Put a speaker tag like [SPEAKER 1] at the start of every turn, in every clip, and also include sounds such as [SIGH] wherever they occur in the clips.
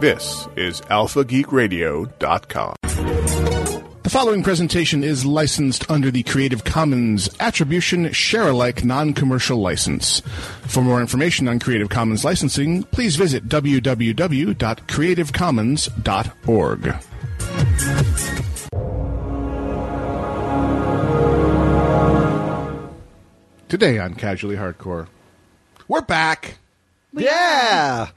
[SPEAKER 1] This is alphageekradio.com. The following presentation is licensed under the Creative Commons Attribution Share Alike Non Commercial License. For more information on Creative Commons licensing, please visit www.creativecommons.org. Today on Casually Hardcore, we're back.
[SPEAKER 2] Yeah.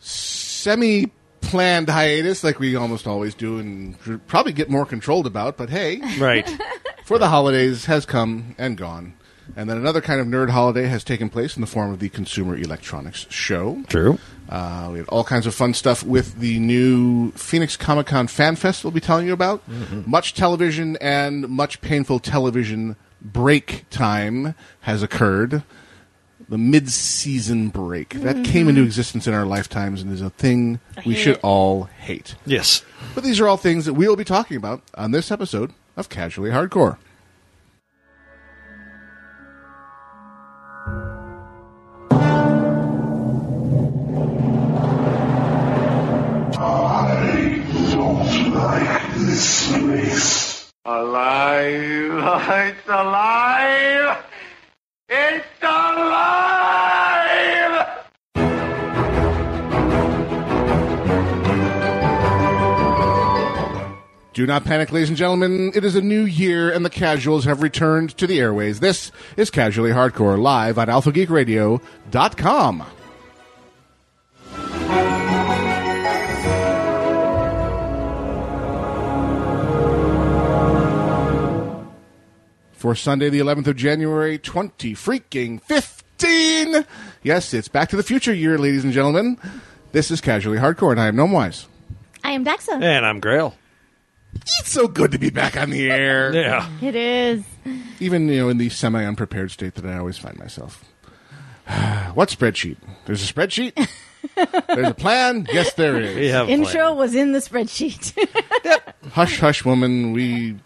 [SPEAKER 1] Semi planned hiatus, like we almost always do, and should probably get more controlled about, but hey.
[SPEAKER 3] Right.
[SPEAKER 4] [LAUGHS]
[SPEAKER 1] for the holidays has come and gone. And then another kind of nerd holiday has taken place in the form of the Consumer Electronics Show.
[SPEAKER 3] True.
[SPEAKER 1] Uh, we had all kinds of fun stuff with the new Phoenix Comic Con Fan Fest we'll be telling you about. Much television and much painful television break time has occurred. The mid season break. That came into existence in our lifetimes and is a thing we
[SPEAKER 4] hate
[SPEAKER 1] should
[SPEAKER 4] it.
[SPEAKER 1] all hate.
[SPEAKER 3] Yes.
[SPEAKER 1] But these are all things that we will be talking about on this episode of Casually Hardcore.
[SPEAKER 5] Alive! [LAUGHS] It's alive! It's alive!
[SPEAKER 1] Do not panic, ladies and gentlemen. It is a new year, and the casuals have returned to the airways. This is Casually Hardcore, live on alphageekradio.com. For Sunday, the 11th of January, 20 freaking 15! Yes, it's Back to the Future year, ladies and gentlemen. This is Casually Hardcore, and I am Gnome Wise.
[SPEAKER 4] I am Daxa.
[SPEAKER 3] And I'm Grail.
[SPEAKER 1] It's so good to be back on the air.
[SPEAKER 3] Yeah.
[SPEAKER 4] It is.
[SPEAKER 1] even you know in the semi unprepared state that I always find myself. [SIGHS] what spreadsheet? There's a spreadsheet. There's a plan. Yes, there
[SPEAKER 3] We
[SPEAKER 1] is.
[SPEAKER 3] have a
[SPEAKER 4] Intro
[SPEAKER 3] plan.
[SPEAKER 4] was in the spreadsheet. [LAUGHS]
[SPEAKER 1] Hush, hush, woman. We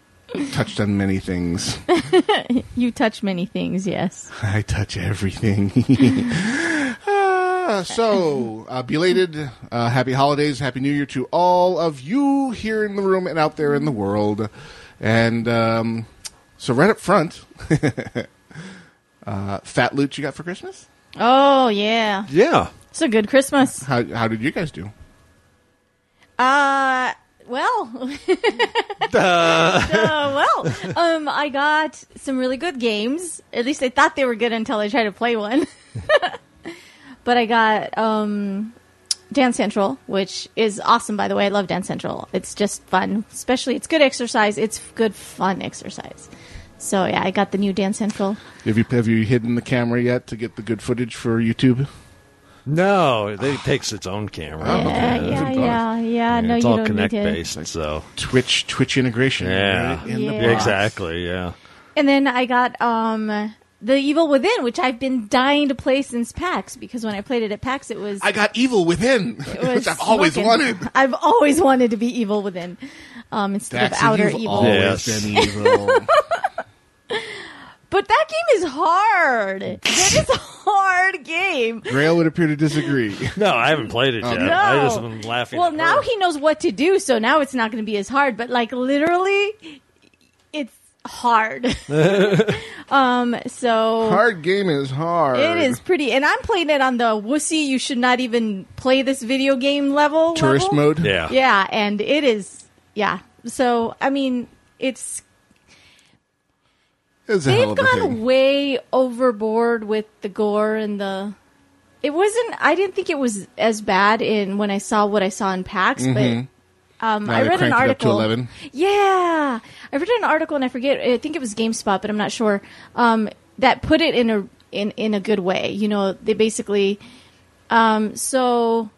[SPEAKER 1] touched on many things. [LAUGHS]
[SPEAKER 4] you touch many things, yes.
[SPEAKER 1] I touch everything. [LAUGHS] Ah, so, uh, belated, uh, happy holidays, happy new year to all of you here in the room and out there in the world. And um, so, right up front, [LAUGHS] uh, fat loot you got for Christmas?
[SPEAKER 4] Oh, yeah.
[SPEAKER 3] Yeah.
[SPEAKER 4] It's a good Christmas.
[SPEAKER 1] How, how did you guys do?
[SPEAKER 4] Uh, well, [LAUGHS] uh, well, um, I got some really good games. At least I thought they were good until I tried to play one. [LAUGHS] but I got um, Dance Central, which is awesome. By the way, I love Dance Central. It's just fun, especially it's good exercise. It's good fun exercise. So yeah, I got the new Dance Central.
[SPEAKER 1] Have you have you hidden the camera yet to get the good footage for YouTube?
[SPEAKER 3] No, it it takes its own camera.
[SPEAKER 1] Oh, okay.
[SPEAKER 4] yeah,
[SPEAKER 1] that's
[SPEAKER 4] Uh, yeah,
[SPEAKER 1] good.
[SPEAKER 4] yeah, yeah. No,
[SPEAKER 3] it's
[SPEAKER 4] you
[SPEAKER 3] all
[SPEAKER 4] don't
[SPEAKER 3] Connect
[SPEAKER 4] need to.
[SPEAKER 3] based, so
[SPEAKER 1] Twitch Twitch integration.
[SPEAKER 3] yeah,
[SPEAKER 1] right in the
[SPEAKER 4] Yeah.
[SPEAKER 1] box.
[SPEAKER 3] exactly, yeah.
[SPEAKER 4] And then I got um The Evil Within, which I've been dying to play since PAX because when I played it at PAX, it was.
[SPEAKER 1] I got evil within,
[SPEAKER 4] it was
[SPEAKER 1] [LAUGHS] which I've always
[SPEAKER 4] smoking.
[SPEAKER 1] wanted.
[SPEAKER 4] I've always wanted to be evil within, um, instead
[SPEAKER 1] Dax,
[SPEAKER 4] of outer
[SPEAKER 1] you've
[SPEAKER 4] evil.
[SPEAKER 1] always
[SPEAKER 3] Yes.
[SPEAKER 1] been [LAUGHS] evil.
[SPEAKER 4] But that game is hard. That is a hard game.
[SPEAKER 1] Grail would appear to disagree.
[SPEAKER 3] No, I haven't played it yet.
[SPEAKER 4] No.
[SPEAKER 3] I just been laughing.
[SPEAKER 4] Well,
[SPEAKER 3] at
[SPEAKER 4] now
[SPEAKER 3] her.
[SPEAKER 4] he knows what to do, so now it's not going to be as hard. But like literally, it's hard. [LAUGHS] um. So
[SPEAKER 1] Hard game is hard.
[SPEAKER 4] It is pretty, and I'm playing it on the wussy. You should not even play this video game level.
[SPEAKER 1] tourist
[SPEAKER 4] level.
[SPEAKER 1] mode.
[SPEAKER 3] yeah,
[SPEAKER 4] Yeah, and it is. Yeah. So I mean, it's
[SPEAKER 1] it's a hell
[SPEAKER 4] they've
[SPEAKER 1] of a
[SPEAKER 4] gone
[SPEAKER 1] thing.
[SPEAKER 4] way overboard with the gore and the. It wasn't. I didn't think it was as bad in when I saw what I saw in PAX, but um,
[SPEAKER 1] Mm-hmm. Now
[SPEAKER 4] I
[SPEAKER 1] they
[SPEAKER 4] read an
[SPEAKER 1] cranked it up to
[SPEAKER 4] article.
[SPEAKER 1] 11.
[SPEAKER 4] Yeah, I read an article and I forget. I think it was GameSpot, but I'm not sure. Um, that put it in a in in a good way. You know, they basically um, so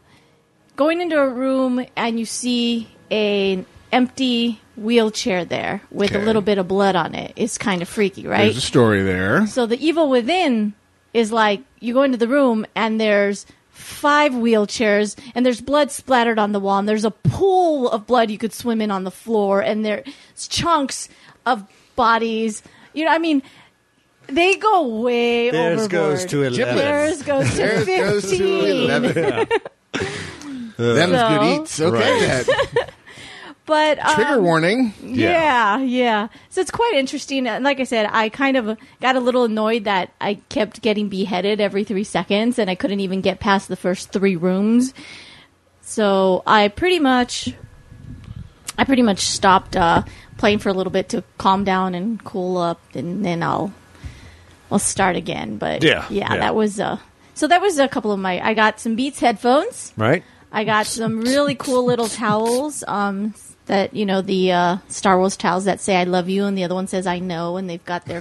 [SPEAKER 4] going into a room and you see an empty wheelchair there with
[SPEAKER 1] Okay.
[SPEAKER 4] a little bit of blood on it is kind of freaky, right?
[SPEAKER 1] There's a story there.
[SPEAKER 4] So the evil within is like you go into the room and there's five wheelchairs and there's blood splattered on the wall and there's a pool of blood you could swim in on the floor and there's chunks of bodies. You know, I mean, they go way
[SPEAKER 3] Theirs
[SPEAKER 4] overboard.
[SPEAKER 3] goes to 11.
[SPEAKER 4] Theirs goes to [LAUGHS]
[SPEAKER 1] There it goes to
[SPEAKER 4] fifteen.
[SPEAKER 1] 11. Them's
[SPEAKER 4] So-
[SPEAKER 1] good eats. Okay.
[SPEAKER 4] Right.
[SPEAKER 1] then.
[SPEAKER 4] But um,
[SPEAKER 1] Trigger warning.
[SPEAKER 4] Yeah. yeah, So it's quite interesting. And like I said, I kind of got a little annoyed that I kept getting beheaded every three seconds and I couldn't even get past the first three rooms. So I pretty much I pretty much stopped uh, playing for a little bit to calm down and cool up and then I'll I'll start again. But
[SPEAKER 3] Yeah,
[SPEAKER 4] yeah,
[SPEAKER 3] yeah.
[SPEAKER 4] that was uh so that was a couple of my I got some Beats headphones.
[SPEAKER 3] Right?
[SPEAKER 4] I got some really cool little towels. Um, that you know the uh, Star Wars towels that say "I love you" and the other one says "I know," and they've got
[SPEAKER 3] [LAUGHS]
[SPEAKER 4] their.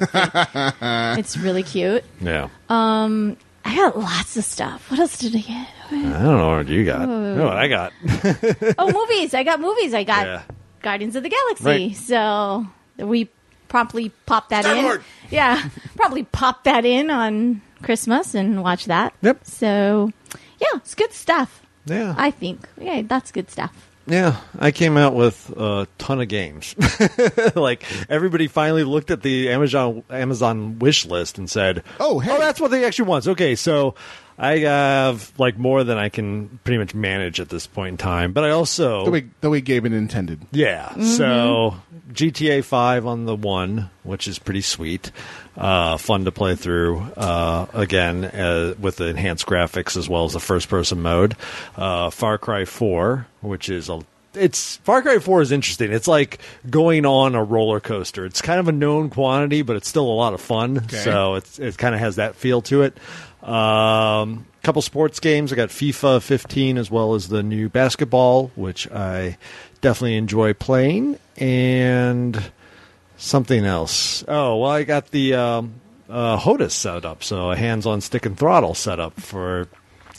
[SPEAKER 4] it's really cute.
[SPEAKER 3] Yeah.
[SPEAKER 4] I got lots of stuff. What else did I get?
[SPEAKER 3] I don't know what you got. I know what I got. [LAUGHS]
[SPEAKER 4] Oh, movies! I got movies. I got
[SPEAKER 3] Yeah.
[SPEAKER 4] Guardians of the Galaxy.
[SPEAKER 3] Right.
[SPEAKER 4] So we promptly popped that in. Yeah, [LAUGHS] probably popped that in on Christmas and watch that.
[SPEAKER 3] Yep.
[SPEAKER 4] So, yeah, it's good stuff.
[SPEAKER 3] Yeah.
[SPEAKER 4] I think. Yeah, that's good stuff.
[SPEAKER 3] Yeah, I came out with a ton of games. [LAUGHS] like everybody finally looked at the Amazon Amazon wish list and said,
[SPEAKER 1] Oh, hey.
[SPEAKER 3] that's what they actually want." Okay, so I have like more than I can pretty much manage at this point in time. But I also,
[SPEAKER 1] The way the way Gaben intended.
[SPEAKER 3] yeah, so GTA Five on the one, which is pretty sweet, uh, fun to play through uh, again uh, with the enhanced graphics as well as the first person mode. Uh, Far Cry Four, which is a it's Far Cry 4 is interesting. It's like going on a roller coaster. It's kind of a known quantity, but it's still a lot of fun. So Oh, it's it kind of has that feel to it. Um, couple sports games. I got FIFA 15 as well as the new basketball, which I definitely enjoy playing, and something else. Oh well, I got the um, uh, HOTUS set up, so a hands-on stick and throttle set up for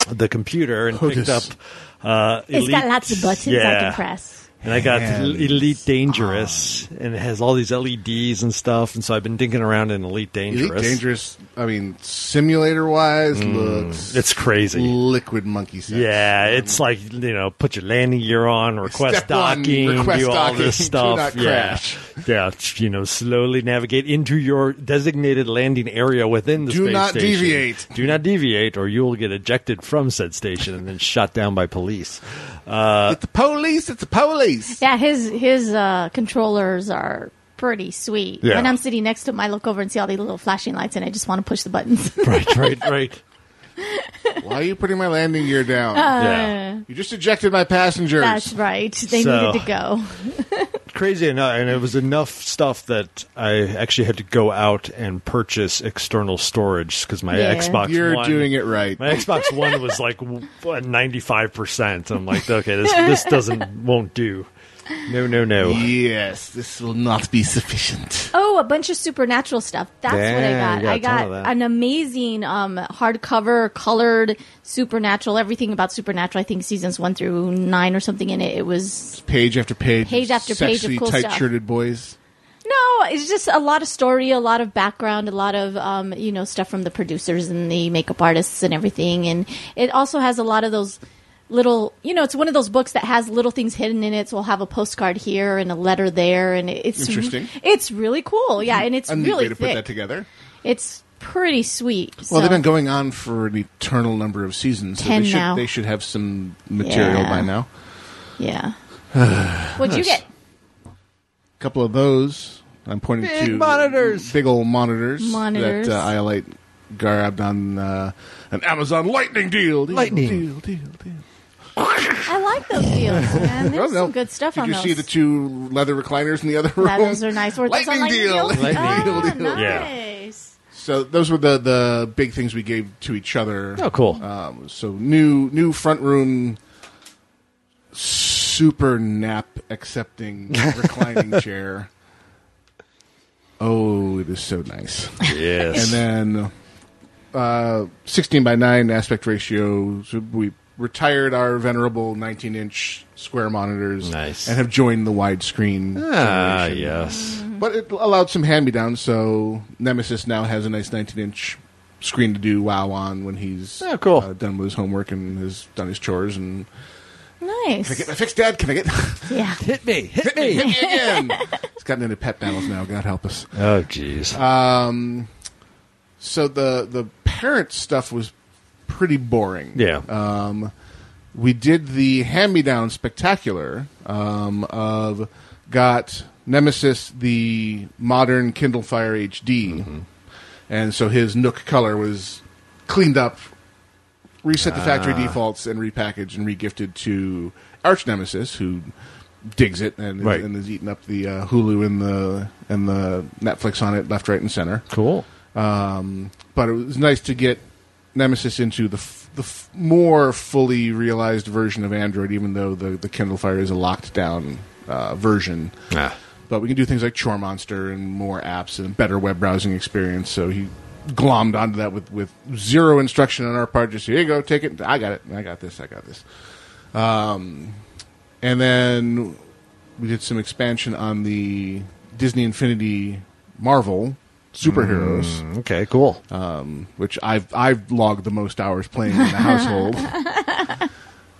[SPEAKER 3] the computer, and picked up.
[SPEAKER 1] HOTUS.
[SPEAKER 3] Uh,
[SPEAKER 4] It's got
[SPEAKER 3] Elite-
[SPEAKER 4] lots of buttons I
[SPEAKER 3] Yeah.
[SPEAKER 4] can press.
[SPEAKER 3] And I got
[SPEAKER 1] Hands
[SPEAKER 3] Elite Dangerous, and it has all these LEDs and stuff. And so I've been dinking around in Elite Dangerous. Mm.
[SPEAKER 1] Elite dangerous. I mean, simulator wise, looks
[SPEAKER 3] It's crazy.
[SPEAKER 1] liquid monkey sex.
[SPEAKER 3] Yeah, it's like you know, put your landing gear on, request
[SPEAKER 1] Step one,
[SPEAKER 3] docking,
[SPEAKER 1] request
[SPEAKER 3] do all
[SPEAKER 1] docking, [LAUGHS] do
[SPEAKER 3] this stuff.
[SPEAKER 1] not
[SPEAKER 3] yeah,
[SPEAKER 1] crash.
[SPEAKER 3] yeah, you know, slowly navigate into your designated landing area within the
[SPEAKER 1] Do
[SPEAKER 3] space
[SPEAKER 1] not
[SPEAKER 3] station.
[SPEAKER 1] deviate.
[SPEAKER 3] Do not deviate, or you will get ejected from said station and then shot down by police. Uh, [LAUGHS]
[SPEAKER 1] It's the police. It's the police.
[SPEAKER 4] [LAUGHS] Yeah, his his uh, controllers are pretty sweet.
[SPEAKER 3] Yeah.
[SPEAKER 4] When I'm sitting next to him, I look over and see all these little flashing lights, and I just want to push the
[SPEAKER 3] [LAUGHS]
[SPEAKER 4] buttons.
[SPEAKER 3] right, right, right.
[SPEAKER 1] Why are you putting my landing gear down?
[SPEAKER 3] yeah.
[SPEAKER 1] you just ejected my passengers.
[SPEAKER 4] Uh, That's right. They
[SPEAKER 3] So-
[SPEAKER 4] needed to go.
[SPEAKER 3] crazy enough, and it was enough stuff that I actually had to go out and purchase external storage because my
[SPEAKER 4] Yeah.
[SPEAKER 3] Xbox.
[SPEAKER 1] You're
[SPEAKER 3] One-
[SPEAKER 1] doing it right.
[SPEAKER 3] My Xbox One was like ninety five percent. I'm like, okay, this this doesn't won't do. No, no, no.
[SPEAKER 1] Yes, this will not be
[SPEAKER 4] [LAUGHS]
[SPEAKER 1] sufficient.
[SPEAKER 4] Oh, a bunch of supernatural stuff. That's what I
[SPEAKER 3] Yeah,
[SPEAKER 4] got.
[SPEAKER 3] you got
[SPEAKER 4] I
[SPEAKER 3] a ton
[SPEAKER 4] got
[SPEAKER 3] of that.
[SPEAKER 4] an amazing um, hardcover, colored supernatural. Everything about supernatural. I think seasons one through nine or something in it. It was
[SPEAKER 1] Page after page.
[SPEAKER 4] Page after page of
[SPEAKER 1] sexy,
[SPEAKER 4] cool stuff.
[SPEAKER 1] tight-shirted boys.
[SPEAKER 4] No, it's just a lot of story, a lot of background, a lot of um, you know stuff from the producers and the makeup artists and everything. And it also has a lot of those little, you know, it's one of those books that has little things hidden in it. So we'll have a postcard here and a letter there, and it's
[SPEAKER 1] Interesting.
[SPEAKER 4] It's really cool, yeah, and it's
[SPEAKER 1] A neat
[SPEAKER 4] really
[SPEAKER 1] way to put
[SPEAKER 4] thick.
[SPEAKER 1] that together.
[SPEAKER 4] It's pretty sweet.
[SPEAKER 1] Well,
[SPEAKER 4] so-
[SPEAKER 1] they've been going on for an eternal number of seasons. So
[SPEAKER 4] Ten
[SPEAKER 1] they should
[SPEAKER 4] now.
[SPEAKER 1] they should have some material
[SPEAKER 4] Yeah.
[SPEAKER 1] by now. [SIGHS]
[SPEAKER 4] yeah. What'd you get?
[SPEAKER 1] A couple of those. I'm pointing
[SPEAKER 3] Big
[SPEAKER 1] to
[SPEAKER 3] monitors.
[SPEAKER 1] big old monitors,
[SPEAKER 4] Monitors.
[SPEAKER 1] that uh, Iolite grabbed on uh, an Amazon Lightning deal. deal
[SPEAKER 3] Lightning.
[SPEAKER 1] deal, deal, deal.
[SPEAKER 4] I like those deals,
[SPEAKER 1] [LAUGHS]
[SPEAKER 4] man. There's
[SPEAKER 1] Oh, no.
[SPEAKER 4] some good stuff
[SPEAKER 1] Did
[SPEAKER 4] on
[SPEAKER 1] you
[SPEAKER 4] those.
[SPEAKER 1] see the two leather recliners in the other room?
[SPEAKER 4] yeah, those are nice. Or those
[SPEAKER 1] Lightning
[SPEAKER 4] on lightning
[SPEAKER 1] deal.
[SPEAKER 4] deals?
[SPEAKER 1] Lightning
[SPEAKER 4] Ah,
[SPEAKER 1] deal, deal.
[SPEAKER 4] Nice.
[SPEAKER 1] So those were the the big things we gave to each other.
[SPEAKER 3] Oh, cool.
[SPEAKER 1] Um, so new new front room super nap accepting
[SPEAKER 3] [LAUGHS]
[SPEAKER 1] reclining chair. Oh, it is so nice.
[SPEAKER 3] yes.
[SPEAKER 1] And then uh, 16 by 9 aspect ratio. So we retired our venerable 19 inch square monitors
[SPEAKER 3] Nice.
[SPEAKER 1] and have joined the widescreen.
[SPEAKER 3] ah,
[SPEAKER 1] generation.
[SPEAKER 3] yes.
[SPEAKER 1] But it allowed some hand me downs, so Nemesis now has a nice 19 inch screen to do WoW on when he's
[SPEAKER 3] Oh, cool.
[SPEAKER 1] uh, done with his homework and has done his chores. And
[SPEAKER 4] Nice.
[SPEAKER 1] I fixed Dad. Can
[SPEAKER 3] [LAUGHS]
[SPEAKER 1] I get
[SPEAKER 4] Yeah.
[SPEAKER 3] Hit me, hit me.
[SPEAKER 1] again? he's gotten into pet battles now. God help us.
[SPEAKER 3] oh, jeez.
[SPEAKER 1] Um, so the the parent stuff was pretty boring.
[SPEAKER 3] yeah.
[SPEAKER 1] Um, we did the hand me down spectacular um, of got Nemesis the modern Kindle Fire HD, and so his Nook color was cleaned up, reset the factory defaults, and repackaged and regifted to Arch Nemesis, who digs it and,
[SPEAKER 3] Right.
[SPEAKER 1] and is eating up the uh, Hulu and the and the Netflix on it left, right, and center
[SPEAKER 3] Cool.
[SPEAKER 1] but it was nice to get Nemesis into the f- the f- more fully realized version of Android, even though the the Kindle Fire is a locked down uh, version.
[SPEAKER 3] Ah.
[SPEAKER 1] But we can do things like Chore Monster and more apps and a better web browsing experience. So he glommed onto that with, with zero instruction on our part. Just here you go, take it. I got it. I got this. I got this. Um, And then we did some expansion on the Disney Infinity Marvel superheroes
[SPEAKER 3] Mm, Okay, cool.
[SPEAKER 1] which I've I've logged the most hours playing in the
[SPEAKER 4] [LAUGHS]
[SPEAKER 1] household.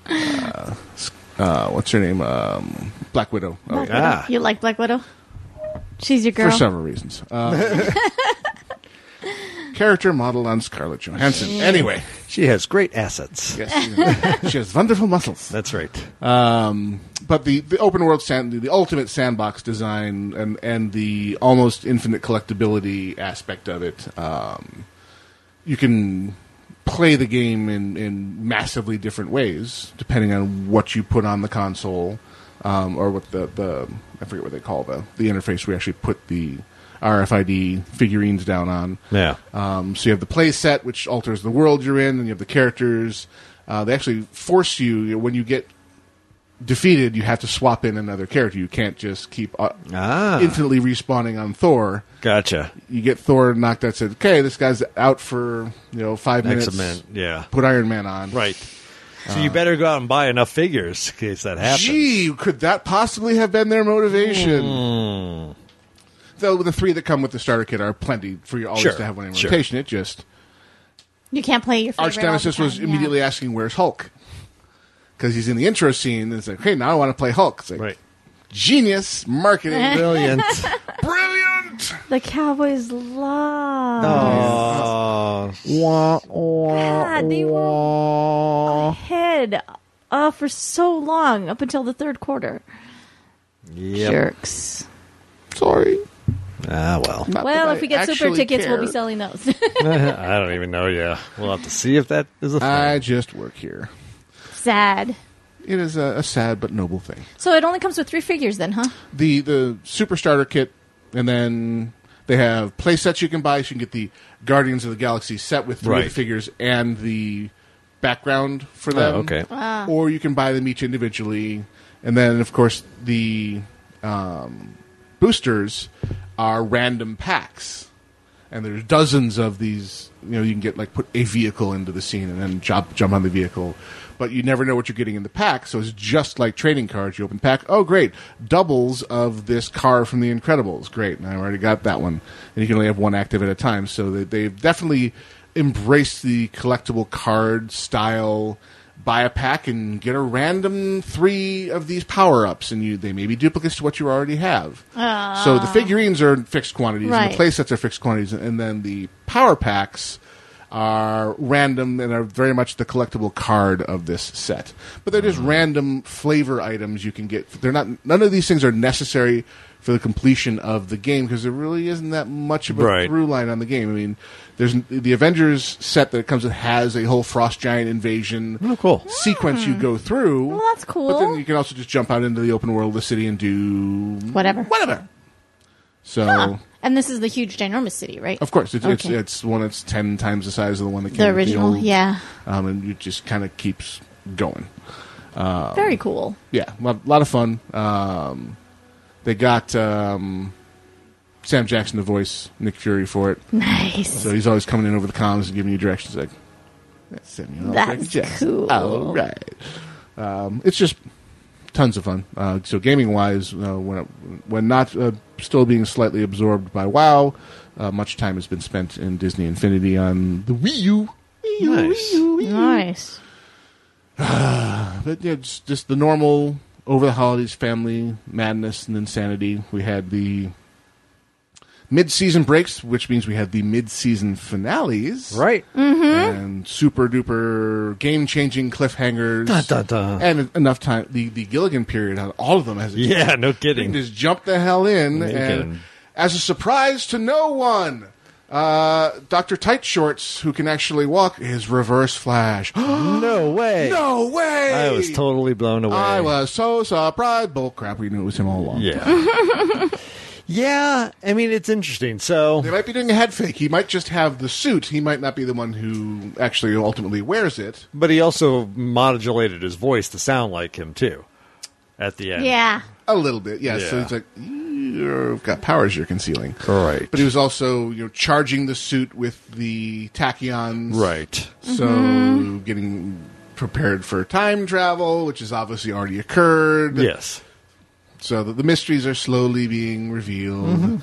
[SPEAKER 1] uh, s- uh, what's her name? Um, Black Widow. Oh,
[SPEAKER 4] Black
[SPEAKER 1] yeah.
[SPEAKER 4] Widow.
[SPEAKER 3] yeah.
[SPEAKER 4] You like Black Widow? She's your girl.
[SPEAKER 1] For several reasons.
[SPEAKER 4] [LAUGHS]
[SPEAKER 1] Um, character modeled on Scarlett Johansson. Anyway,
[SPEAKER 3] she has great assets.
[SPEAKER 1] yes, you know, she has wonderful muscles.
[SPEAKER 3] That's right.
[SPEAKER 1] But the, the open world sand, the ultimate sandbox design, and and the almost infinite collectability aspect of it. Um, you can play the game in, in massively different ways depending on what you put on the console um, or what the, the I forget what they call the the interface we actually put the RFID figurines down on.
[SPEAKER 3] Yeah.
[SPEAKER 1] Um, so you have the play set, which alters the world you're in, and you have the characters. Uh, they actually force you, you know, when you get defeated, you have to swap in another character. You can't just keep uh,
[SPEAKER 3] Ah.
[SPEAKER 1] infinitely respawning on Thor
[SPEAKER 3] gotcha.
[SPEAKER 1] you get Thor knocked out. Said, "Okay, this guy's out for you know five
[SPEAKER 3] Next
[SPEAKER 1] minutes.
[SPEAKER 3] event, yeah.
[SPEAKER 1] put Iron Man on.
[SPEAKER 3] Right. So you better go out and buy enough figures in case that happens.
[SPEAKER 1] Gee, could that possibly have been their motivation?
[SPEAKER 3] Hmm.
[SPEAKER 1] Though the three that come with the starter kit are plenty for you always
[SPEAKER 3] Sure,
[SPEAKER 1] to have one in
[SPEAKER 3] sure.
[SPEAKER 1] rotation. It just
[SPEAKER 4] you can't play your favorite.
[SPEAKER 1] Arch Nemesis
[SPEAKER 4] all the
[SPEAKER 1] was
[SPEAKER 4] time, yeah.
[SPEAKER 1] immediately asking, "Where's Hulk?" Because he's in the intro scene. And it's like, "Hey, now I want to play Hulk." It's like,
[SPEAKER 3] Right.
[SPEAKER 1] Genius
[SPEAKER 4] [LAUGHS]
[SPEAKER 1] marketing,
[SPEAKER 3] [LAUGHS] Brilliant.
[SPEAKER 1] brilliant.
[SPEAKER 4] The Cowboys love.
[SPEAKER 3] Oh.
[SPEAKER 4] God, they were ahead uh, for so long up until the third quarter. Jerks.
[SPEAKER 1] Sorry.
[SPEAKER 3] Ah,
[SPEAKER 1] [LAUGHS]
[SPEAKER 3] well. [LAUGHS]
[SPEAKER 1] Not
[SPEAKER 4] well,
[SPEAKER 1] that
[SPEAKER 4] if we
[SPEAKER 1] I
[SPEAKER 4] get super
[SPEAKER 1] actually
[SPEAKER 4] tickets, we'll be
[SPEAKER 1] care.
[SPEAKER 4] selling those. [LAUGHS]
[SPEAKER 3] I don't even know, yeah. We'll have to see if that is a thing.
[SPEAKER 1] I just work here.
[SPEAKER 4] Sad.
[SPEAKER 1] It is a, a sad but noble thing.
[SPEAKER 4] So it only comes with three figures, then, huh?
[SPEAKER 1] the the super starter kit, and then they have play sets you can buy. So you can get the Guardians of the Galaxy set with three of the
[SPEAKER 3] Right.
[SPEAKER 1] figures and the background for them.
[SPEAKER 3] okay.
[SPEAKER 1] Or you can buy them each individually, and then of course the um, boosters are random packs. And there's dozens of these. You know, you can get like put a vehicle into the scene and then jump jump on the vehicle, but you never know what you're getting in the pack. So it's just like trading cards. You open pack. Oh, great! Doubles of this car from The Incredibles. Great, and I already got that one. And you can only have one active at a time. So they, they've definitely embraced the collectible card style buy a pack and get a random three of these power ups, and you they may be duplicates to what you already have. so the figurines are fixed quantities, and the
[SPEAKER 4] Right.
[SPEAKER 1] play sets are fixed quantities, and then the power packs are random and are very much the collectible card of this set. But they're just random flavor items you can get. They're not none of these things are necessary for the completion of the game because there really isn't that much of a
[SPEAKER 3] Right.
[SPEAKER 1] through line on the game. I mean, there's the Avengers set that it comes with has a whole frost giant invasion
[SPEAKER 3] Oh, cool.
[SPEAKER 1] sequence you go through.
[SPEAKER 4] Hmm. Well, that's
[SPEAKER 1] But
[SPEAKER 4] cool.
[SPEAKER 1] then you can also just jump out into the open world of the city and do
[SPEAKER 4] Whatever. Uh,
[SPEAKER 1] whatever. So,
[SPEAKER 4] And this is the huge, ginormous city, right?
[SPEAKER 1] of course, it's,
[SPEAKER 4] Okay.
[SPEAKER 1] it's it's one that's ten times the size of the one that came
[SPEAKER 4] the
[SPEAKER 1] with
[SPEAKER 4] original,
[SPEAKER 1] old-
[SPEAKER 4] yeah.
[SPEAKER 1] um, and it just kind of keeps going. um,
[SPEAKER 4] Very cool.
[SPEAKER 1] Yeah, a lot, lot of fun. Um, they got um, Sam Jackson to voice Nick Fury for it,
[SPEAKER 4] Nice.
[SPEAKER 1] so he's always coming in over the comms and giving you directions. Like that's Samuel L.
[SPEAKER 4] That's
[SPEAKER 1] Jackson.
[SPEAKER 4] cool.
[SPEAKER 1] All right, um, it's just tons of fun. Uh, so gaming wise, uh, when it, when not uh, still being slightly absorbed by WoW, uh, much time has been spent in Disney Infinity on the Wii U. Wii U,
[SPEAKER 3] Nice.
[SPEAKER 1] Wii U, Wii U.
[SPEAKER 4] Nice.
[SPEAKER 1] But yeah, just, just the normal over the holidays family madness and insanity. We had the mid-season breaks, which means we had the mid-season finales,
[SPEAKER 3] Right.
[SPEAKER 1] And super duper game changing cliffhangers,
[SPEAKER 3] Dun, dun, dun.
[SPEAKER 1] and enough time. The the Gilligan period on all of them has
[SPEAKER 3] Yeah, no
[SPEAKER 1] they
[SPEAKER 3] kidding.
[SPEAKER 1] just jumped the hell in,
[SPEAKER 3] No
[SPEAKER 1] and
[SPEAKER 3] kidding.
[SPEAKER 1] as a surprise to no one, uh, Doctor Tight Shorts, who can actually walk, is Reverse Flash. [GASPS]
[SPEAKER 3] No way.
[SPEAKER 1] Mm-hmm. no way!
[SPEAKER 3] I was totally blown away.
[SPEAKER 1] I was so surprised. Bull crap, we knew it was him all along.
[SPEAKER 3] Yeah.
[SPEAKER 1] [LAUGHS]
[SPEAKER 3] yeah. I mean, it's interesting. So
[SPEAKER 1] They might be doing a head fake. He might just have the suit. He might not be the one who actually ultimately wears it.
[SPEAKER 3] But he also modulated his voice to sound like him too, at the end.
[SPEAKER 4] Yeah.
[SPEAKER 1] A little bit, yeah. So
[SPEAKER 3] Yeah.
[SPEAKER 1] it's like you've got powers you're concealing,
[SPEAKER 3] Right.
[SPEAKER 1] But he was also you know charging the suit with the tachyons,
[SPEAKER 3] Right.
[SPEAKER 1] So getting prepared for time travel, which has obviously already occurred.
[SPEAKER 3] Yes.
[SPEAKER 1] So the, the mysteries are slowly being revealed.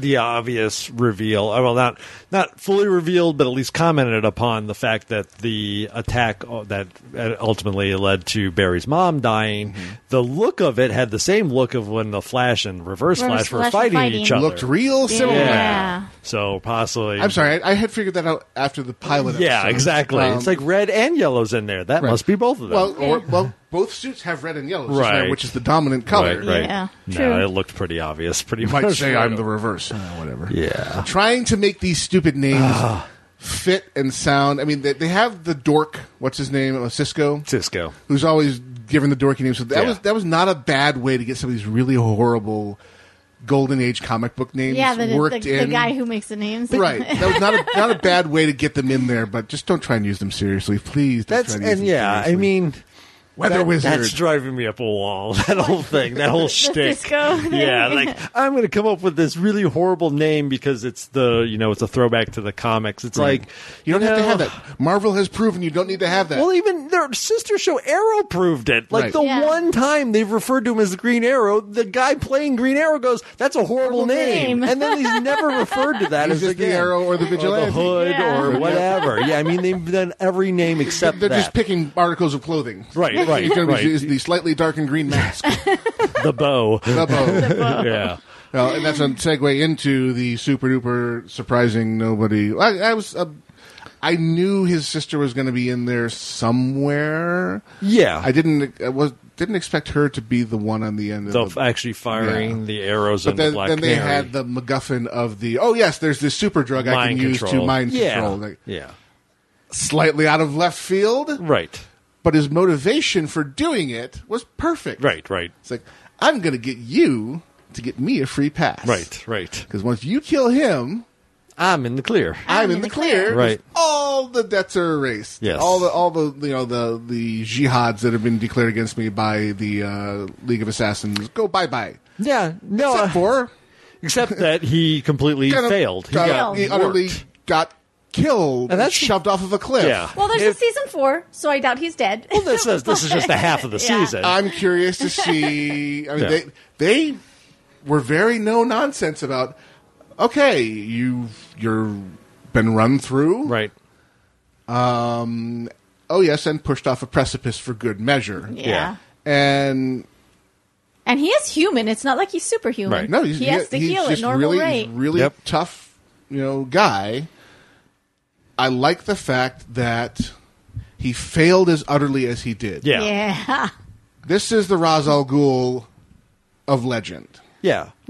[SPEAKER 3] The obvious reveal. uh, Well, not not fully revealed, but at least commented upon the fact that the attack uh, that uh, ultimately led to Barry's mom dying.
[SPEAKER 1] Mm-hmm.
[SPEAKER 3] The look of it had the same look of when the Flash and Reverse,
[SPEAKER 4] Reverse
[SPEAKER 3] Flash were
[SPEAKER 4] Flash were
[SPEAKER 3] fighting,
[SPEAKER 4] fighting.
[SPEAKER 3] each other.
[SPEAKER 1] Looked real similar.
[SPEAKER 3] yeah.
[SPEAKER 4] Yeah.
[SPEAKER 3] So possibly.
[SPEAKER 1] I'm sorry, I, I had figured that out after the pilot.
[SPEAKER 3] Yeah,
[SPEAKER 1] episode.
[SPEAKER 3] exactly.
[SPEAKER 1] Um,
[SPEAKER 3] it's like red and yellow's in there. That
[SPEAKER 1] Right.
[SPEAKER 3] must be both of them.
[SPEAKER 1] Well, or, well, both suits have red and yellow, it's just
[SPEAKER 3] Right.
[SPEAKER 1] red, which is the dominant color.
[SPEAKER 4] right. Yeah,
[SPEAKER 3] No,
[SPEAKER 4] true.
[SPEAKER 3] it looked pretty obvious. Pretty
[SPEAKER 1] You
[SPEAKER 3] much. [LAUGHS]
[SPEAKER 1] might say I'm the reverse, Uh, whatever.
[SPEAKER 3] Yeah.
[SPEAKER 1] Trying to make these stupid names
[SPEAKER 3] Ah.
[SPEAKER 1] fit and sound. I mean, they, they have the dork. What's his name? Uh, Cisco,
[SPEAKER 3] Cisco.
[SPEAKER 1] who's always given the dorky names. So that
[SPEAKER 3] Yeah.
[SPEAKER 1] was that was not a bad way to get some of these really horrible golden age comic book names
[SPEAKER 4] Yeah, the, the,
[SPEAKER 1] worked
[SPEAKER 4] the
[SPEAKER 1] in.
[SPEAKER 4] guy who makes the names.
[SPEAKER 1] [LAUGHS] Right,
[SPEAKER 4] [LAUGHS]
[SPEAKER 1] that was not a, not a bad way to get them in there, but just don't try and use them seriously, please. Don't
[SPEAKER 3] That's
[SPEAKER 1] try use
[SPEAKER 3] and
[SPEAKER 1] them
[SPEAKER 3] yeah. I
[SPEAKER 1] seriously.
[SPEAKER 3] mean,
[SPEAKER 1] weather
[SPEAKER 3] that-
[SPEAKER 1] wizard.
[SPEAKER 3] That's driving me up a wall. [LAUGHS] That whole thing. That
[SPEAKER 4] [LAUGHS]
[SPEAKER 3] whole shtick.
[SPEAKER 4] Cisco thing.
[SPEAKER 3] Yeah, like I'm going to come up with this really horrible name because it's the you know it's a throwback to the comics. It's like
[SPEAKER 1] you don't have to
[SPEAKER 3] know,
[SPEAKER 1] have that. Marvel has proven you don't need to have that.
[SPEAKER 3] [SIGHS] Well, even their sister show Arrow proved it. Like
[SPEAKER 1] Right.
[SPEAKER 3] the
[SPEAKER 4] Yeah.
[SPEAKER 3] one time they've referred to him as the Green Arrow, the guy playing Green Arrow goes, "That's a horrible
[SPEAKER 4] Horrible
[SPEAKER 3] name,"
[SPEAKER 4] name.
[SPEAKER 3] and then he's never referred to that
[SPEAKER 1] He's
[SPEAKER 3] as
[SPEAKER 1] just the
[SPEAKER 3] again.
[SPEAKER 1] Arrow or the
[SPEAKER 3] the
[SPEAKER 1] Vigilante.
[SPEAKER 3] Hood
[SPEAKER 4] Yeah.
[SPEAKER 3] or whatever. yeah, I mean they've done every name except
[SPEAKER 1] They're
[SPEAKER 3] that.
[SPEAKER 1] just picking articles of clothing.
[SPEAKER 3] Right,
[SPEAKER 1] [LAUGHS]
[SPEAKER 3] right,
[SPEAKER 1] It's gonna be-
[SPEAKER 3] right.
[SPEAKER 1] Is the slightly dark and green
[SPEAKER 3] [LAUGHS]
[SPEAKER 1] mask.
[SPEAKER 3] the bow.
[SPEAKER 1] Bubbo.
[SPEAKER 3] [LAUGHS] yeah.
[SPEAKER 1] Well, and that's a segue into the super duper surprising nobody. I, I was. Uh, I knew his sister was going to be in there somewhere.
[SPEAKER 3] Yeah.
[SPEAKER 1] I didn't. I was didn't expect her to be the one on the end of
[SPEAKER 3] so
[SPEAKER 1] the.
[SPEAKER 3] actually firing
[SPEAKER 1] Yeah.
[SPEAKER 3] the arrows
[SPEAKER 1] but
[SPEAKER 3] into
[SPEAKER 1] then,
[SPEAKER 3] Black
[SPEAKER 1] then they
[SPEAKER 3] Canary.
[SPEAKER 1] had the MacGuffin of the. Oh yes, there's this super drug I can
[SPEAKER 3] Mind
[SPEAKER 1] use to
[SPEAKER 3] control.
[SPEAKER 1] mind
[SPEAKER 3] yeah.
[SPEAKER 1] control. Like,
[SPEAKER 3] yeah.
[SPEAKER 1] slightly out of left field,
[SPEAKER 3] Right.
[SPEAKER 1] but his motivation for doing it was perfect.
[SPEAKER 3] Right. Right.
[SPEAKER 1] It's like, I'm going to get you to get me a free pass.
[SPEAKER 3] Right. Right.
[SPEAKER 1] Because once you kill him,
[SPEAKER 3] I'm in the clear.
[SPEAKER 1] I'm, in, the clear. 'cause
[SPEAKER 3] Right.
[SPEAKER 1] All the debts are erased.
[SPEAKER 3] Yes.
[SPEAKER 1] All the all the you know the the jihads that have been declared against me by the uh, League of Assassins go bye bye.
[SPEAKER 3] Yeah. No.
[SPEAKER 1] Except
[SPEAKER 3] uh,
[SPEAKER 1] for
[SPEAKER 3] Except that he completely
[SPEAKER 1] kind of,
[SPEAKER 3] failed. He
[SPEAKER 1] uh,
[SPEAKER 3] got
[SPEAKER 1] he utterly
[SPEAKER 3] worked.
[SPEAKER 1] got killed
[SPEAKER 3] And
[SPEAKER 1] and,
[SPEAKER 3] that's-
[SPEAKER 1] shoved off of a cliff.
[SPEAKER 3] Yeah.
[SPEAKER 4] Well, there's
[SPEAKER 3] If-
[SPEAKER 4] a season four, so I doubt he's dead.
[SPEAKER 3] Well, this is this is just the
[SPEAKER 1] [LAUGHS]
[SPEAKER 3] half of the
[SPEAKER 4] Yeah.
[SPEAKER 3] season.
[SPEAKER 1] I'm curious to see. I mean,
[SPEAKER 3] Yeah.
[SPEAKER 1] they they were very no nonsense about. Okay, you you're been run through,
[SPEAKER 3] right.
[SPEAKER 1] Oh yes, and pushed off a precipice for good measure.
[SPEAKER 4] [LAUGHS] yeah.
[SPEAKER 3] Yeah.
[SPEAKER 1] And
[SPEAKER 4] And he is human. It's not like he's superhuman.
[SPEAKER 3] Right.
[SPEAKER 1] no, he's,
[SPEAKER 4] he has to
[SPEAKER 1] he's
[SPEAKER 4] heal at
[SPEAKER 1] just
[SPEAKER 4] normal
[SPEAKER 1] really,
[SPEAKER 4] rate.
[SPEAKER 1] he's really
[SPEAKER 3] Yep.
[SPEAKER 1] tough, you know, guy. I like the fact that he failed as utterly as he did.
[SPEAKER 3] Yeah. Yeah.
[SPEAKER 4] yeah. [LAUGHS]
[SPEAKER 1] This is the Ra's al Ghul of legend.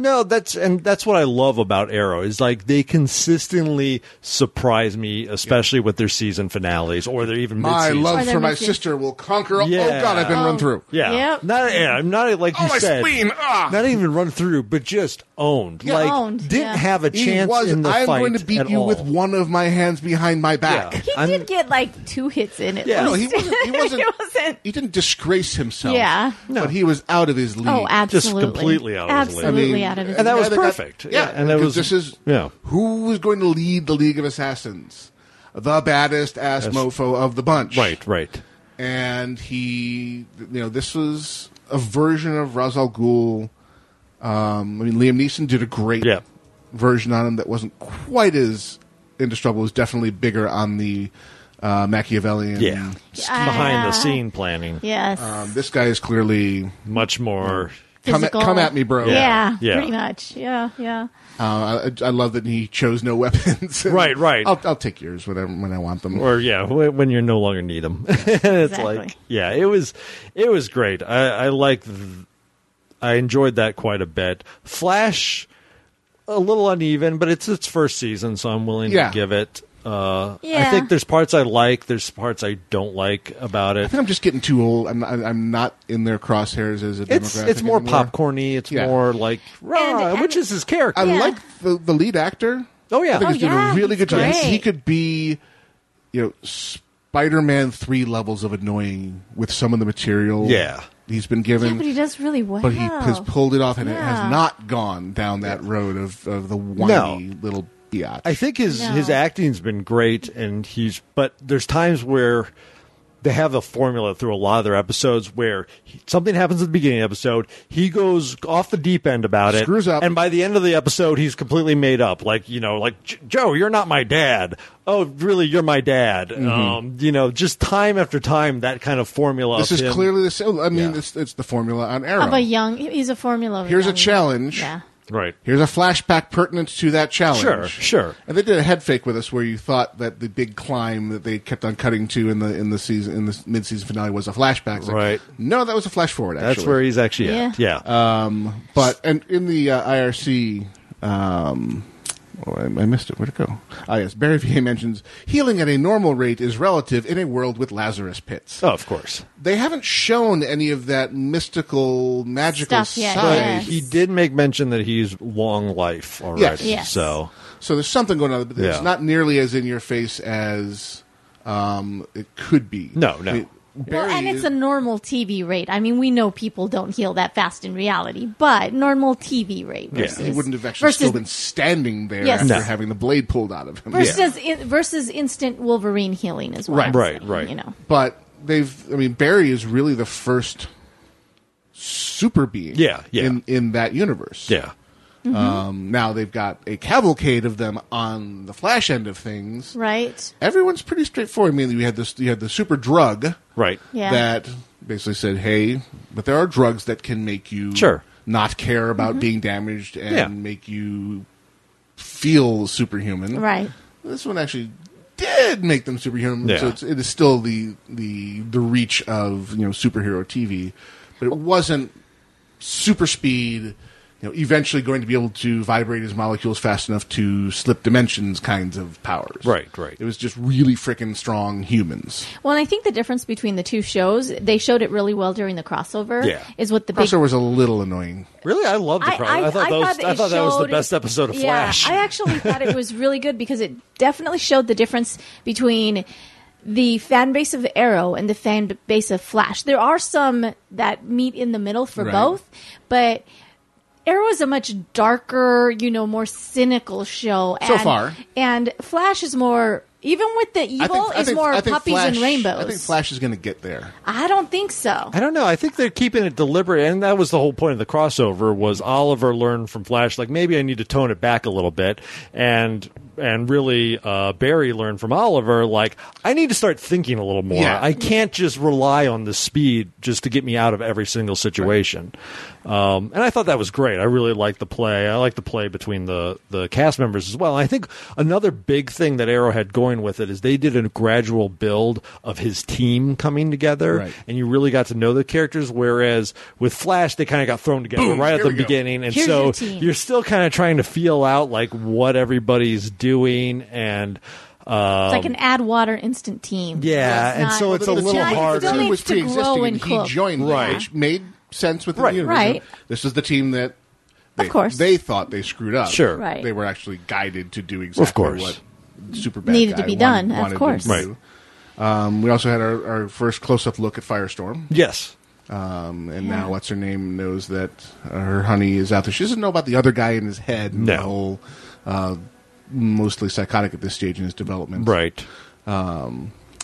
[SPEAKER 3] No, that's and that's what I love about Arrow is like they consistently surprise me, especially with their season finales or their even
[SPEAKER 1] My
[SPEAKER 3] mid-season.
[SPEAKER 1] love
[SPEAKER 4] Or they're
[SPEAKER 1] for my
[SPEAKER 4] missing-
[SPEAKER 1] sister will conquer. all- Oh
[SPEAKER 3] Yeah.
[SPEAKER 1] God, I've been run through.
[SPEAKER 3] Yeah.
[SPEAKER 4] Yep.
[SPEAKER 3] Not yeah, not like
[SPEAKER 1] Oh,
[SPEAKER 3] you
[SPEAKER 1] my
[SPEAKER 3] said.
[SPEAKER 1] spleen! Ah!
[SPEAKER 3] Not even run through, but just owned. like
[SPEAKER 4] Owned,
[SPEAKER 3] didn't
[SPEAKER 4] yeah.
[SPEAKER 3] have a
[SPEAKER 1] He
[SPEAKER 3] chance
[SPEAKER 1] was.
[SPEAKER 3] in the
[SPEAKER 1] I'm
[SPEAKER 3] fight
[SPEAKER 1] going to beat
[SPEAKER 3] at
[SPEAKER 1] you
[SPEAKER 3] all.
[SPEAKER 1] with one of my hands behind my back.
[SPEAKER 3] Yeah.
[SPEAKER 4] He
[SPEAKER 3] I'm-
[SPEAKER 4] did get like two hits in it.
[SPEAKER 3] Yeah.
[SPEAKER 1] No, he wasn't. He wasn't.
[SPEAKER 4] [LAUGHS] He wasn't.
[SPEAKER 1] he didn't disgrace himself.
[SPEAKER 4] Yeah.
[SPEAKER 3] No.
[SPEAKER 1] But he was out of his league.
[SPEAKER 4] Oh, absolutely.
[SPEAKER 3] completely out of his league.
[SPEAKER 4] Absolutely
[SPEAKER 1] I mean,
[SPEAKER 4] out of his
[SPEAKER 3] And that
[SPEAKER 4] league.
[SPEAKER 3] was
[SPEAKER 1] Yeah, got-
[SPEAKER 3] perfect.
[SPEAKER 1] yeah,
[SPEAKER 3] Yeah, and that
[SPEAKER 1] 'cause
[SPEAKER 3] was-
[SPEAKER 1] this is
[SPEAKER 3] yeah.
[SPEAKER 1] who was going to lead the League of Assassins, the baddest ass mofo of the bunch,
[SPEAKER 3] Right, right.
[SPEAKER 1] And he, you know, this was a version of Ra's al Ghul. Um, I mean, Liam Neeson did a great
[SPEAKER 3] Yeah.
[SPEAKER 1] version on him that wasn't quite as indestructible. It was definitely bigger on the uh, Machiavellian.
[SPEAKER 3] Yeah.
[SPEAKER 4] I,
[SPEAKER 3] Behind the
[SPEAKER 4] uh,
[SPEAKER 3] scene planning.
[SPEAKER 4] Yes.
[SPEAKER 1] Um, this guy is clearly
[SPEAKER 3] Much more
[SPEAKER 1] Come at-
[SPEAKER 4] physical.
[SPEAKER 1] come at me, bro.
[SPEAKER 4] Yeah,
[SPEAKER 3] Yeah.
[SPEAKER 4] pretty much. Yeah, yeah.
[SPEAKER 1] Uh, I, I love that he chose no [LAUGHS] weapons.
[SPEAKER 3] Right, right.
[SPEAKER 1] I'll, I'll take yours whenever when I want them.
[SPEAKER 3] or yeah, wh- when you no longer need them. [LAUGHS] it's
[SPEAKER 4] Exactly.
[SPEAKER 3] like yeah, it was it was great. I I like I enjoyed that quite a bit. Flash a little uneven, but it's its first season, so I'm willing
[SPEAKER 1] Yeah.
[SPEAKER 3] to give it. Uh, I
[SPEAKER 4] Yeah.
[SPEAKER 3] think there's parts I like, there's parts I don't like about
[SPEAKER 1] I
[SPEAKER 3] it.
[SPEAKER 1] think I'm just getting too old. I'm not, I'm not in their crosshairs as a
[SPEAKER 3] It's
[SPEAKER 1] demographic
[SPEAKER 3] it's more
[SPEAKER 1] anymore.
[SPEAKER 3] popcorny. It's
[SPEAKER 1] Yeah.
[SPEAKER 3] more like rah,
[SPEAKER 4] and-
[SPEAKER 3] which is his character.
[SPEAKER 1] I
[SPEAKER 4] Yeah.
[SPEAKER 1] like the, the lead actor.
[SPEAKER 3] Oh, yeah.
[SPEAKER 1] I think
[SPEAKER 3] Oh,
[SPEAKER 1] he's doing
[SPEAKER 4] yeah,
[SPEAKER 1] a really good
[SPEAKER 4] he's
[SPEAKER 1] job.
[SPEAKER 4] great.
[SPEAKER 1] He could be, you know, Spider-Man three levels of annoying with some of the material.
[SPEAKER 3] Yeah.
[SPEAKER 1] he's been
[SPEAKER 4] Yeah,
[SPEAKER 1] given,
[SPEAKER 4] but he does really well.
[SPEAKER 1] but he has pulled it off, and it
[SPEAKER 4] Oh. Yeah.
[SPEAKER 1] has not gone down that road of, of the whiny little biatch.
[SPEAKER 3] I think his
[SPEAKER 4] No.
[SPEAKER 3] his acting's been great, and he's. But there's times where they have a formula through a lot of their episodes where he, something happens at the beginning of the episode, he goes off the deep end about it,
[SPEAKER 1] Screws up.
[SPEAKER 3] and by the end of the episode, he's completely made up. Like you know, like "J- Joe, you're not my dad. Oh, really, you're my dad.
[SPEAKER 1] Mm-hmm.
[SPEAKER 3] Um, you know, just time after time, that kind of formula.
[SPEAKER 1] this
[SPEAKER 3] of
[SPEAKER 1] is
[SPEAKER 3] him-
[SPEAKER 1] clearly the same. I mean,
[SPEAKER 3] Yeah.
[SPEAKER 1] it's, it's the formula on Arrow.
[SPEAKER 4] of a young. He's a formula. Of
[SPEAKER 1] Here's a
[SPEAKER 4] young-
[SPEAKER 1] challenge.
[SPEAKER 4] Yeah.
[SPEAKER 3] right.
[SPEAKER 1] Here's a flashback pertinent to that challenge.
[SPEAKER 3] Sure, sure.
[SPEAKER 1] And they did a head fake with us where you thought that the big climb that they kept on cutting to in the in the season in the mid season finale was a flashback. It's like,
[SPEAKER 3] Right.
[SPEAKER 1] no, that was a flash forward. Actually,
[SPEAKER 3] That's where he's actually at. Yeah.
[SPEAKER 1] Uh, But and in the uh, IRC, um, oh, I, I missed it. Where'd it go? Ah, yes. Barry VA mentions healing at a normal rate is relative in a world with Lazarus pits.
[SPEAKER 3] oh, of course.
[SPEAKER 1] They haven't shown any of that mystical, magical
[SPEAKER 4] Stuff yet,
[SPEAKER 1] side.
[SPEAKER 4] yeah. Yes.
[SPEAKER 3] He did make mention that he's long life already.
[SPEAKER 1] Yes.
[SPEAKER 4] Yes.
[SPEAKER 3] So
[SPEAKER 1] So there's something going on, but it's
[SPEAKER 3] Yeah.
[SPEAKER 1] not nearly as in your face as um, it could be.
[SPEAKER 3] No, no.
[SPEAKER 1] Barry
[SPEAKER 4] well, and it's
[SPEAKER 1] is-
[SPEAKER 4] a normal TV rate. I mean, we know people don't heal that fast in reality, but normal TV rate.
[SPEAKER 3] Yeah.
[SPEAKER 4] Versus,
[SPEAKER 1] he wouldn't have actually
[SPEAKER 4] versus,
[SPEAKER 1] still been standing there
[SPEAKER 4] Yes.
[SPEAKER 1] after
[SPEAKER 4] No.
[SPEAKER 1] having the blade pulled out of him.
[SPEAKER 4] versus in- versus instant Wolverine healing as well.
[SPEAKER 1] Right.
[SPEAKER 3] Right, right.
[SPEAKER 4] You know,
[SPEAKER 1] But they've, I mean, Barry is really the first super being.
[SPEAKER 3] Yeah, yeah.
[SPEAKER 1] In in that universe.
[SPEAKER 3] yeah.
[SPEAKER 1] Um, now they've got a cavalcade of them on the Flash end of things.
[SPEAKER 4] right?
[SPEAKER 1] Everyone's pretty straightforward. I mean, you had this, you had the super drug.
[SPEAKER 3] Right.
[SPEAKER 4] Yeah.
[SPEAKER 1] that basically said, "Hey, but there are drugs that can make you
[SPEAKER 3] Sure.
[SPEAKER 1] not care about
[SPEAKER 4] Mm-hmm.
[SPEAKER 1] being damaged and
[SPEAKER 3] Yeah.
[SPEAKER 1] make you feel superhuman."
[SPEAKER 4] Right.
[SPEAKER 1] This one actually did make them superhuman,
[SPEAKER 3] Yeah.
[SPEAKER 1] so it's, it is still the the the reach of you know superhero TV, but it wasn't super speed. You know, eventually going to be able to vibrate his molecules fast enough to slip dimensions kinds of powers.
[SPEAKER 3] Right, right.
[SPEAKER 1] It was just really freaking strong humans.
[SPEAKER 4] Well, and I think the difference between the two shows, they showed it really well during the crossover.
[SPEAKER 3] Yeah.
[SPEAKER 4] Is what the big
[SPEAKER 1] Crosser was a little annoying.
[SPEAKER 3] Really, I loved the crowd. I, thought that was, I
[SPEAKER 4] it
[SPEAKER 3] thought that was the
[SPEAKER 4] showed-
[SPEAKER 3] best episode of
[SPEAKER 4] yeah,
[SPEAKER 3] Flash.
[SPEAKER 4] I actually thought it was really good because it definitely showed the difference between the fan base of Arrow and the fan base of Flash. There are some that meet in the middle for
[SPEAKER 1] Right.
[SPEAKER 4] both, but Arrow is a much darker, you know, more cynical show. And,
[SPEAKER 1] So far.
[SPEAKER 4] and Flash is more. Even with the evil, is more
[SPEAKER 1] I think
[SPEAKER 4] puppies and
[SPEAKER 1] Flash-
[SPEAKER 4] rainbows.
[SPEAKER 1] I think Flash is going to get there.
[SPEAKER 4] I don't think so.
[SPEAKER 3] I don't know. I think they're keeping it deliberate, and that was the whole point of the crossover. Was Oliver learned from Flash? Like maybe I need to tone it back a little bit, and and really uh, Barry learned from Oliver. Like I need to start thinking a little more.
[SPEAKER 1] Yeah.
[SPEAKER 3] I can't just rely on the speed just to get me out of every single situation. Um, and I thought that was great. I really liked the play. I liked the play between the the cast members as well. I think another big thing that Arrow had going with it is they did a gradual build of his team coming together
[SPEAKER 1] Right.
[SPEAKER 3] and you really got to know the characters. Whereas with Flash, they kind of got thrown together right at
[SPEAKER 1] here
[SPEAKER 3] the
[SPEAKER 1] we go.
[SPEAKER 3] beginning, and
[SPEAKER 4] Here's
[SPEAKER 3] so
[SPEAKER 4] your team.
[SPEAKER 3] you're still kind of trying to feel out like what everybody's doing and. Uh,
[SPEAKER 4] It's like an add water instant team.
[SPEAKER 3] Yeah, and so it's
[SPEAKER 1] the
[SPEAKER 3] a little
[SPEAKER 1] team-
[SPEAKER 3] harder.
[SPEAKER 1] The team
[SPEAKER 4] It still
[SPEAKER 1] was
[SPEAKER 4] needs to
[SPEAKER 1] pre-existing,
[SPEAKER 4] grow
[SPEAKER 1] and
[SPEAKER 4] and
[SPEAKER 1] he
[SPEAKER 4] cook.
[SPEAKER 1] joined, them,
[SPEAKER 3] Right.
[SPEAKER 1] which made sense within
[SPEAKER 3] Right.
[SPEAKER 1] the universe.
[SPEAKER 4] Right.
[SPEAKER 1] This is the team that, they,
[SPEAKER 4] Of course.
[SPEAKER 1] they thought they screwed up.
[SPEAKER 3] Sure.
[SPEAKER 4] Right.
[SPEAKER 1] they were actually guided to do exactly
[SPEAKER 3] course.
[SPEAKER 1] what Superbad
[SPEAKER 4] Needed to
[SPEAKER 1] guy
[SPEAKER 4] be
[SPEAKER 1] wan-
[SPEAKER 4] done, of
[SPEAKER 1] wanted them
[SPEAKER 4] course.
[SPEAKER 1] to do. Um, we also had our, our first close-up look at Firestorm,
[SPEAKER 3] yes,
[SPEAKER 1] um, and now what's her name knows that uh, her honey is out there. She doesn't know about the other guy in his head. And
[SPEAKER 3] No.
[SPEAKER 1] the whole uh, mostly psychotic at this stage in his development.
[SPEAKER 3] right.
[SPEAKER 4] Mm-hmm.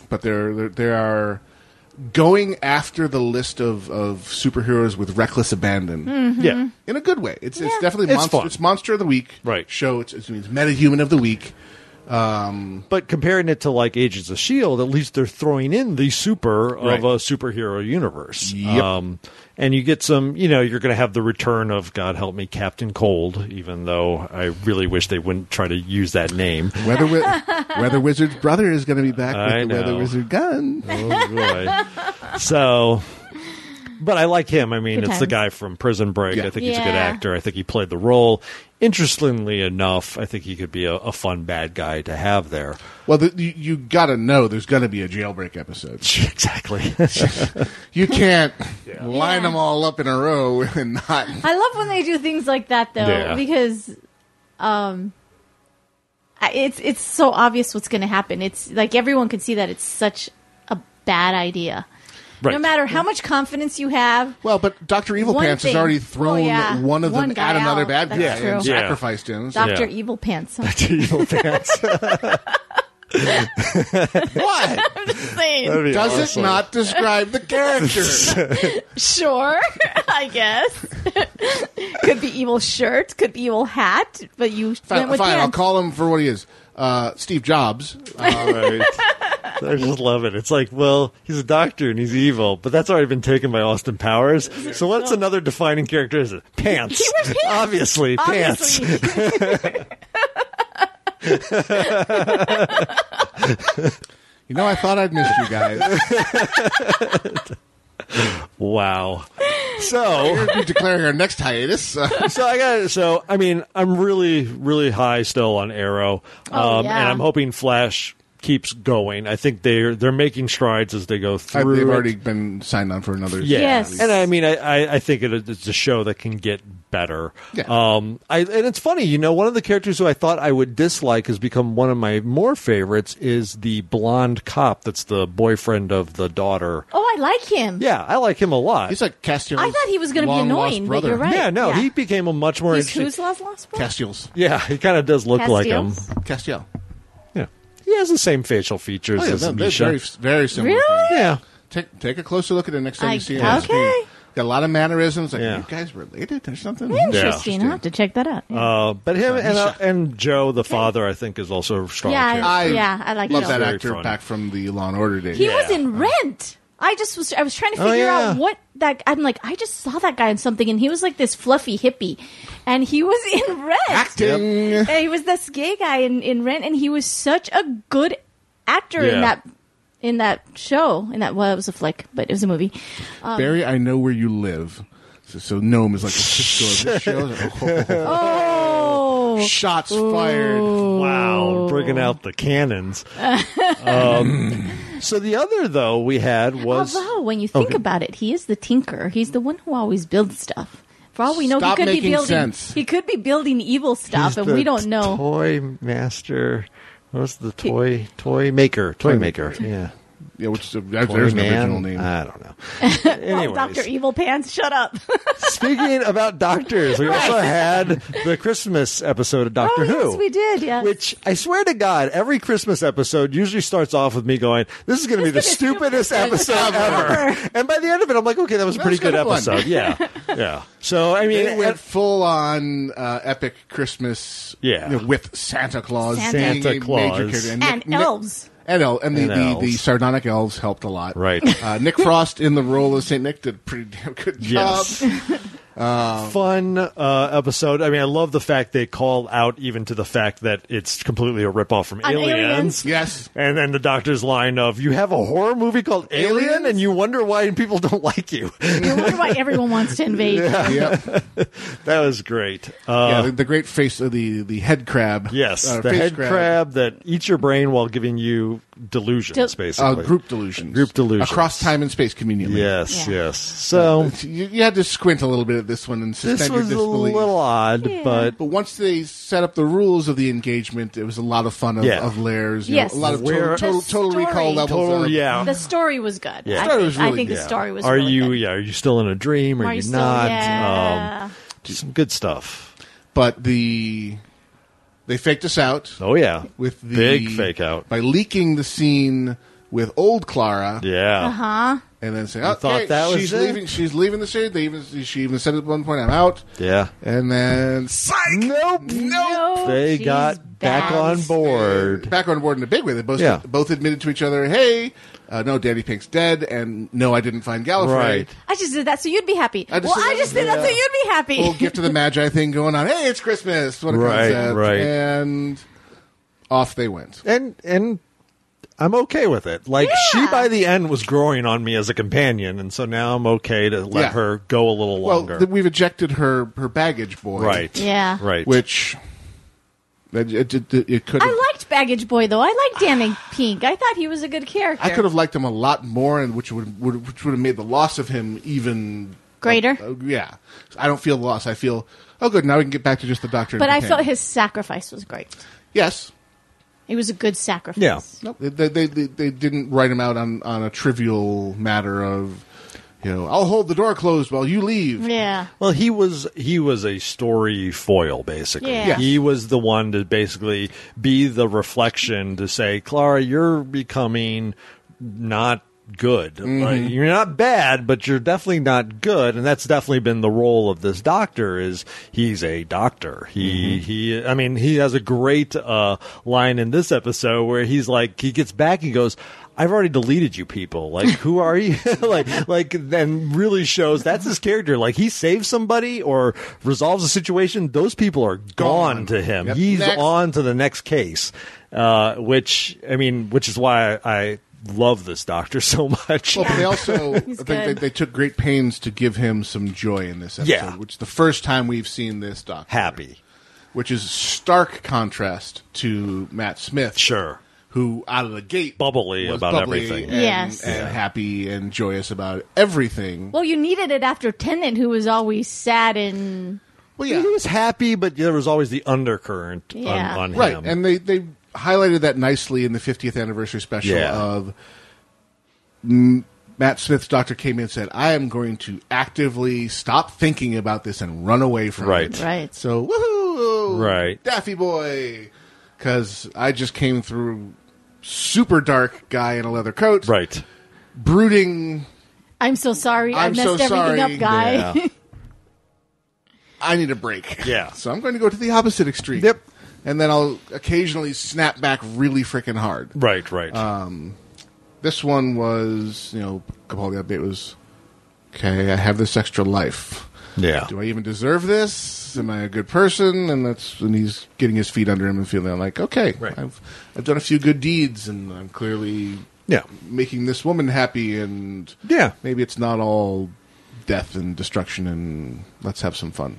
[SPEAKER 1] but they're, they're they are going after the list of, of superheroes with reckless abandon
[SPEAKER 3] Yeah,
[SPEAKER 1] in a good way. It's it's
[SPEAKER 4] Hmm. Yeah.
[SPEAKER 1] definitely
[SPEAKER 3] It's
[SPEAKER 1] monster,
[SPEAKER 3] fun.
[SPEAKER 1] it's monster of the week
[SPEAKER 3] Right.
[SPEAKER 1] show. It's, it's, it's metahuman of the week.
[SPEAKER 3] But comparing it to like Agents of Shield, E at least they're throwing in the super
[SPEAKER 1] Right.
[SPEAKER 3] of a superhero universe.
[SPEAKER 1] Yep.
[SPEAKER 3] Um, and you get some, you know, you're going to have the return of God help me, Captain Cold. Even though I really wish they wouldn't try to use that name.
[SPEAKER 1] Weather, wi-
[SPEAKER 4] [LAUGHS]
[SPEAKER 1] Weather Wizard's brother is going to be back with
[SPEAKER 3] I
[SPEAKER 1] the Weather
[SPEAKER 3] know.
[SPEAKER 1] Wizard
[SPEAKER 3] [LAUGHS]
[SPEAKER 1] gun.
[SPEAKER 3] Oh boy. [LAUGHS] so, but I like him. I mean,
[SPEAKER 4] Good
[SPEAKER 3] it's the
[SPEAKER 4] times.
[SPEAKER 3] guy from Prison Break.
[SPEAKER 1] Yeah.
[SPEAKER 3] I think he's a good
[SPEAKER 4] Yeah.
[SPEAKER 3] actor. I think he played the role. Interestingly enough, I think he could be a, a fun bad guy to have there.
[SPEAKER 1] Well, the, you, you got to know there's going to be a jailbreak
[SPEAKER 3] [LAUGHS]
[SPEAKER 1] episode.
[SPEAKER 3] exactly.
[SPEAKER 1] You can't line
[SPEAKER 4] Yeah.
[SPEAKER 1] them all up in a row [LAUGHS] and not.
[SPEAKER 4] I love when they do things like that though,
[SPEAKER 3] Yeah.
[SPEAKER 4] because um, I- it's it's so obvious what's going to happen. It's like everyone can see that it's such a bad idea.
[SPEAKER 3] right.
[SPEAKER 4] [LAUGHS] No matter how much confidence you have,
[SPEAKER 1] Well, but Doctor Evil
[SPEAKER 4] One
[SPEAKER 1] Pants has
[SPEAKER 4] thing-
[SPEAKER 1] already thrown
[SPEAKER 4] Oh, yeah.
[SPEAKER 1] one of
[SPEAKER 4] One
[SPEAKER 1] them
[SPEAKER 4] guy
[SPEAKER 1] at another
[SPEAKER 4] out.
[SPEAKER 1] bad guy
[SPEAKER 4] That's
[SPEAKER 1] and
[SPEAKER 4] true.
[SPEAKER 3] Yeah.
[SPEAKER 1] sacrificed him. So-
[SPEAKER 4] Doctor
[SPEAKER 3] Yeah.
[SPEAKER 4] Evil Pants. [LAUGHS] I'm
[SPEAKER 3] Evil pants.
[SPEAKER 1] what?
[SPEAKER 3] [LAUGHS]
[SPEAKER 4] just saying.
[SPEAKER 1] Does it not describe the character?
[SPEAKER 4] Sure, [LAUGHS] I guess. [LAUGHS] could be evil shirt, could be evil hat, but you went
[SPEAKER 1] fine,
[SPEAKER 4] with
[SPEAKER 1] fine I'll
[SPEAKER 4] pants.
[SPEAKER 1] call him for what he is. Uh, Steve Jobs.
[SPEAKER 3] All right. I just love it. It's like, well, he's a doctor and he's evil, but that's already been taken by Austin Powers. So what's another defining characteristic? Pants. Obviously, pants.
[SPEAKER 4] Obviously,
[SPEAKER 1] You know, I thought I'd missed you
[SPEAKER 3] [LAUGHS]
[SPEAKER 1] guys.
[SPEAKER 3] Wow. So.
[SPEAKER 1] We're declaring our next hiatus. Uh,
[SPEAKER 3] so I got so I mean I'm really really high still on Arrow,
[SPEAKER 4] Oh,
[SPEAKER 3] um,
[SPEAKER 4] yeah.
[SPEAKER 3] and I'm hoping Flash keeps going. I think they're they're making strides as they go
[SPEAKER 1] they've
[SPEAKER 3] through. it.
[SPEAKER 1] already been signed on for another.
[SPEAKER 3] Yeah.
[SPEAKER 4] Yes.
[SPEAKER 3] And I mean, I, I, I think it, it's a show that can get better.
[SPEAKER 1] Yeah.
[SPEAKER 3] Um, I, and it's funny, you know, one of the characters who I thought I would dislike has become one of my more favorites is the blonde cop that's the boyfriend of the daughter.
[SPEAKER 4] [LAUGHS] oh, I like him.
[SPEAKER 3] Yeah, I like him a lot.
[SPEAKER 1] He's like Castiel's.
[SPEAKER 4] I thought he was going to be
[SPEAKER 1] long-lost
[SPEAKER 4] annoying, but
[SPEAKER 1] brother.
[SPEAKER 4] you're right.
[SPEAKER 3] yeah, no,
[SPEAKER 4] yeah.
[SPEAKER 3] he became a much more
[SPEAKER 4] He's
[SPEAKER 3] interesting.
[SPEAKER 4] who's lost lost brother?
[SPEAKER 1] Castiel's.
[SPEAKER 3] Yeah, he kind of does look like him.
[SPEAKER 4] Castiel's?
[SPEAKER 1] Castiel.
[SPEAKER 3] Yeah. He has the same facial features
[SPEAKER 1] Oh, yeah,
[SPEAKER 3] as
[SPEAKER 1] no, they're
[SPEAKER 3] Misha.
[SPEAKER 1] very, very similar.
[SPEAKER 4] Really?
[SPEAKER 3] yeah.
[SPEAKER 1] Take, take a closer look at it next time
[SPEAKER 4] I-
[SPEAKER 1] you see it.
[SPEAKER 4] okay.
[SPEAKER 1] on screen. Got a lot of mannerisms. Like,
[SPEAKER 3] Yeah.
[SPEAKER 1] you guys related or something?
[SPEAKER 4] Interesting. I'll have to check that out. Yeah,
[SPEAKER 3] Uh, but him and, uh, and Joe, the father, I think is also a strong
[SPEAKER 4] Yeah,
[SPEAKER 3] character.
[SPEAKER 1] I
[SPEAKER 4] Yeah, I like
[SPEAKER 1] love
[SPEAKER 4] Joe.
[SPEAKER 1] that
[SPEAKER 3] Very
[SPEAKER 1] actor
[SPEAKER 3] funny.
[SPEAKER 1] back from the Law and Order days.
[SPEAKER 4] he was in Rent. I just was. I was trying to
[SPEAKER 3] Oh,
[SPEAKER 4] figure
[SPEAKER 3] yeah.
[SPEAKER 4] out what that. I'm like, I just saw that guy in something, and he was like this fluffy hippie, and he was in Rent.
[SPEAKER 1] Acting.
[SPEAKER 4] And he was this gay guy in, in Rent, and he was such a good actor
[SPEAKER 3] Yeah.
[SPEAKER 4] in that in that show. In that well, it was a flick, but it was a movie.
[SPEAKER 1] Barry,
[SPEAKER 4] Um,
[SPEAKER 1] I know where you live. So, so Gnome is like the
[SPEAKER 3] [LAUGHS]
[SPEAKER 1] Cisco of this show.
[SPEAKER 4] Oh,
[SPEAKER 1] Shots fired.
[SPEAKER 3] Wow, bringing out the cannons. um, [LAUGHS] so the other though we had was
[SPEAKER 4] although when you think about it, he is the tinker. He's the one who always builds stuff. For all we know,
[SPEAKER 1] Stop
[SPEAKER 4] he could be
[SPEAKER 1] making
[SPEAKER 4] building.
[SPEAKER 1] sense.
[SPEAKER 4] He could be building evil stuff,
[SPEAKER 3] He's
[SPEAKER 4] and
[SPEAKER 3] the
[SPEAKER 4] we don't know.
[SPEAKER 3] Toy master. What was the toy toy maker? Toy maker. Yeah.
[SPEAKER 1] Yeah, which is a, that-
[SPEAKER 3] Toy
[SPEAKER 1] there's an
[SPEAKER 3] man? Uh,
[SPEAKER 1] original name.
[SPEAKER 3] I don't
[SPEAKER 4] [LAUGHS]
[SPEAKER 3] know.
[SPEAKER 4] Oh,
[SPEAKER 3] Anyways,
[SPEAKER 4] Dr. Evil Pants, shut up.
[SPEAKER 3] speaking about doctors, we also had the Christmas episode of [LAUGHS] Doctor
[SPEAKER 4] oh,
[SPEAKER 3] Who.
[SPEAKER 4] yes, we did, yeah.
[SPEAKER 3] Which I swear to God, every Christmas episode usually starts off with me going, "This is going to be the
[SPEAKER 4] This is the
[SPEAKER 3] stupidest
[SPEAKER 4] stupidest
[SPEAKER 3] episode
[SPEAKER 4] ever."
[SPEAKER 3] ever," and by the end of it, I'm like, "Okay, that was a
[SPEAKER 1] That
[SPEAKER 3] pretty
[SPEAKER 1] was
[SPEAKER 3] good
[SPEAKER 1] kind of fun. [LAUGHS]
[SPEAKER 3] episode." Yeah, yeah. So I
[SPEAKER 1] They
[SPEAKER 3] mean,
[SPEAKER 1] went
[SPEAKER 4] uh,
[SPEAKER 3] and-
[SPEAKER 1] full on uh, epic Christmas
[SPEAKER 3] Yeah.
[SPEAKER 1] you know, with Santa Claus.
[SPEAKER 4] Santa.
[SPEAKER 1] being a
[SPEAKER 3] Santa
[SPEAKER 1] major
[SPEAKER 3] Claus.
[SPEAKER 1] character.
[SPEAKER 4] and
[SPEAKER 1] Nick- Nick-
[SPEAKER 4] elves.
[SPEAKER 1] And, el- and, the,
[SPEAKER 3] And
[SPEAKER 1] the, the
[SPEAKER 3] elves.
[SPEAKER 1] sardonic elves helped a lot.
[SPEAKER 3] Right.
[SPEAKER 1] Uh,
[SPEAKER 4] [LAUGHS]
[SPEAKER 1] Nick Frost in the role of St. Nick did a pretty damn good job. [LAUGHS]
[SPEAKER 3] Yes.
[SPEAKER 1] Um,
[SPEAKER 3] Fun uh, episode. I mean, I love the fact they call out even to the fact that it's completely a ripoff from
[SPEAKER 4] On
[SPEAKER 3] Aliens.
[SPEAKER 4] Aliens.
[SPEAKER 1] Yes.
[SPEAKER 3] And then the doctor's line of, "You have a horror movie called Alien,
[SPEAKER 1] Aliens?
[SPEAKER 3] and you wonder why people don't [LAUGHS] like you."
[SPEAKER 4] You wonder why everyone wants to invade.
[SPEAKER 1] Yep.
[SPEAKER 3] that was great.
[SPEAKER 1] yeah,
[SPEAKER 3] Uh,
[SPEAKER 1] the, the great face of the, the head crab.
[SPEAKER 3] Yes,
[SPEAKER 1] Uh,
[SPEAKER 3] the
[SPEAKER 1] face
[SPEAKER 3] head crab. that eats your brain while giving you delusions,
[SPEAKER 4] Del-
[SPEAKER 1] Uh,
[SPEAKER 3] basically.
[SPEAKER 1] group delusions.
[SPEAKER 3] Group delusions.
[SPEAKER 1] Across time and space conveniently.
[SPEAKER 3] Yes,
[SPEAKER 4] Yeah.
[SPEAKER 3] yes. So
[SPEAKER 1] You, you had to squint a little bit at this one and suspend
[SPEAKER 3] this
[SPEAKER 1] your
[SPEAKER 3] was a
[SPEAKER 1] disbelief.
[SPEAKER 3] little odd,
[SPEAKER 4] Yeah.
[SPEAKER 3] but
[SPEAKER 1] But once they set up the rules of the engagement, it was a lot of fun of,
[SPEAKER 3] Yeah.
[SPEAKER 1] of layers. you
[SPEAKER 4] Yes.
[SPEAKER 1] know, a lot of
[SPEAKER 3] Where-
[SPEAKER 1] total, total,
[SPEAKER 4] The
[SPEAKER 1] total recall
[SPEAKER 4] story.
[SPEAKER 1] levels.
[SPEAKER 3] total
[SPEAKER 1] of,
[SPEAKER 3] [LAUGHS] yeah.
[SPEAKER 4] The story was good.
[SPEAKER 3] Yeah.
[SPEAKER 4] I,
[SPEAKER 1] Story
[SPEAKER 4] think,
[SPEAKER 1] was really
[SPEAKER 4] I think the
[SPEAKER 1] good.
[SPEAKER 4] story was
[SPEAKER 3] are
[SPEAKER 4] really
[SPEAKER 3] you
[SPEAKER 4] good.
[SPEAKER 3] yeah, are you still in a dream? Are,
[SPEAKER 4] Are
[SPEAKER 3] you,
[SPEAKER 4] you still-
[SPEAKER 3] not?
[SPEAKER 4] yeah.
[SPEAKER 3] Um, some good stuff.
[SPEAKER 1] But the they faked us out
[SPEAKER 3] Oh yeah.
[SPEAKER 1] with the
[SPEAKER 3] big fake out.
[SPEAKER 1] by leaking the scene with old Clara,
[SPEAKER 3] Yeah.
[SPEAKER 4] Huh?
[SPEAKER 1] and then say,
[SPEAKER 3] You
[SPEAKER 1] "Okay,
[SPEAKER 3] thought that was
[SPEAKER 1] she's
[SPEAKER 3] it?
[SPEAKER 1] leaving. She's leaving the city." They even she even said at one point, "I'm out,"
[SPEAKER 3] Yeah.
[SPEAKER 1] and then psych, nope,
[SPEAKER 4] No.
[SPEAKER 3] They
[SPEAKER 4] she's
[SPEAKER 3] got back
[SPEAKER 4] bad.
[SPEAKER 3] on board.
[SPEAKER 1] Back on board in a big way. They both
[SPEAKER 3] Yeah.
[SPEAKER 1] both admitted to each other, "Hey, uh, no, Danny Pink's dead," and "No, I didn't find Gallifrey." [LAUGHS]
[SPEAKER 3] Right.
[SPEAKER 4] I just did that so you'd be happy.
[SPEAKER 1] I just
[SPEAKER 4] well,
[SPEAKER 1] did
[SPEAKER 4] I
[SPEAKER 1] that-
[SPEAKER 4] just did that so you'd be happy.
[SPEAKER 1] Whole gift of the Magi thing going on. Hey, it's Christmas. What a
[SPEAKER 3] Right,
[SPEAKER 1] concept!
[SPEAKER 3] right.
[SPEAKER 1] And off they went.
[SPEAKER 3] And and I'm okay with it. Like she
[SPEAKER 4] Yeah.
[SPEAKER 3] by the end was growing on me as a companion, and so now I'm okay to let
[SPEAKER 1] Yeah.
[SPEAKER 3] her go a little longer.
[SPEAKER 1] Well, th- we've ejected her her baggage boy,
[SPEAKER 3] right.
[SPEAKER 4] Yeah.
[SPEAKER 3] Right.
[SPEAKER 1] Which it, it, it, could.
[SPEAKER 4] [LAUGHS] I liked Baggage Boy though. I liked Danny Pink. I thought he was a good character.
[SPEAKER 1] I could have liked him a lot more, and which would, would which would have made the loss of him even
[SPEAKER 4] Greater?
[SPEAKER 1] Uh, yeah, I don't feel loss. I feel oh, good. Now we can get back to just the doctor. and
[SPEAKER 4] but I
[SPEAKER 1] companion.
[SPEAKER 4] felt his sacrifice was great.
[SPEAKER 1] yes.
[SPEAKER 4] It was a good sacrifice.
[SPEAKER 3] Yeah.
[SPEAKER 1] No, they, they they they didn't write him out on on a trivial matter of you know I'll hold the door closed while you leave.
[SPEAKER 4] Yeah.
[SPEAKER 3] Well, he was he was a story foil basically.
[SPEAKER 4] Yeah. Yes.
[SPEAKER 3] He was the one to basically be the reflection to say, Clara, you're becoming not good. Like, you're not bad, but you're definitely not good, and that's definitely been the role of this doctor. Is he's a doctor. He he. I mean, he has a great uh, line in this episode where he's like, he gets back, he goes. I've already deleted you people. Like, who are you? [LAUGHS] like, like, then really shows that's his character. Like, he saves somebody or resolves a situation. Those people are gone,
[SPEAKER 1] Gone.
[SPEAKER 3] to him.
[SPEAKER 1] Yep.
[SPEAKER 3] He's
[SPEAKER 1] Next.
[SPEAKER 3] on to the next case, uh, which I mean, which is why I, I love this doctor [LAUGHS] so much.
[SPEAKER 1] Well, but they also I
[SPEAKER 4] [LAUGHS] He's
[SPEAKER 1] think they,
[SPEAKER 4] good.
[SPEAKER 1] they took great pains to give him some joy in this episode,
[SPEAKER 3] Yeah.
[SPEAKER 1] which is the first time we've seen this doctor
[SPEAKER 3] [LAUGHS] Happy,
[SPEAKER 1] which is stark contrast to Matt Smith,
[SPEAKER 3] sure.
[SPEAKER 1] who out of the gate
[SPEAKER 3] Bubbly
[SPEAKER 1] was
[SPEAKER 3] about
[SPEAKER 1] bubbly
[SPEAKER 3] everything.
[SPEAKER 1] and,
[SPEAKER 4] Yes.
[SPEAKER 1] and happy and joyous about everything.
[SPEAKER 4] Well, you needed it after Tennant, who was always sad and
[SPEAKER 1] Well, yeah,
[SPEAKER 3] He was happy, but there was always the undercurrent
[SPEAKER 4] Yeah.
[SPEAKER 3] on, on
[SPEAKER 1] right,
[SPEAKER 3] him.
[SPEAKER 1] and they they highlighted that nicely in the 50th anniversary special
[SPEAKER 3] Yeah.
[SPEAKER 1] of. M- Matt Smith's doctor came in and said, "I am going to actively stop thinking about this and run away from
[SPEAKER 3] Right.
[SPEAKER 1] it."
[SPEAKER 4] right.
[SPEAKER 1] So woohoo!
[SPEAKER 3] Right.
[SPEAKER 1] Daffy Boy, because I just came through super dark guy in a leather coat,
[SPEAKER 3] right.
[SPEAKER 1] brooding.
[SPEAKER 4] I'm so sorry. i
[SPEAKER 1] I'm
[SPEAKER 4] messed
[SPEAKER 1] so
[SPEAKER 4] everything
[SPEAKER 1] sorry.
[SPEAKER 4] up, guy.
[SPEAKER 3] [LAUGHS] Yeah.
[SPEAKER 1] I need a break.
[SPEAKER 3] Yeah.
[SPEAKER 1] [LAUGHS] So I'm going to go to the opposite extreme.
[SPEAKER 3] Yep.
[SPEAKER 1] And then I'll occasionally snap back really freaking hard.
[SPEAKER 3] Right. Right.
[SPEAKER 1] Uh, This one was, you know, Capaldi update was, okay, I have this extra life.
[SPEAKER 3] yeah.
[SPEAKER 1] Do I even deserve this? Am I a good person? And that's when he's getting his feet under him and feeling like, okay,
[SPEAKER 3] Right.
[SPEAKER 1] I've I've done a few good deeds, and I'm clearly
[SPEAKER 3] yeah.
[SPEAKER 1] making this woman happy, and
[SPEAKER 3] Yeah.
[SPEAKER 1] maybe it's not all death and destruction, and let's have some fun.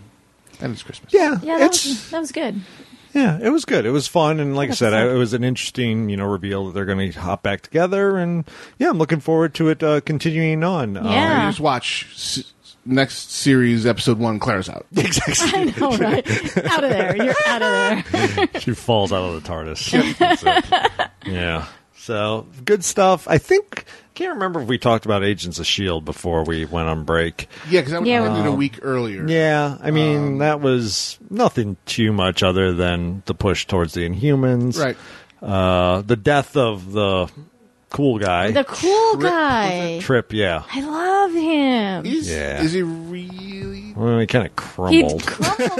[SPEAKER 1] And it's Christmas.
[SPEAKER 3] Yeah.
[SPEAKER 4] [LAUGHS] Yeah, that
[SPEAKER 3] It's
[SPEAKER 4] was, that was good. [LAUGHS]
[SPEAKER 3] Yeah, it was good. It was fun, and like I said, I,
[SPEAKER 4] Excellent.
[SPEAKER 3] it was an interesting, you know, reveal that they're going to hop back together, and yeah, I'm looking forward to it uh, continuing on. Um,
[SPEAKER 4] Yeah.
[SPEAKER 1] You just watch s- next series episode one. Claire's out.
[SPEAKER 3] Uh, [LAUGHS] exactly.
[SPEAKER 4] I know, right? out of there. You're
[SPEAKER 1] [LAUGHS]
[SPEAKER 4] out of there.
[SPEAKER 3] [LAUGHS] she falls out of the TARDIS. That's [LAUGHS] it. yeah. So good stuff. I think can't remember if we talked about Agents of Shield E before we went on break. Um,
[SPEAKER 1] Yeah, because that
[SPEAKER 4] Yeah.
[SPEAKER 1] yeah. ended a week earlier.
[SPEAKER 3] Yeah, I mean that was nothing too much other than the push towards the Inhumans,
[SPEAKER 1] Right.
[SPEAKER 3] Uh, the death of the cool guy,
[SPEAKER 4] The cool
[SPEAKER 1] Trip, was it?
[SPEAKER 4] guy.
[SPEAKER 3] Trip. Yeah,
[SPEAKER 4] I love him.
[SPEAKER 1] Is,
[SPEAKER 3] Yeah.
[SPEAKER 1] is he really?
[SPEAKER 3] Well, he kind of
[SPEAKER 4] He
[SPEAKER 3] crumbled.
[SPEAKER 4] crumbled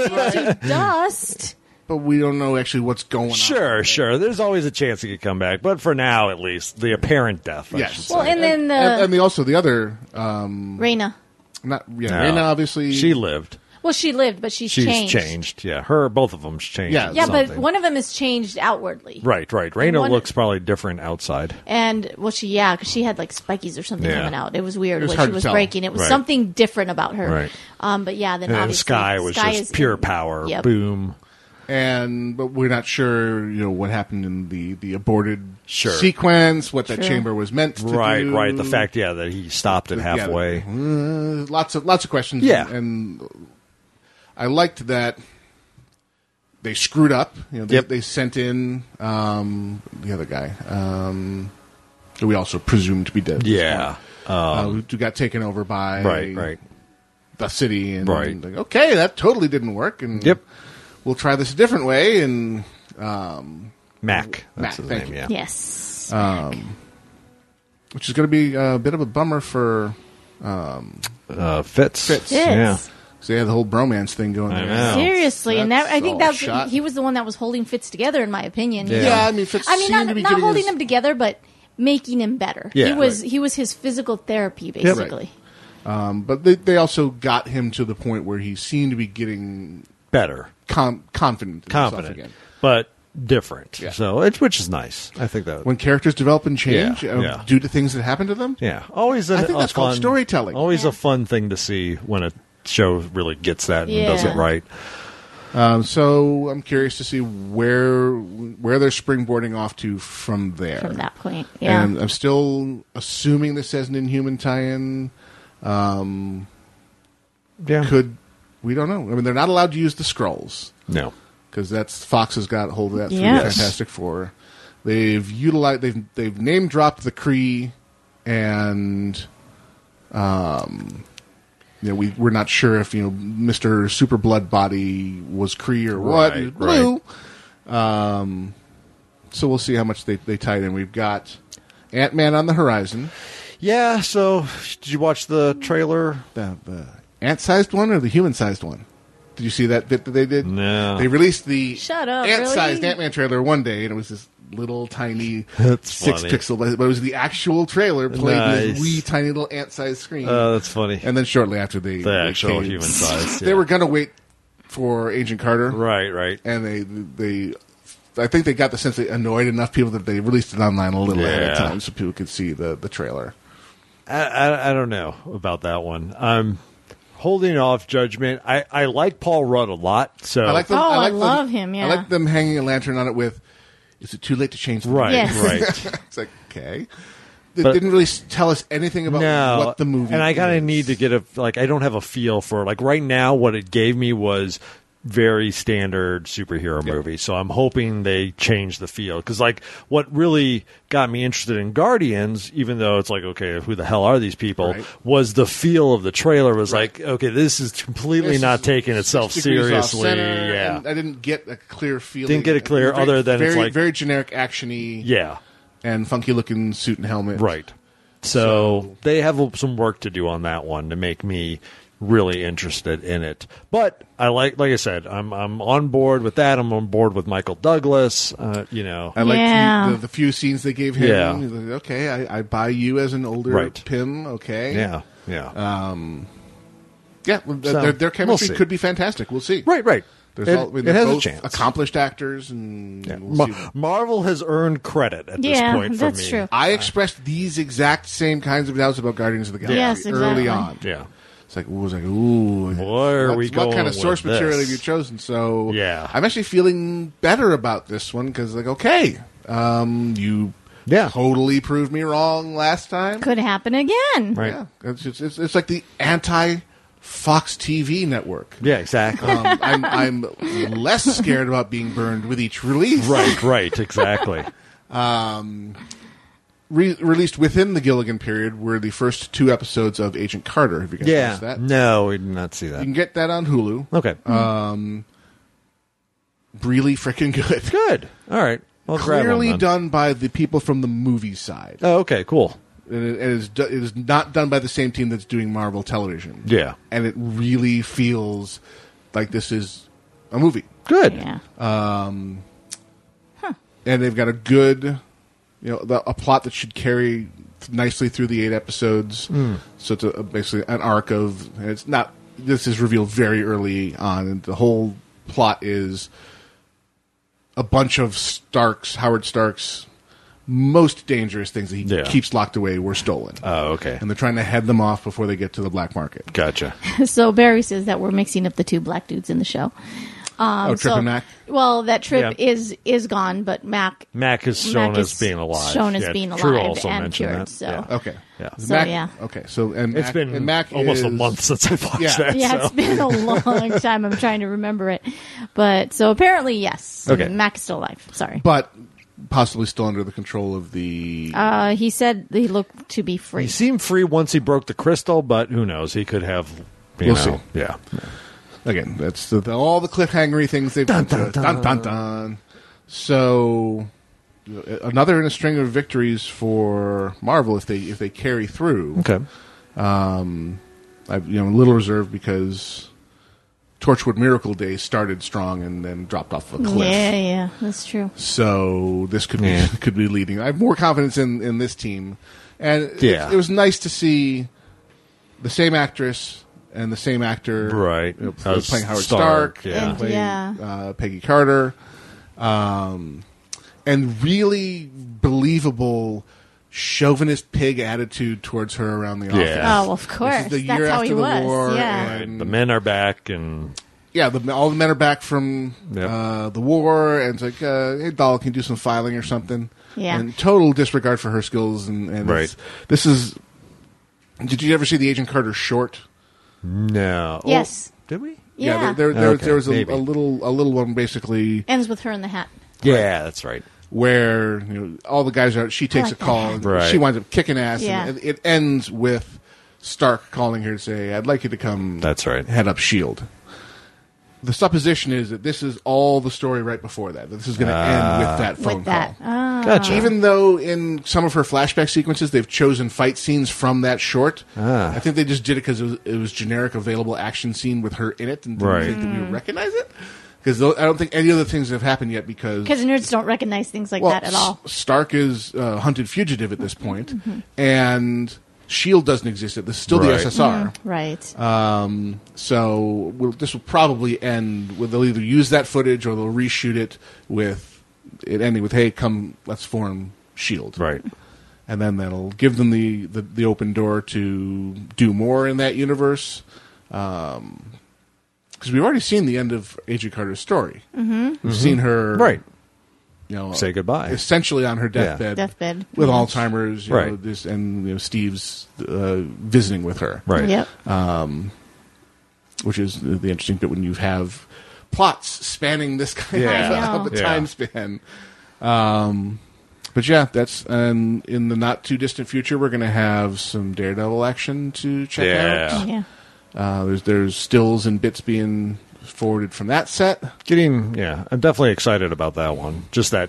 [SPEAKER 1] [LAUGHS]
[SPEAKER 4] into dust.
[SPEAKER 1] But we don't know actually what's going on.
[SPEAKER 3] sure, sure. There's always a chance he could come back, but for now, at least, the apparent death. I
[SPEAKER 1] Yes.
[SPEAKER 3] should
[SPEAKER 4] Well,
[SPEAKER 3] say.
[SPEAKER 4] and then the
[SPEAKER 1] And, and the, also the other, um,
[SPEAKER 4] Raina.
[SPEAKER 1] not yeah,
[SPEAKER 3] No.
[SPEAKER 1] Reyna obviously.
[SPEAKER 3] she lived.
[SPEAKER 4] Well, she lived, but she's,
[SPEAKER 3] She's
[SPEAKER 4] changed.
[SPEAKER 3] changed. Yeah, her. Both of them's changed.
[SPEAKER 1] Yeah.
[SPEAKER 4] Yeah, but
[SPEAKER 3] something.
[SPEAKER 4] one of them is changed outwardly.
[SPEAKER 3] Right, right. Raina
[SPEAKER 4] one-
[SPEAKER 3] looks probably different outside.
[SPEAKER 4] And well, she yeah, 'cause she had like spikies or something
[SPEAKER 3] Yeah.
[SPEAKER 4] coming out. It was weird
[SPEAKER 1] It was
[SPEAKER 4] when
[SPEAKER 1] hard
[SPEAKER 4] she
[SPEAKER 1] to
[SPEAKER 4] was
[SPEAKER 1] tell.
[SPEAKER 4] breaking. It was
[SPEAKER 3] Right.
[SPEAKER 4] something different about her.
[SPEAKER 3] Right.
[SPEAKER 4] Um, but yeah, then
[SPEAKER 3] And then
[SPEAKER 4] obviously
[SPEAKER 3] Uh, Sky was
[SPEAKER 4] is
[SPEAKER 3] just pure
[SPEAKER 4] in-
[SPEAKER 3] power.
[SPEAKER 4] Yep.
[SPEAKER 3] Boom.
[SPEAKER 1] and but we're not sure you know what happened in the the aborted
[SPEAKER 3] Sure.
[SPEAKER 1] sequence, what that
[SPEAKER 4] True.
[SPEAKER 1] chamber was meant to
[SPEAKER 3] Right,
[SPEAKER 1] do.
[SPEAKER 3] right. The fact, yeah, that he stopped it
[SPEAKER 1] Yeah, but-
[SPEAKER 3] halfway.
[SPEAKER 1] Uh, lots of lots of questions.
[SPEAKER 3] Yeah.
[SPEAKER 1] and, and I liked that they screwed up. You know, they,
[SPEAKER 3] Yep.
[SPEAKER 1] they sent in um, the other guy. Um, who we also presumed to be dead. at this
[SPEAKER 3] Yeah.
[SPEAKER 1] point, uh, who got taken over by
[SPEAKER 3] Um, Right, right.
[SPEAKER 1] the city and
[SPEAKER 3] Right.
[SPEAKER 1] and like, okay, that totally didn't work. And
[SPEAKER 3] Yep.
[SPEAKER 1] we'll try this a different way. And
[SPEAKER 3] Mac.
[SPEAKER 1] Mac,
[SPEAKER 3] That's his
[SPEAKER 1] thank
[SPEAKER 3] name,
[SPEAKER 1] you.
[SPEAKER 3] yeah.
[SPEAKER 4] Yes.
[SPEAKER 1] which is going to be a bit of a bummer for
[SPEAKER 3] Uh, Fitz.
[SPEAKER 1] Fitz.
[SPEAKER 4] Fitz.
[SPEAKER 3] Yeah.
[SPEAKER 1] because they had the whole bromance thing going.
[SPEAKER 3] I
[SPEAKER 1] there.
[SPEAKER 3] know.
[SPEAKER 4] Seriously, and that
[SPEAKER 1] That's
[SPEAKER 4] I think
[SPEAKER 1] all
[SPEAKER 4] that's
[SPEAKER 1] shot.
[SPEAKER 4] he was the one that was holding Fitz together, in my opinion.
[SPEAKER 3] Yeah.
[SPEAKER 1] Yeah, I mean, Fitz
[SPEAKER 4] I mean,
[SPEAKER 1] seemed
[SPEAKER 4] not,
[SPEAKER 1] to be
[SPEAKER 4] not
[SPEAKER 1] getting
[SPEAKER 4] holding
[SPEAKER 1] his-
[SPEAKER 4] him together, but making him better.
[SPEAKER 3] Yeah.
[SPEAKER 4] he was he was his physical therapy, basically.
[SPEAKER 1] but they, they also got him to the point where he seemed to be getting
[SPEAKER 3] Better.
[SPEAKER 1] com- confident in himself
[SPEAKER 3] Confident.
[SPEAKER 1] again.
[SPEAKER 3] But different.
[SPEAKER 1] Yeah.
[SPEAKER 3] So it's which is nice. I think that.
[SPEAKER 1] When characters develop and change
[SPEAKER 3] Yeah,
[SPEAKER 1] uh,
[SPEAKER 3] yeah.
[SPEAKER 1] due to things that happen to them,
[SPEAKER 3] yeah. Always. a-
[SPEAKER 1] I think
[SPEAKER 3] a
[SPEAKER 1] that's called
[SPEAKER 3] fun-
[SPEAKER 1] storytelling.
[SPEAKER 3] Always
[SPEAKER 4] Yeah.
[SPEAKER 3] a fun thing to see when a show really gets that and
[SPEAKER 4] Yeah.
[SPEAKER 3] does it right.
[SPEAKER 1] um, so I'm curious to see where where they're springboarding off to from there.
[SPEAKER 4] From that point, yeah.
[SPEAKER 1] And I'm still assuming this has an Inhuman tie-in.
[SPEAKER 3] Yeah.
[SPEAKER 1] Could we don't know? I mean, they're not allowed to use the scrolls.
[SPEAKER 3] No.
[SPEAKER 1] because that's Fox has got hold of that through
[SPEAKER 4] Yes.
[SPEAKER 1] Fantastic Four. They've utilized they've they've name dropped the Kree, and um, you know we we're not sure if you know Mister Super Blood Body was Kree or what
[SPEAKER 3] Right,
[SPEAKER 1] He's blue. Um, so we'll see how much they they tie it in. We've got Ant Man on the horizon,
[SPEAKER 3] Yeah. So did you watch the trailer?
[SPEAKER 1] the, the ant sized one or the human sized one. Did you see that bit that they did?
[SPEAKER 3] No.
[SPEAKER 1] They released the
[SPEAKER 4] Shut up,
[SPEAKER 1] ant-sized
[SPEAKER 4] really?
[SPEAKER 1] Ant-Man trailer one day, and it was this little tiny
[SPEAKER 3] That's
[SPEAKER 1] six
[SPEAKER 3] funny.
[SPEAKER 1] pixel, but it was the actual trailer played in
[SPEAKER 3] Nice.
[SPEAKER 1] this wee tiny little ant-sized screen.
[SPEAKER 3] Uh, that's funny.
[SPEAKER 1] and then shortly after they,
[SPEAKER 3] the
[SPEAKER 1] they
[SPEAKER 3] actual
[SPEAKER 1] came-
[SPEAKER 3] human size.
[SPEAKER 1] they were gonna wait for Agent Carter,
[SPEAKER 3] right. Right.
[SPEAKER 1] and they they. I think they got the sense they annoyed enough people that they released it online a little ahead of
[SPEAKER 3] Yeah.
[SPEAKER 1] time so people could see the, the trailer.
[SPEAKER 3] I, I, I don't know about that one. I'm holding off judgment. I, I like Paul Rudd a lot. So
[SPEAKER 1] I like them.
[SPEAKER 4] Oh,
[SPEAKER 1] I,
[SPEAKER 4] I
[SPEAKER 1] like them-
[SPEAKER 4] love him, yeah.
[SPEAKER 1] I like them hanging a lantern on it with. Is it too late to change? the
[SPEAKER 3] right,
[SPEAKER 4] Yes.
[SPEAKER 3] right.
[SPEAKER 1] [LAUGHS] It's like okay. It
[SPEAKER 3] But-
[SPEAKER 1] didn't really s- tell us anything about
[SPEAKER 3] no,
[SPEAKER 1] what the movie.
[SPEAKER 3] and I kind
[SPEAKER 1] is.
[SPEAKER 3] of need to get a like. I don't have a feel for like right now. What it gave me was very standard superhero movie. So I'm hoping they change the feel because like what really got me interested in Guardians, even though it's like okay, who the hell are these people?
[SPEAKER 1] Right.
[SPEAKER 3] Was the feel of the trailer was like okay, this is completely
[SPEAKER 1] This
[SPEAKER 3] not
[SPEAKER 1] is
[SPEAKER 3] taking itself
[SPEAKER 1] six degrees off
[SPEAKER 3] seriously.
[SPEAKER 1] center,
[SPEAKER 3] Yeah,
[SPEAKER 1] and uh, I didn't get a clear feeling.
[SPEAKER 3] Didn't get a clear
[SPEAKER 1] Very-
[SPEAKER 3] other than it's
[SPEAKER 1] very,
[SPEAKER 3] like-
[SPEAKER 1] very generic actiony.
[SPEAKER 3] yeah.
[SPEAKER 1] and funky looking suit and helmet.
[SPEAKER 3] Right. So, they have some work to do on that one to make me really interested in it. But I like, like I said, I'm I'm on board with that. I'm on board with Michael Douglas. Uh, you know,
[SPEAKER 1] I like
[SPEAKER 4] Yeah.
[SPEAKER 1] the, the, the few scenes they gave him.
[SPEAKER 3] Yeah.
[SPEAKER 1] He's like, okay, I, I buy you as an older
[SPEAKER 3] Right.
[SPEAKER 1] Pym. Okay. Uh,
[SPEAKER 3] yeah, yeah,
[SPEAKER 1] Yeah. well, th-
[SPEAKER 3] So,
[SPEAKER 1] their, their chemistry
[SPEAKER 3] we'll see.
[SPEAKER 1] could be fantastic. We'll see.
[SPEAKER 3] right, right.
[SPEAKER 1] There's
[SPEAKER 3] it
[SPEAKER 1] all, I mean,
[SPEAKER 3] it
[SPEAKER 1] they're
[SPEAKER 3] has a
[SPEAKER 1] both
[SPEAKER 3] chance.
[SPEAKER 1] Accomplished actors, and
[SPEAKER 3] Yeah.
[SPEAKER 1] we'll
[SPEAKER 3] Ma-
[SPEAKER 1] see.
[SPEAKER 3] Marvel has earned credit at
[SPEAKER 4] Yeah,
[SPEAKER 3] this point for
[SPEAKER 4] that's
[SPEAKER 3] me.
[SPEAKER 4] true.
[SPEAKER 1] I expressed these exact same kinds of doubts about Guardians of the Galaxy
[SPEAKER 4] Yes,
[SPEAKER 1] early
[SPEAKER 4] exactly.
[SPEAKER 1] on.
[SPEAKER 3] Yeah.
[SPEAKER 1] It's like, ooh, it's like, ooh.
[SPEAKER 3] Where are
[SPEAKER 1] what,
[SPEAKER 3] we
[SPEAKER 1] what
[SPEAKER 3] going
[SPEAKER 1] kind of
[SPEAKER 3] with
[SPEAKER 1] source material
[SPEAKER 3] this?
[SPEAKER 1] have you chosen? So
[SPEAKER 3] Yeah.
[SPEAKER 1] I'm actually feeling better about this one because, like, okay, um, you
[SPEAKER 3] Yeah.
[SPEAKER 1] totally proved me wrong last time.
[SPEAKER 4] Could happen again.
[SPEAKER 3] Right.
[SPEAKER 1] Yeah, it's, it's, it's, it's like the anti Fox TV network.
[SPEAKER 3] Yeah, exactly.
[SPEAKER 1] Um, I'm, I'm less scared about being burned with each release.
[SPEAKER 3] [LAUGHS] right,
[SPEAKER 1] [LAUGHS]
[SPEAKER 3] right, exactly.
[SPEAKER 1] Re- released within the Gilligan period were the first two episodes of Agent Carter. Have you guys
[SPEAKER 3] yeah.
[SPEAKER 1] watched that?
[SPEAKER 3] No, we did not see
[SPEAKER 1] You uh,
[SPEAKER 3] that.
[SPEAKER 1] can get that on Hulu.
[SPEAKER 3] Okay.
[SPEAKER 1] Really freaking good.
[SPEAKER 3] Good. All right. I'll grab one
[SPEAKER 1] Clearly
[SPEAKER 3] then.
[SPEAKER 1] done by the people from the movie side.
[SPEAKER 3] Oh, okay. Cool.
[SPEAKER 1] And it, it, is, do- it is not done by the same team that's doing Marvel television.
[SPEAKER 3] Yeah.
[SPEAKER 1] And it really feels like this is a movie.
[SPEAKER 3] Good.
[SPEAKER 4] Yeah.
[SPEAKER 1] And they've got a good, you know, the, a plot that should carry nicely through the eight episodes.
[SPEAKER 3] Hmm.
[SPEAKER 1] So it's a, a- basically an arc of. And it's not. This is revealed very early on. And the whole plot is a bunch of Starks, Howard Stark's most dangerous things that he
[SPEAKER 3] Yeah.
[SPEAKER 1] keeps locked away were stolen.
[SPEAKER 3] Oh, okay.
[SPEAKER 1] and they're trying to head them off before they get to the black
[SPEAKER 4] Um,
[SPEAKER 1] market.
[SPEAKER 3] Gotcha.
[SPEAKER 4] So Barry says that we're mixing up the two black dudes in the show. Um,
[SPEAKER 1] Oh, Trip
[SPEAKER 4] so-
[SPEAKER 1] and Mac?
[SPEAKER 4] Well, that Trip
[SPEAKER 3] Yeah.
[SPEAKER 4] is is gone,
[SPEAKER 1] [LAUGHS]
[SPEAKER 4] but Mac
[SPEAKER 3] Mac is shown
[SPEAKER 4] Mac
[SPEAKER 3] as
[SPEAKER 4] is
[SPEAKER 3] being alive.
[SPEAKER 4] shown as
[SPEAKER 3] Yeah,
[SPEAKER 4] being
[SPEAKER 3] True
[SPEAKER 4] alive
[SPEAKER 3] also
[SPEAKER 4] and
[SPEAKER 3] mentioned
[SPEAKER 4] cured,
[SPEAKER 3] that.
[SPEAKER 4] so-
[SPEAKER 3] Yeah.
[SPEAKER 1] Okay.
[SPEAKER 3] Yeah.
[SPEAKER 1] Is
[SPEAKER 4] So,
[SPEAKER 1] Mac-
[SPEAKER 4] yeah.
[SPEAKER 1] Okay. So and
[SPEAKER 3] It's
[SPEAKER 1] Mac,
[SPEAKER 3] been
[SPEAKER 1] and Mac
[SPEAKER 3] almost a
[SPEAKER 1] is-
[SPEAKER 3] month since I watched
[SPEAKER 1] Yeah.
[SPEAKER 3] that.
[SPEAKER 4] Yeah,
[SPEAKER 3] so.
[SPEAKER 4] it's been
[SPEAKER 1] [LAUGHS]
[SPEAKER 4] a long time. I'm trying to remember it, but so apparently, yes.
[SPEAKER 3] Okay.
[SPEAKER 4] Mac is still alive. Sorry.
[SPEAKER 1] but possibly still under the control of the.
[SPEAKER 4] Uh, he said he looked to be free.
[SPEAKER 3] he seemed free once he broke the crystal, but who knows? He could have.
[SPEAKER 1] We'll
[SPEAKER 3] You know,
[SPEAKER 1] see.
[SPEAKER 3] Yeah.
[SPEAKER 1] again, that's the, the- all the cliffhangery things they've done. Dun, dun, dun, dun. So another in a string of victories for Marvel if they if they carry through.
[SPEAKER 3] Okay.
[SPEAKER 1] Um, I've you know a little reserved because Torchwood Miracle Day started strong and then dropped off a cliff.
[SPEAKER 4] Yeah, yeah, that's true.
[SPEAKER 1] So this could be
[SPEAKER 3] Yeah.
[SPEAKER 1] [LAUGHS] could be leading. I have more confidence in in this team, and it-
[SPEAKER 3] Yeah.
[SPEAKER 1] it, was nice to see the same actress and the same actor,
[SPEAKER 3] Right.
[SPEAKER 1] you know,
[SPEAKER 3] As
[SPEAKER 1] playing Howard
[SPEAKER 3] Stark,
[SPEAKER 1] Stark,
[SPEAKER 3] yeah.
[SPEAKER 4] And-
[SPEAKER 1] playing
[SPEAKER 4] Yeah.
[SPEAKER 1] uh, Peggy Carter, um, and really believable chauvinist pig attitude towards her around the office.
[SPEAKER 3] Yeah.
[SPEAKER 4] Oh, well, of
[SPEAKER 1] This
[SPEAKER 4] course.
[SPEAKER 1] is the
[SPEAKER 4] that's
[SPEAKER 1] year
[SPEAKER 4] how
[SPEAKER 1] after
[SPEAKER 4] he
[SPEAKER 1] the
[SPEAKER 4] was.
[SPEAKER 1] war,
[SPEAKER 4] yeah.
[SPEAKER 1] and-
[SPEAKER 3] Right. The men are back, and
[SPEAKER 1] yeah, the, all the men are back from
[SPEAKER 3] Yep.
[SPEAKER 1] uh, the war, and it's like, uh, hey, Dahl can do some filing or something.
[SPEAKER 4] Yeah.
[SPEAKER 1] And total disregard for her skills. And, and
[SPEAKER 3] Right.
[SPEAKER 1] it's- This is. Did you ever see the Agent Carter short?
[SPEAKER 3] no.
[SPEAKER 4] Yes.
[SPEAKER 3] Oh, did we?
[SPEAKER 4] yeah.
[SPEAKER 1] there, there, there,
[SPEAKER 3] Okay,
[SPEAKER 1] there was a,
[SPEAKER 3] maybe.
[SPEAKER 1] a little a little one basically
[SPEAKER 4] Ends with her in the hat.
[SPEAKER 3] Yeah, that's right.
[SPEAKER 1] where you know, all the guys are out. She takes
[SPEAKER 4] like
[SPEAKER 1] a call.
[SPEAKER 4] that.
[SPEAKER 1] and
[SPEAKER 3] Right.
[SPEAKER 1] She winds up kicking ass.
[SPEAKER 4] Yeah.
[SPEAKER 1] And it ends with Stark calling her to say, "I'd like you to come."
[SPEAKER 3] That's right.
[SPEAKER 1] Head up Shield. The supposition is that this is all the story right before that. That this is going
[SPEAKER 3] Ah.
[SPEAKER 1] to end with that phone
[SPEAKER 4] with that.
[SPEAKER 1] call.
[SPEAKER 4] Oh,
[SPEAKER 3] Gotcha.
[SPEAKER 1] Even though in some of her flashback sequences they've chosen fight scenes from that short,
[SPEAKER 3] Ah.
[SPEAKER 1] I think they just did it because it was, it was generic available action scene with her in it, and didn't
[SPEAKER 3] Right.
[SPEAKER 1] think that we
[SPEAKER 4] Mm.
[SPEAKER 1] would recognize it. Because I don't think any other things have happened yet. Because
[SPEAKER 4] because nerds don't recognize things like that at all. Mm-hmm.
[SPEAKER 1] S- Stark is uh, hunted fugitive at this point, and Shield E doesn't exist. This is still
[SPEAKER 3] Right.
[SPEAKER 1] the
[SPEAKER 4] Mm-hmm.
[SPEAKER 1] SSR.
[SPEAKER 4] Right.
[SPEAKER 1] Um, so we'll, this will probably end with they'll either use that footage or they'll reshoot it with it ending with "Hey, come, let's form Shield,"
[SPEAKER 3] Right.
[SPEAKER 1] E and then that'll give them the the, the open door to do more in that universe. Um, because we've already seen the end of Agent Carter's story. Mm-hmm. We've seen her
[SPEAKER 3] Right.
[SPEAKER 1] you know,
[SPEAKER 3] Say goodbye.
[SPEAKER 1] Essentially on her deathbed,
[SPEAKER 4] Deathbed.
[SPEAKER 1] with Alzheimer's, you know,
[SPEAKER 3] Right.
[SPEAKER 1] this, and you know, Steve's uh, visiting with her,
[SPEAKER 3] Right.
[SPEAKER 4] Yep.
[SPEAKER 1] Uh, Which is the interesting bit when you have plots spanning this [LAUGHS] kind
[SPEAKER 3] Yeah.
[SPEAKER 1] of, of a
[SPEAKER 3] Yeah.
[SPEAKER 1] time span. Um, but yeah, that's and in the not too distant future, we're going to have some Daredevil action to check
[SPEAKER 3] Yeah.
[SPEAKER 1] out.
[SPEAKER 4] yeah.
[SPEAKER 1] Uh, there's there's stills and bits being forwarded from that set.
[SPEAKER 3] Getting yeah, I'm definitely excited about that one. Just that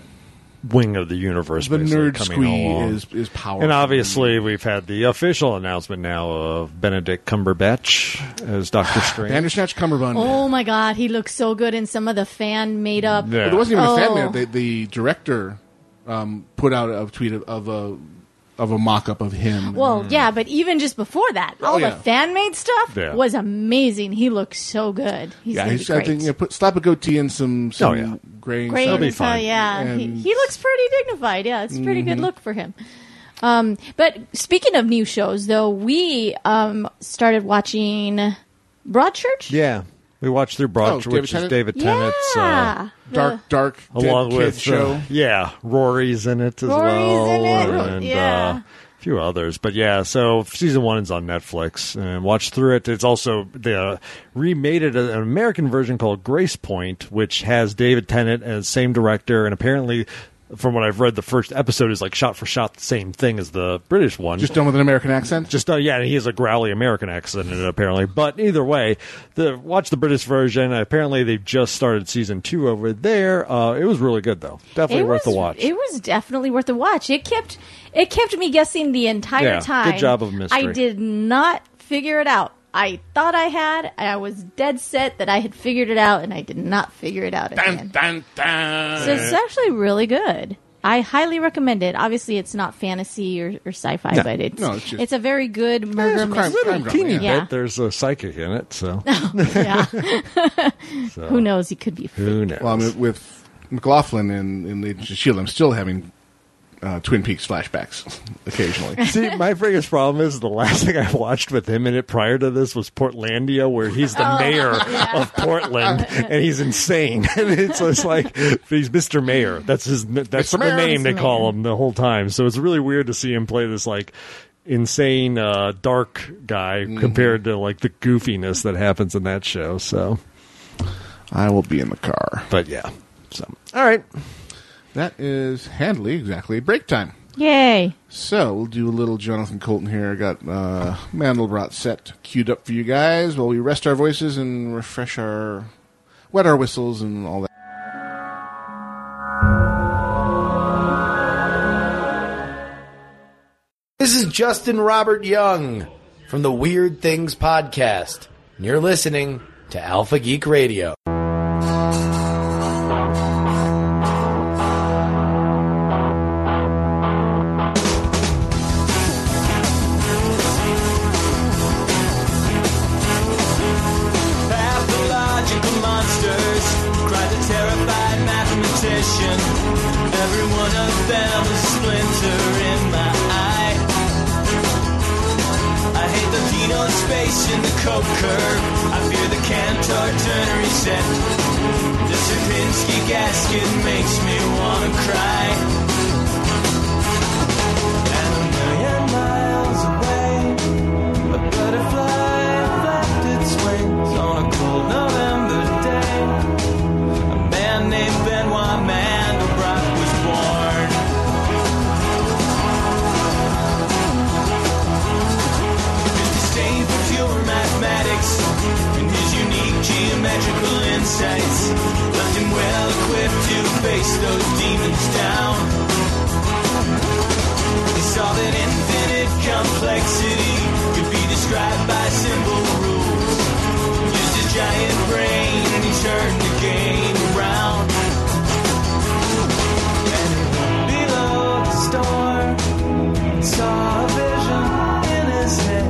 [SPEAKER 3] wing of the universe.
[SPEAKER 1] The
[SPEAKER 3] basically
[SPEAKER 1] nerd
[SPEAKER 3] coming along.
[SPEAKER 1] squee is is powerful,
[SPEAKER 3] And obviously, we've had the official announcement now of Benedict Cumberbatch
[SPEAKER 1] [SIGHS]
[SPEAKER 3] as Doctor Strange.
[SPEAKER 1] Bandersnatch Cumberbund.
[SPEAKER 4] Oh my God, he looks so good in some of the fan made up.
[SPEAKER 3] Yeah.
[SPEAKER 1] Well, there wasn't even a fan
[SPEAKER 4] Oh.
[SPEAKER 1] mail. The, the director um, put out a tweet of, of a of a mock up of him.
[SPEAKER 4] Well, yeah, but even just before that, all
[SPEAKER 1] Oh, yeah.
[SPEAKER 4] the fan made stuff
[SPEAKER 3] Yeah.
[SPEAKER 4] was amazing. He looks so good. He's
[SPEAKER 1] yeah,
[SPEAKER 4] gonna
[SPEAKER 1] he's,
[SPEAKER 4] be
[SPEAKER 1] I
[SPEAKER 4] great.
[SPEAKER 1] think you know, put slap a goatee and some, some
[SPEAKER 3] Oh, yeah.
[SPEAKER 1] gray. and
[SPEAKER 4] Great.
[SPEAKER 1] stuff.
[SPEAKER 3] be fine.
[SPEAKER 4] So, yeah, he,
[SPEAKER 1] And-
[SPEAKER 4] he looks pretty dignified. Yeah, it's a pretty good look for him. Um, but speaking of new shows, though, we um, started watching Broadchurch.
[SPEAKER 3] yeah, we watched through Broadchurch,
[SPEAKER 1] Oh, David
[SPEAKER 3] which is
[SPEAKER 1] Tennant?
[SPEAKER 3] David Tennant's. Uh,
[SPEAKER 4] Yeah. The-
[SPEAKER 1] dark, dark,
[SPEAKER 3] along
[SPEAKER 1] dead
[SPEAKER 3] with
[SPEAKER 1] kid
[SPEAKER 3] uh,
[SPEAKER 1] show.
[SPEAKER 3] yeah, Rory's in it as
[SPEAKER 4] Rory's
[SPEAKER 3] well,
[SPEAKER 4] in it, really?
[SPEAKER 3] and
[SPEAKER 4] Yeah.
[SPEAKER 3] uh, a few others. But yeah, so season one is on Netflix, and watch through it. It's also they uh, remade it uh, an American version called Grace Point, which has David Tennant as same director, and apparently. From what I've read, the first episode is like shot for shot the same thing as the British one
[SPEAKER 1] Just done with an American accent.
[SPEAKER 3] just uh, yeah, he has a growly American accent in it, apparently. But either way, the watch the British version. Apparently, they've just started season two over there. Uh, it was really good though, definitely
[SPEAKER 4] It
[SPEAKER 3] worth
[SPEAKER 4] was,
[SPEAKER 3] the watch.
[SPEAKER 4] It was definitely worth the watch. It kept it kept me guessing the entire
[SPEAKER 3] Yeah, good
[SPEAKER 4] time.
[SPEAKER 3] job of mystery.
[SPEAKER 4] I did not figure it out. I thought I had. I was dead set that I had figured it out, and I did not figure it out. at the
[SPEAKER 1] Dun,
[SPEAKER 4] end.
[SPEAKER 1] dun, dun.
[SPEAKER 4] So it's actually really good. I highly recommend it. Obviously, it's not fantasy or, or sci-fi, but it's
[SPEAKER 1] No, it's
[SPEAKER 4] it's,
[SPEAKER 1] just-
[SPEAKER 4] a very good
[SPEAKER 1] it's
[SPEAKER 4] murder
[SPEAKER 1] a crime-
[SPEAKER 4] mystery.
[SPEAKER 1] crime drama,
[SPEAKER 3] Teeny
[SPEAKER 1] yeah.
[SPEAKER 4] Yeah.
[SPEAKER 3] bit. There's a psychic in it,
[SPEAKER 4] [LAUGHS]
[SPEAKER 3] so,
[SPEAKER 4] Yeah. [LAUGHS]
[SPEAKER 3] so
[SPEAKER 4] Who knows? He could be.
[SPEAKER 3] Who knows?
[SPEAKER 1] Well, I mean, with McLaughlin in in the Agents of Shield, E I'm still having uh, Twin Peaks flashbacks [LAUGHS] occasionally.
[SPEAKER 3] [LAUGHS] See, my biggest problem is the last thing I watched with him in it prior to this was Portlandia, where he's the
[SPEAKER 4] Oh, [LAUGHS]
[SPEAKER 3] mayor of [LAUGHS] Portland and he's insane. [LAUGHS] And it's just like he's Mr. Mayor. That's his. That's
[SPEAKER 1] Mr.
[SPEAKER 3] the
[SPEAKER 1] Mayor.
[SPEAKER 3] name they
[SPEAKER 4] Mr.
[SPEAKER 3] call
[SPEAKER 4] Mayor.
[SPEAKER 3] him the whole time. So it's really weird to see him play this like insane, uh, dark guy compared to like the goofiness that happens in that show. So,
[SPEAKER 1] I will be in the car.
[SPEAKER 3] but yeah. So all right,
[SPEAKER 1] That is handily exactly break time.
[SPEAKER 4] Yay!
[SPEAKER 1] So we'll do a little Jonathan Colton here. I got uh, Mandelbrot set queued up for you guys while we rest our voices and refresh our, wet our whistles and all that.
[SPEAKER 6] This is Justin Robert Young from the Weird Things Podcast. And you're listening to Alpha Geek Radio.
[SPEAKER 7] Pathological monsters cried the terrified mathematician. Every one of them a splinter in my eye. I hate the penal space in the coke curve. I fear the Cantor ternary set. The Sierpinski gasket makes me wanna cry. And a million miles away, a butterfly flapped its wings on a cold November day. A man named Benoit Mandelbrot was born. His disdain for pure mathematics and his unique geometrical insights left him well equipped to face those demons down. He saw that infinite complexity could be described by simple rules. Used his giant brain and he turned the game around. And below the storm, saw a vision in his head,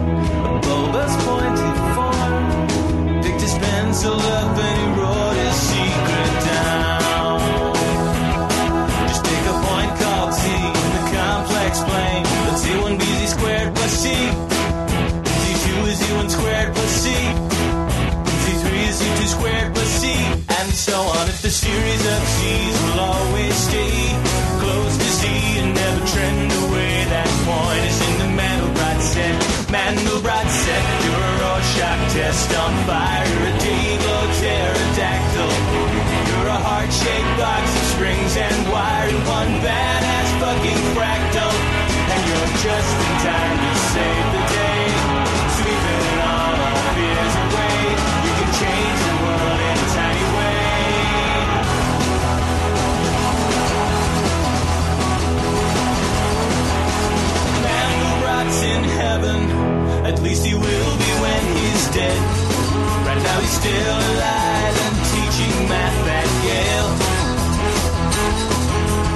[SPEAKER 7] a bulbous pointed form. Picked his pencil up and he wrote his secret down. Just take a point called T, the complex plane. Let's see one B Z squared plus C. Z two is Z one squared plus C. Z three is Z two squared plus C. And so on. If the series of Z's will always stay close to Z and never trend away, that point is in the Mandelbrot set. Mandelbrot set, your Rorschach test on fire, a Devo pterodactyl. You're a heart-shaped box of strings and wire in one badass fucking fractal. And you're just in time to save the day. Sweeping all our fears away. You can change the world in a tiny way. man who rots in heaven. At least he will be when he's dead. Right now he's still alive and teaching math at Yale.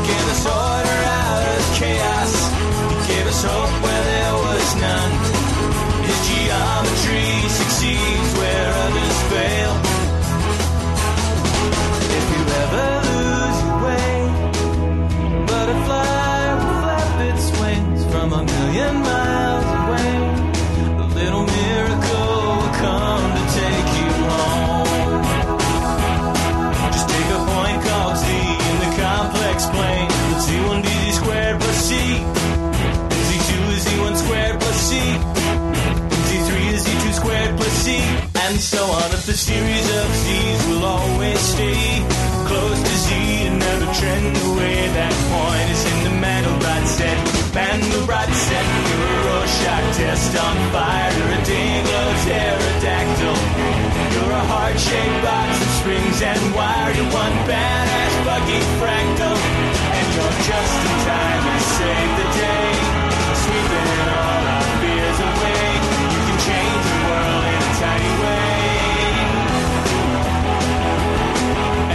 [SPEAKER 7] Gave us order out of chaos. He gave us hope where there was none. His geometry succeeds where others fail. If you ever lose your way, Butterfly will flap its wings from a million miles away. A little miracle will come to take you home. Just take a point called Z in the complex plane. Let's see one DZ squared plus C. Z2 is Z1 squared plus C. Z3 is Z2 squared plus C. And so on. If the series of Z's will always stay close to Z and never trend away, that point is in the Mandelbrot set. Mandelbrot set. Your Rorschach test on fire. You're a dingo pterodactyl. You're a heart-shaped box of strings and wire. You're one badass fucking fractal. And you're just in time to save the day. Sweeping all our fears away. You can change the world in a tiny way.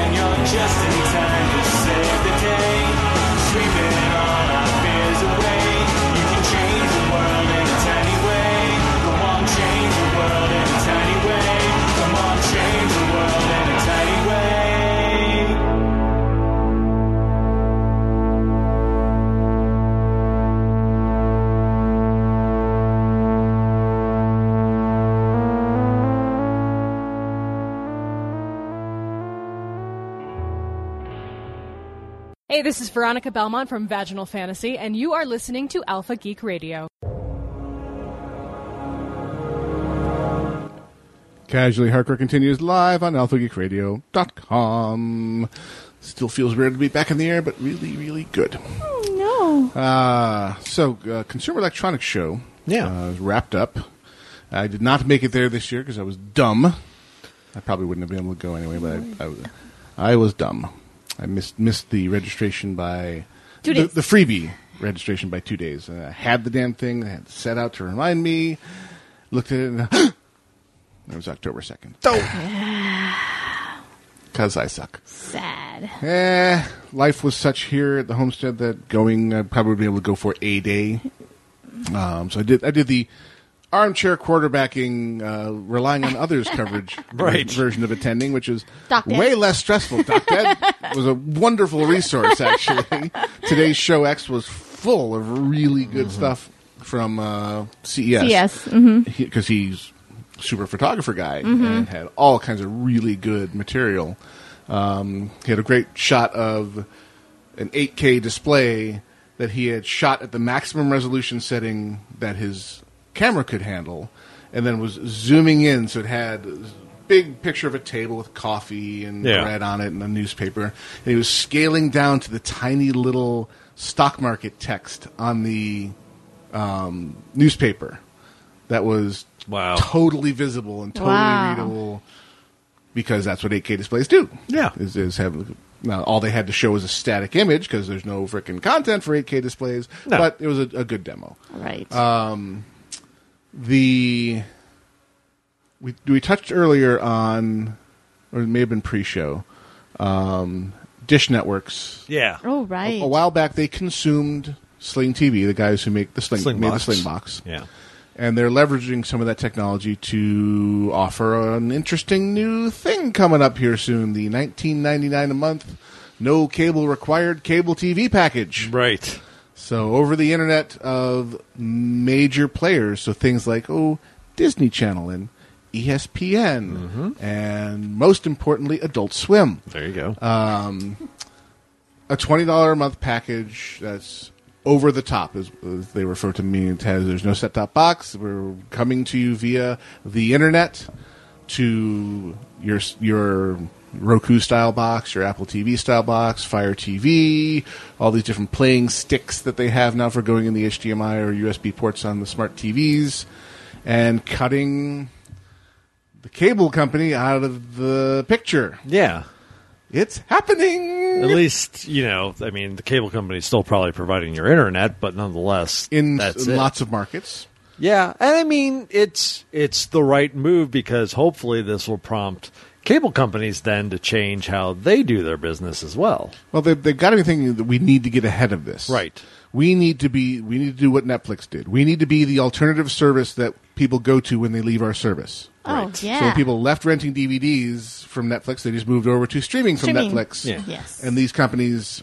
[SPEAKER 7] And you're just in time to save the day. Sweeping all our fears away. You can change the world in a tiny way. Come on, change the world in a tiny way. Come on, change the world in a tiny way.
[SPEAKER 8] Hey, this is Veronica Belmont from Vaginal Fantasy, and you are listening to Alpha Geek Radio.
[SPEAKER 1] Casually Hardcore continues live on alphageekradio.com. Still feels weird to be back in the air, but really, really good.
[SPEAKER 4] No.
[SPEAKER 1] Uh, so, uh, Consumer Electronics Show
[SPEAKER 3] Yeah.
[SPEAKER 1] uh, is wrapped up. I did not make it there this year because I was dumb. I probably wouldn't have been able to go anyway, but I, I, I was dumb. I missed missed the registration by
[SPEAKER 4] Dude,
[SPEAKER 1] the,
[SPEAKER 4] it's-
[SPEAKER 1] the freebie. registration by two days. And I had the damn thing. I had it set out to remind me. Looked at it and [GASPS] it was October 2nd. [SIGHS] Because I suck.
[SPEAKER 4] Sad.
[SPEAKER 1] Eh, life was such here at the homestead that going, I'd probably be able to go for a day. Um, so I did. I did the armchair quarterbacking, uh, relying on others coverage
[SPEAKER 3] Right.
[SPEAKER 1] version of attending, which is
[SPEAKER 4] Doc Ed.
[SPEAKER 1] way less stressful. Doc Ed was a wonderful resource. Actually, today's show X was full of really good stuff from uh, CES.
[SPEAKER 4] CES,
[SPEAKER 1] because he's super photographer guy and had all kinds of really good material. Um, he had a great shot of an 8K display that he had shot at the maximum resolution setting that his camera could handle, and then was zooming in, so it had a big picture of a table with coffee and
[SPEAKER 3] Yeah.
[SPEAKER 1] bread on it and a newspaper, and he was scaling down to the tiny little stock market text on the um, newspaper that was
[SPEAKER 3] Wow.
[SPEAKER 1] totally visible and totally
[SPEAKER 4] Wow.
[SPEAKER 1] readable because that's what 8K displays do.
[SPEAKER 3] Yeah.
[SPEAKER 1] is, is have now all they had to show was a static image because there's no freaking content for 8K displays.
[SPEAKER 3] No.
[SPEAKER 1] But it was a, a good demo.
[SPEAKER 4] Right.
[SPEAKER 1] Uh, The we we touched earlier on, or it may have been pre-show, um, Dish Networks
[SPEAKER 3] Yeah.
[SPEAKER 4] oh, right.
[SPEAKER 1] a, a while back they consumed Sling TV, the guys who make the Sling,
[SPEAKER 3] Sling
[SPEAKER 1] made
[SPEAKER 3] Box.
[SPEAKER 1] the Sling Box.
[SPEAKER 3] Yeah.
[SPEAKER 1] And they're leveraging some of that technology to offer an interesting new thing coming up here soon, the 19.99 a month no cable required cable TV package.
[SPEAKER 3] Right.
[SPEAKER 1] So over the internet of major players, so things like oh Disney Channel and E ESPN and most importantly Adult Swim
[SPEAKER 3] There you go.
[SPEAKER 1] a twenty dollar a month package that's over the top, as, as they refer to me it has. There's no set top box. We're coming to you via the internet to your your Roku style box, your Apple TV style box, Fire TV, all these different playing sticks that they have now for going in the HDMI or USB ports on the smart TVs, and cutting the cable company out of the picture.
[SPEAKER 3] yeah.
[SPEAKER 1] It's happening.
[SPEAKER 3] At least you know. I mean, the cable company's still probably providing your internet, but nonetheless,
[SPEAKER 1] in
[SPEAKER 3] that's
[SPEAKER 1] s-
[SPEAKER 3] it.
[SPEAKER 1] lots of markets.
[SPEAKER 3] Yeah, and I mean it's it's the right move because hopefully this will prompt cable companies then to change how they do their business as well.
[SPEAKER 1] Well, they've, they've got to be thinking that we need to get ahead of this.
[SPEAKER 3] Right.
[SPEAKER 1] We need to be. We need to do what Netflix did. We need to be the alternative service that people go to when they leave our service.
[SPEAKER 4] oh, yeah.
[SPEAKER 1] So when people left renting DVDs from Netflix, they just moved over to streaming from
[SPEAKER 4] Streaming.
[SPEAKER 1] Netflix.
[SPEAKER 3] Yeah.
[SPEAKER 4] Yes.
[SPEAKER 1] And these companies,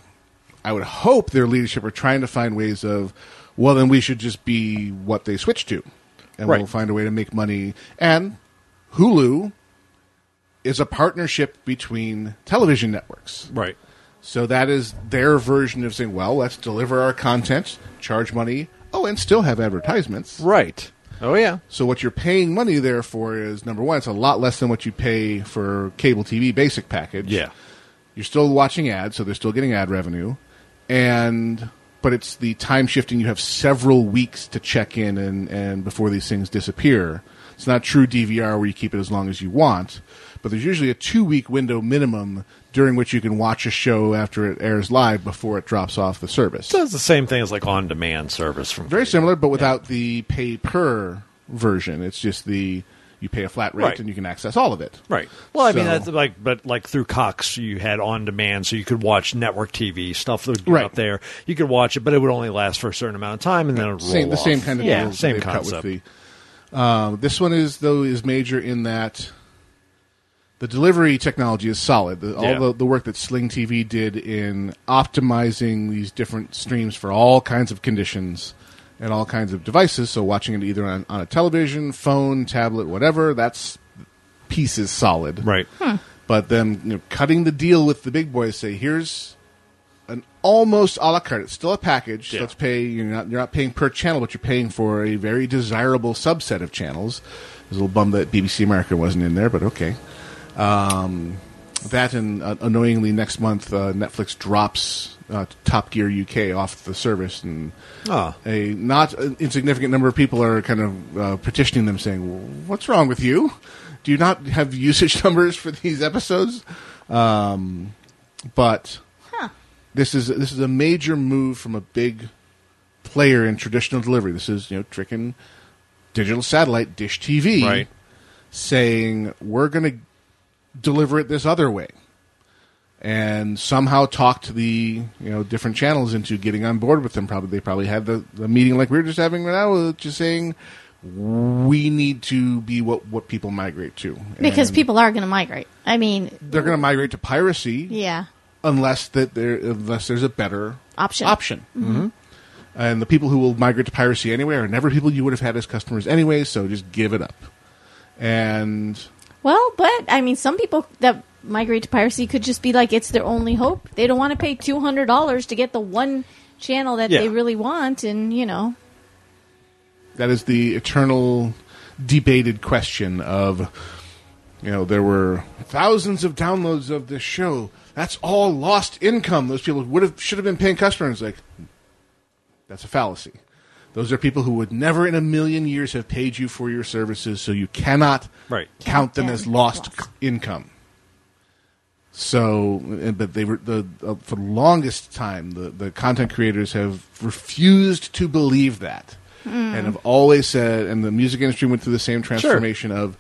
[SPEAKER 1] I would hope their leadership are trying to find ways of, well, then we should just be what they switch to, and
[SPEAKER 3] Right.
[SPEAKER 1] we'll find a way to make money. And Hulu is a partnership between television networks.
[SPEAKER 3] Right.
[SPEAKER 1] So that is their version of saying, well, let's deliver our content, charge money, oh, and still have advertisements.
[SPEAKER 3] Right. Oh yeah.
[SPEAKER 1] So what you're paying money there for is number one, it's a lot less than what you pay for cable TV basic package.
[SPEAKER 3] Yeah.
[SPEAKER 1] You're still watching ads, so they're still getting ad revenue. And but it's the time shifting you have several weeks to check in and, and before these things disappear. It's not true DVR where you keep it as long as you want, but there's usually a two week window minimum during which you can watch a show after it airs live before it drops off the service.
[SPEAKER 3] So it's the same thing as like on demand service from
[SPEAKER 1] Very similar, but without the pay per version. It's just the you pay a flat rate
[SPEAKER 3] Right.
[SPEAKER 1] and you can access all of it.
[SPEAKER 3] Right. Well, I mean
[SPEAKER 1] So-
[SPEAKER 3] that's like but like through Cox you had on demand so you could watch network TV stuff that would get
[SPEAKER 1] Right.
[SPEAKER 3] up there. You could watch it but it would only last for a certain amount of time and then it would roll
[SPEAKER 1] Same, the
[SPEAKER 3] off.
[SPEAKER 1] same kind of
[SPEAKER 3] yeah,
[SPEAKER 1] deal that
[SPEAKER 3] same
[SPEAKER 1] they've cut
[SPEAKER 3] concept.
[SPEAKER 1] with the. Uh, this one is though is major in that the delivery technology is solid. The,
[SPEAKER 3] Yeah.
[SPEAKER 1] All the, the work that Sling TV did in optimizing these different streams for all kinds of conditions and all kinds of devices, so watching it either on, on a television, phone, tablet, whatever, that's piece is solid.
[SPEAKER 3] Right.
[SPEAKER 1] But then you know, cutting the deal with the big boys, say here's an almost a la carte. It's still a package. So
[SPEAKER 3] Yeah.
[SPEAKER 1] let's pay. You're not you're not paying per channel, but you're paying for a very desirable subset of channels. I was a little bummed that BBC America wasn't in there, but okay. Um, that and uh, annoyingly next month uh, Netflix drops uh, Top Gear UK off the service, and
[SPEAKER 3] Ah.
[SPEAKER 1] a not an insignificant number of people are kind of uh, petitioning them, saying, well, "What's wrong with you? Do you not have usage [LAUGHS] numbers for these episodes?" Um, but this is this is a major move from a big player in traditional delivery. This is you know tricking digital satellite dish TV,
[SPEAKER 3] Right.
[SPEAKER 1] Saying we're going to deliver it this other way, and somehow talked the you know different channels into getting on board with them. Probably they probably had the, the meeting like we are just having right now, just saying we need to be what what people migrate to
[SPEAKER 4] because
[SPEAKER 1] And
[SPEAKER 4] people are going to migrate. I mean,
[SPEAKER 1] they're going to migrate to piracy
[SPEAKER 4] yeah,
[SPEAKER 1] unless that there unless there's a better
[SPEAKER 4] Option.
[SPEAKER 1] option. Mm-hmm. And the people who will migrate to piracy anyway are never people you would have had as customers anyway. So just give it up. And
[SPEAKER 4] Well, but I mean, some people that migrate to piracy could just be like, it's their only hope. They don't want to pay two hundred dollars to get the one channel that
[SPEAKER 3] Yeah.
[SPEAKER 4] they really want, and you know,
[SPEAKER 1] that is the eternal debated question of you know there were thousands of downloads of this show. That's all lost income. Those people would have should have been paying customers. Like that's a fallacy. Those are people who would never in a million years have paid you for your services, so you cannot
[SPEAKER 3] Right.
[SPEAKER 1] count them
[SPEAKER 4] them
[SPEAKER 1] as lost,
[SPEAKER 4] lost.
[SPEAKER 1] c- income. So, uh, but they were the uh, for the longest time the the content creators have refused to believe that,
[SPEAKER 3] Hmm.
[SPEAKER 1] and have always said. And the music industry went through the same transformation of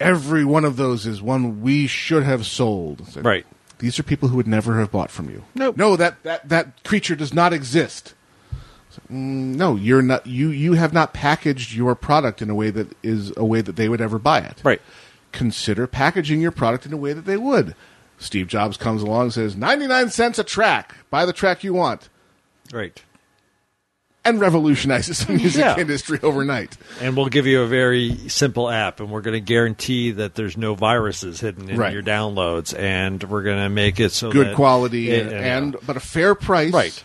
[SPEAKER 1] every one of those is one we should have sold. It's like,
[SPEAKER 3] Right.
[SPEAKER 1] These are people who would never have bought from you.
[SPEAKER 3] Nope.
[SPEAKER 1] No, that that that creature does not exist. It's like, mm, No, you're not. You you have not packaged your product in a way that is a way that they would ever buy it
[SPEAKER 3] Right.
[SPEAKER 1] consider packaging your product in a way that they would. Steve Jobs comes along and says, 99 cents a track. Buy the track you want.
[SPEAKER 3] Right.
[SPEAKER 1] And revolutionizes the [LAUGHS] music
[SPEAKER 3] Yeah.
[SPEAKER 1] industry overnight.
[SPEAKER 3] And we'll give you a very simple app, and we're going to guarantee that there's no viruses hidden in
[SPEAKER 1] Right.
[SPEAKER 3] your downloads, and we're going to make it so
[SPEAKER 1] Good
[SPEAKER 3] that-
[SPEAKER 1] quality
[SPEAKER 3] Yeah,
[SPEAKER 1] and,
[SPEAKER 3] yeah,
[SPEAKER 1] but a fair price.
[SPEAKER 3] Right.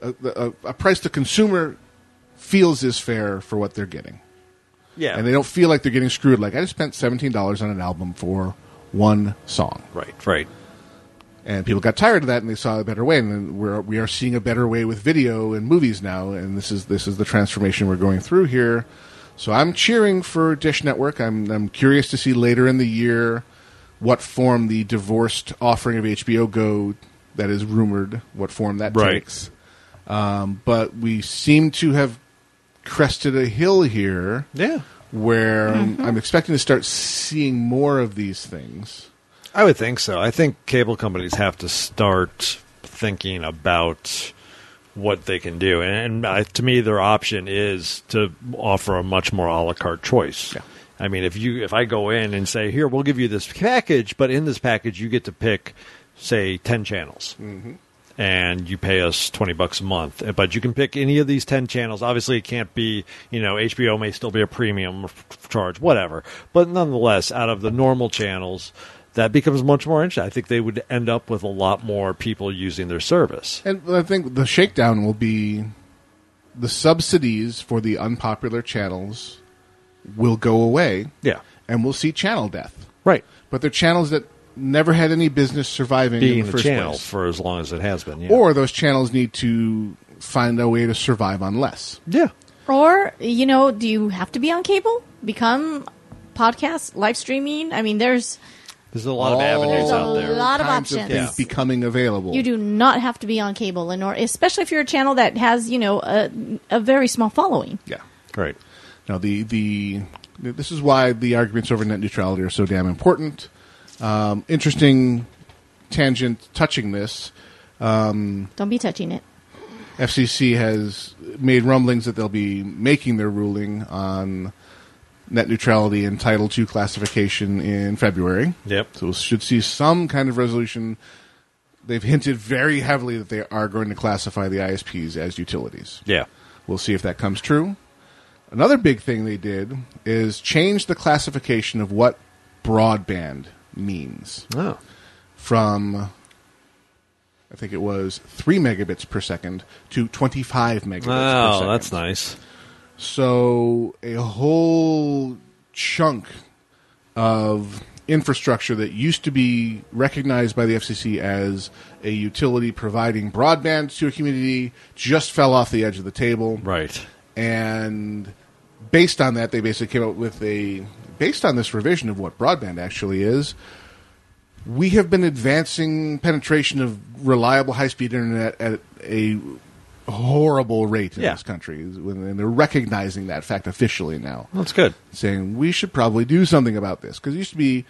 [SPEAKER 1] A, a, a price the consumer feels is fair for what they're getting.
[SPEAKER 3] yeah,
[SPEAKER 1] And they don't feel like they're getting screwed. Like I just spent $17 on an album for one song.
[SPEAKER 3] right, right,
[SPEAKER 1] and people got tired of that and they saw a better way and then we're we are seeing a better way with video and movies now and this is this is the transformation we're going through here so i'm cheering for dish network i'm i'm curious to see later in the year what form the divorced offering of hbo go that is rumored what form that
[SPEAKER 3] Right.
[SPEAKER 1] takes um, but we seem to have crested a hill here
[SPEAKER 3] yeah.
[SPEAKER 1] where um, i'm expecting to start seeing more of these things
[SPEAKER 3] I would think so. I think cable companies have to start thinking about what they can do, and, and I, to me, their option is to offer a much more a la carte choice. I mean, if you if I go in and say, "Here, we'll give you this package," but in this package, you get to pick, say, ten channels. Mm-hmm. and you pay us 20 bucks a month Uh, but you can pick any of these 10 channels obviously it can't be you know hbo may still be a premium f- charge whatever but nonetheless out of the normal channels that becomes much more interesting i think they would end up with a lot more people using their service
[SPEAKER 1] And I think the shakedown will be the subsidies for the unpopular channels will go away.
[SPEAKER 3] Yeah.
[SPEAKER 1] And we'll see channel death.
[SPEAKER 3] right
[SPEAKER 1] But they're channels that never had any business surviving
[SPEAKER 3] being
[SPEAKER 1] in the
[SPEAKER 3] the
[SPEAKER 1] first
[SPEAKER 3] channel
[SPEAKER 1] place.
[SPEAKER 3] for as long as it has been yeah.
[SPEAKER 1] Or those channels need to find a way to survive on less.
[SPEAKER 3] yeah
[SPEAKER 4] or you know, do you have to be on cable? Become podcast live streaming. I mean, there's
[SPEAKER 3] there's a lot of
[SPEAKER 4] There's
[SPEAKER 3] avenues
[SPEAKER 4] a
[SPEAKER 3] out there
[SPEAKER 4] lot of
[SPEAKER 1] kinds
[SPEAKER 4] options.
[SPEAKER 1] things
[SPEAKER 3] Yeah.
[SPEAKER 1] becoming available.
[SPEAKER 4] you do not have to be on cable, and or especially if you're a channel that has you know a, a very small following.
[SPEAKER 1] Yeah.
[SPEAKER 3] right
[SPEAKER 1] Now the the this is why the arguments over net neutrality are so damn important. Um, interesting tangent touching this.
[SPEAKER 4] Don't be touching it.
[SPEAKER 1] FCC has made rumblings that they'll be making their ruling on net neutrality and Title II classification in February.
[SPEAKER 3] Yep.
[SPEAKER 1] So we should see some kind of resolution. They've hinted very heavily that they are going to classify the ISPs as utilities.
[SPEAKER 3] yeah
[SPEAKER 1] We'll see if that comes true. Another big thing they did is change the classification of what broadband means
[SPEAKER 3] oh
[SPEAKER 1] from I think it was 3 megabits per second to 25 megabits per
[SPEAKER 3] oh
[SPEAKER 1] second.
[SPEAKER 3] that's nice
[SPEAKER 1] So a whole chunk of infrastructure that used to be recognized by the FCC as a utility providing broadband to a community just fell off the edge of the table
[SPEAKER 3] right
[SPEAKER 1] and based on that, they basically came up with a based on this revision of what broadband actually is. We have been advancing penetration of reliable high speed internet at a horrible rate in
[SPEAKER 3] Yeah.
[SPEAKER 1] this country, and they're recognizing that fact officially now.
[SPEAKER 3] That's good.
[SPEAKER 1] saying we should probably do something about this because it used to be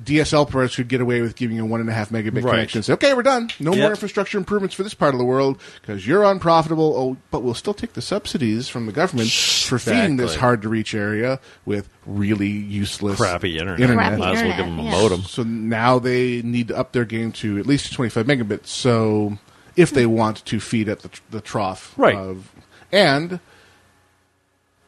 [SPEAKER 1] DSL providers could get away with giving you a one and a half megabit
[SPEAKER 3] Right.
[SPEAKER 1] connection. and Say, okay, we're done. No
[SPEAKER 3] Yep.
[SPEAKER 1] more infrastructure improvements for this part of the world because you're unprofitable. Oh, but we'll still take the subsidies from the government for feeding this
[SPEAKER 3] Exactly.
[SPEAKER 1] hard to reach area with really useless
[SPEAKER 3] Crappy internet.
[SPEAKER 4] Crappy
[SPEAKER 3] Might as well give them a
[SPEAKER 4] internet, yeah.
[SPEAKER 3] modem.
[SPEAKER 1] So now they need to up their game to at least 25 megabits. So if they want to feed at the, tr- the trough
[SPEAKER 3] Right.
[SPEAKER 1] of and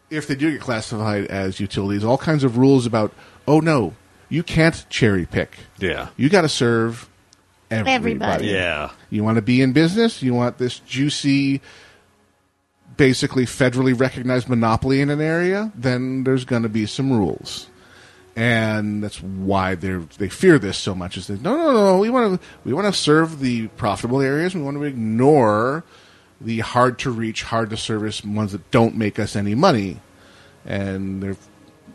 [SPEAKER 1] if they do get classified as utilities, all kinds of rules about oh no, you can't cherry pick.
[SPEAKER 3] Yeah.
[SPEAKER 1] You got to serve everybody.
[SPEAKER 4] Everybody.
[SPEAKER 3] Yeah.
[SPEAKER 1] You want to be in business? You want this juicy basically federally recognized monopoly in an area? Then there's going to be some rules. And that's why they they fear this so much. Is that no, no, no? We want to we want to serve the profitable areas. We want to ignore the hard to reach, hard to service ones that don't make us any money. And their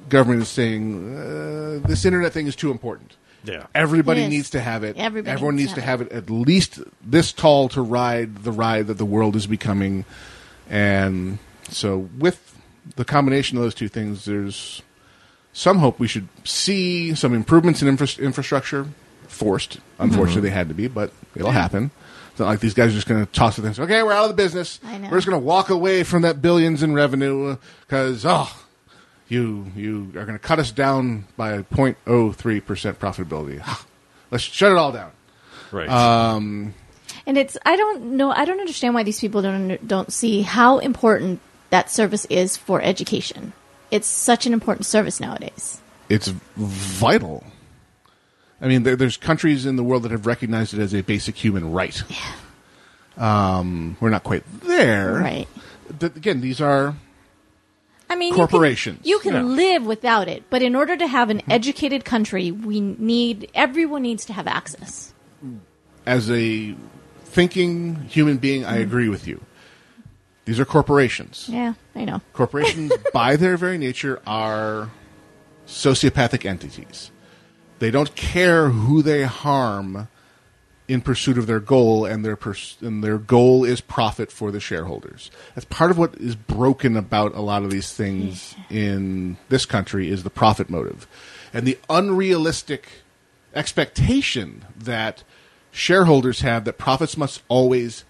[SPEAKER 1] government is saying uh, this internet thing is too important.
[SPEAKER 3] Yeah.
[SPEAKER 1] everybody
[SPEAKER 4] It is.
[SPEAKER 1] neave to have it.
[SPEAKER 4] Everybody
[SPEAKER 1] Everyone needs to have it at least this tall to ride the ride that the world is becoming. And so, with the combination of those two things, there's some hope we should see some improvements in infra- infrastructure. Forced,
[SPEAKER 4] Mm-hmm.
[SPEAKER 1] unfortunately, they had to be, but it'll happen. It's not like these guys are just going to toss it and say, "Okay, we're out of the business.
[SPEAKER 4] I know.
[SPEAKER 1] We're just going to walk away from that billions in revenue because oh, you you are going to cut us down by 0.03 percent profitability. Ah, Let's shut it all down.
[SPEAKER 3] Right.
[SPEAKER 1] Uh,
[SPEAKER 4] And it's I don't know I don't understand why these people don't under, don't see how important that service is for education. It's such an important service nowadays.
[SPEAKER 1] It's vital. I mean, there, there's countries in the world that have recognized it as a basic human right. Um, we're not quite there,
[SPEAKER 4] Right.
[SPEAKER 1] But again, these are
[SPEAKER 4] I mean,
[SPEAKER 1] Corporations.
[SPEAKER 4] You can, you can
[SPEAKER 1] Yeah. Mm-hmm.
[SPEAKER 4] live without it, but in order to have an educated country, we need everyone needs to have access.
[SPEAKER 1] as a thinking human being. I agree with you. These are corporations.
[SPEAKER 4] Yeah, I know.
[SPEAKER 1] Corporations, [LAUGHS] by their very nature, are sociopathic entities. They don't care who they harm in pursuit of their goal, and their pers- and their goal is profit for the shareholders. That's part of what is broken about a lot of these things in this country is the profit motive, and the unrealistic expectation that shareholders have that profits must always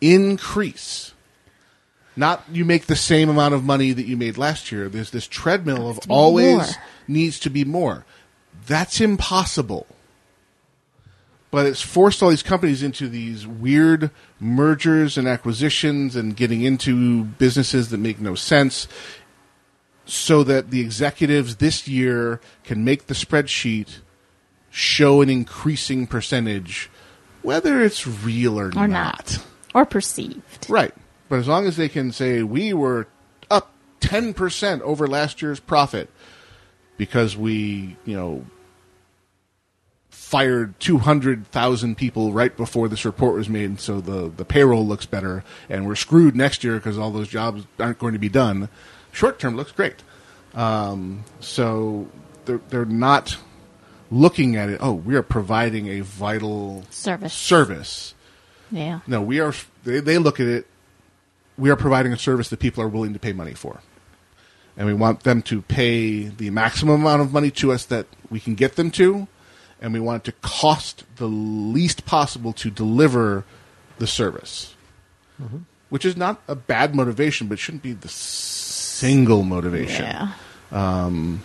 [SPEAKER 1] increase not you make the same amount of money that you made last year. There's this treadmill of
[SPEAKER 4] to be
[SPEAKER 1] always
[SPEAKER 4] more.
[SPEAKER 1] needs to be more. That's impossible. But it's forced all these companies into these weird mergers and acquisitions and getting into businesses that make no sense so that the executives this year can make the spreadsheet show an increasing percentage, whether it's real or,
[SPEAKER 4] Or
[SPEAKER 1] not.
[SPEAKER 4] not. Or perceived.
[SPEAKER 1] Right. But as long as they can say we were up 10% over last year's profit because we, you know, fired 200,000 people right before this report was made, and so the, the payroll looks better, and we're screwed next year because all those jobs aren't going to be done. Short term looks great. Um, so they're, they're not looking at it, oh, we are providing a vital
[SPEAKER 4] Service.
[SPEAKER 1] service.
[SPEAKER 4] Yeah.
[SPEAKER 1] No, we are. They, they look at it. We are providing a service that people are willing to pay money for, and we want them to pay the maximum amount of money to us that we can get them to, and we want it to cost the least possible to deliver the service, which is not a bad motivation, but shouldn't be the single motivation
[SPEAKER 4] Yeah.
[SPEAKER 1] and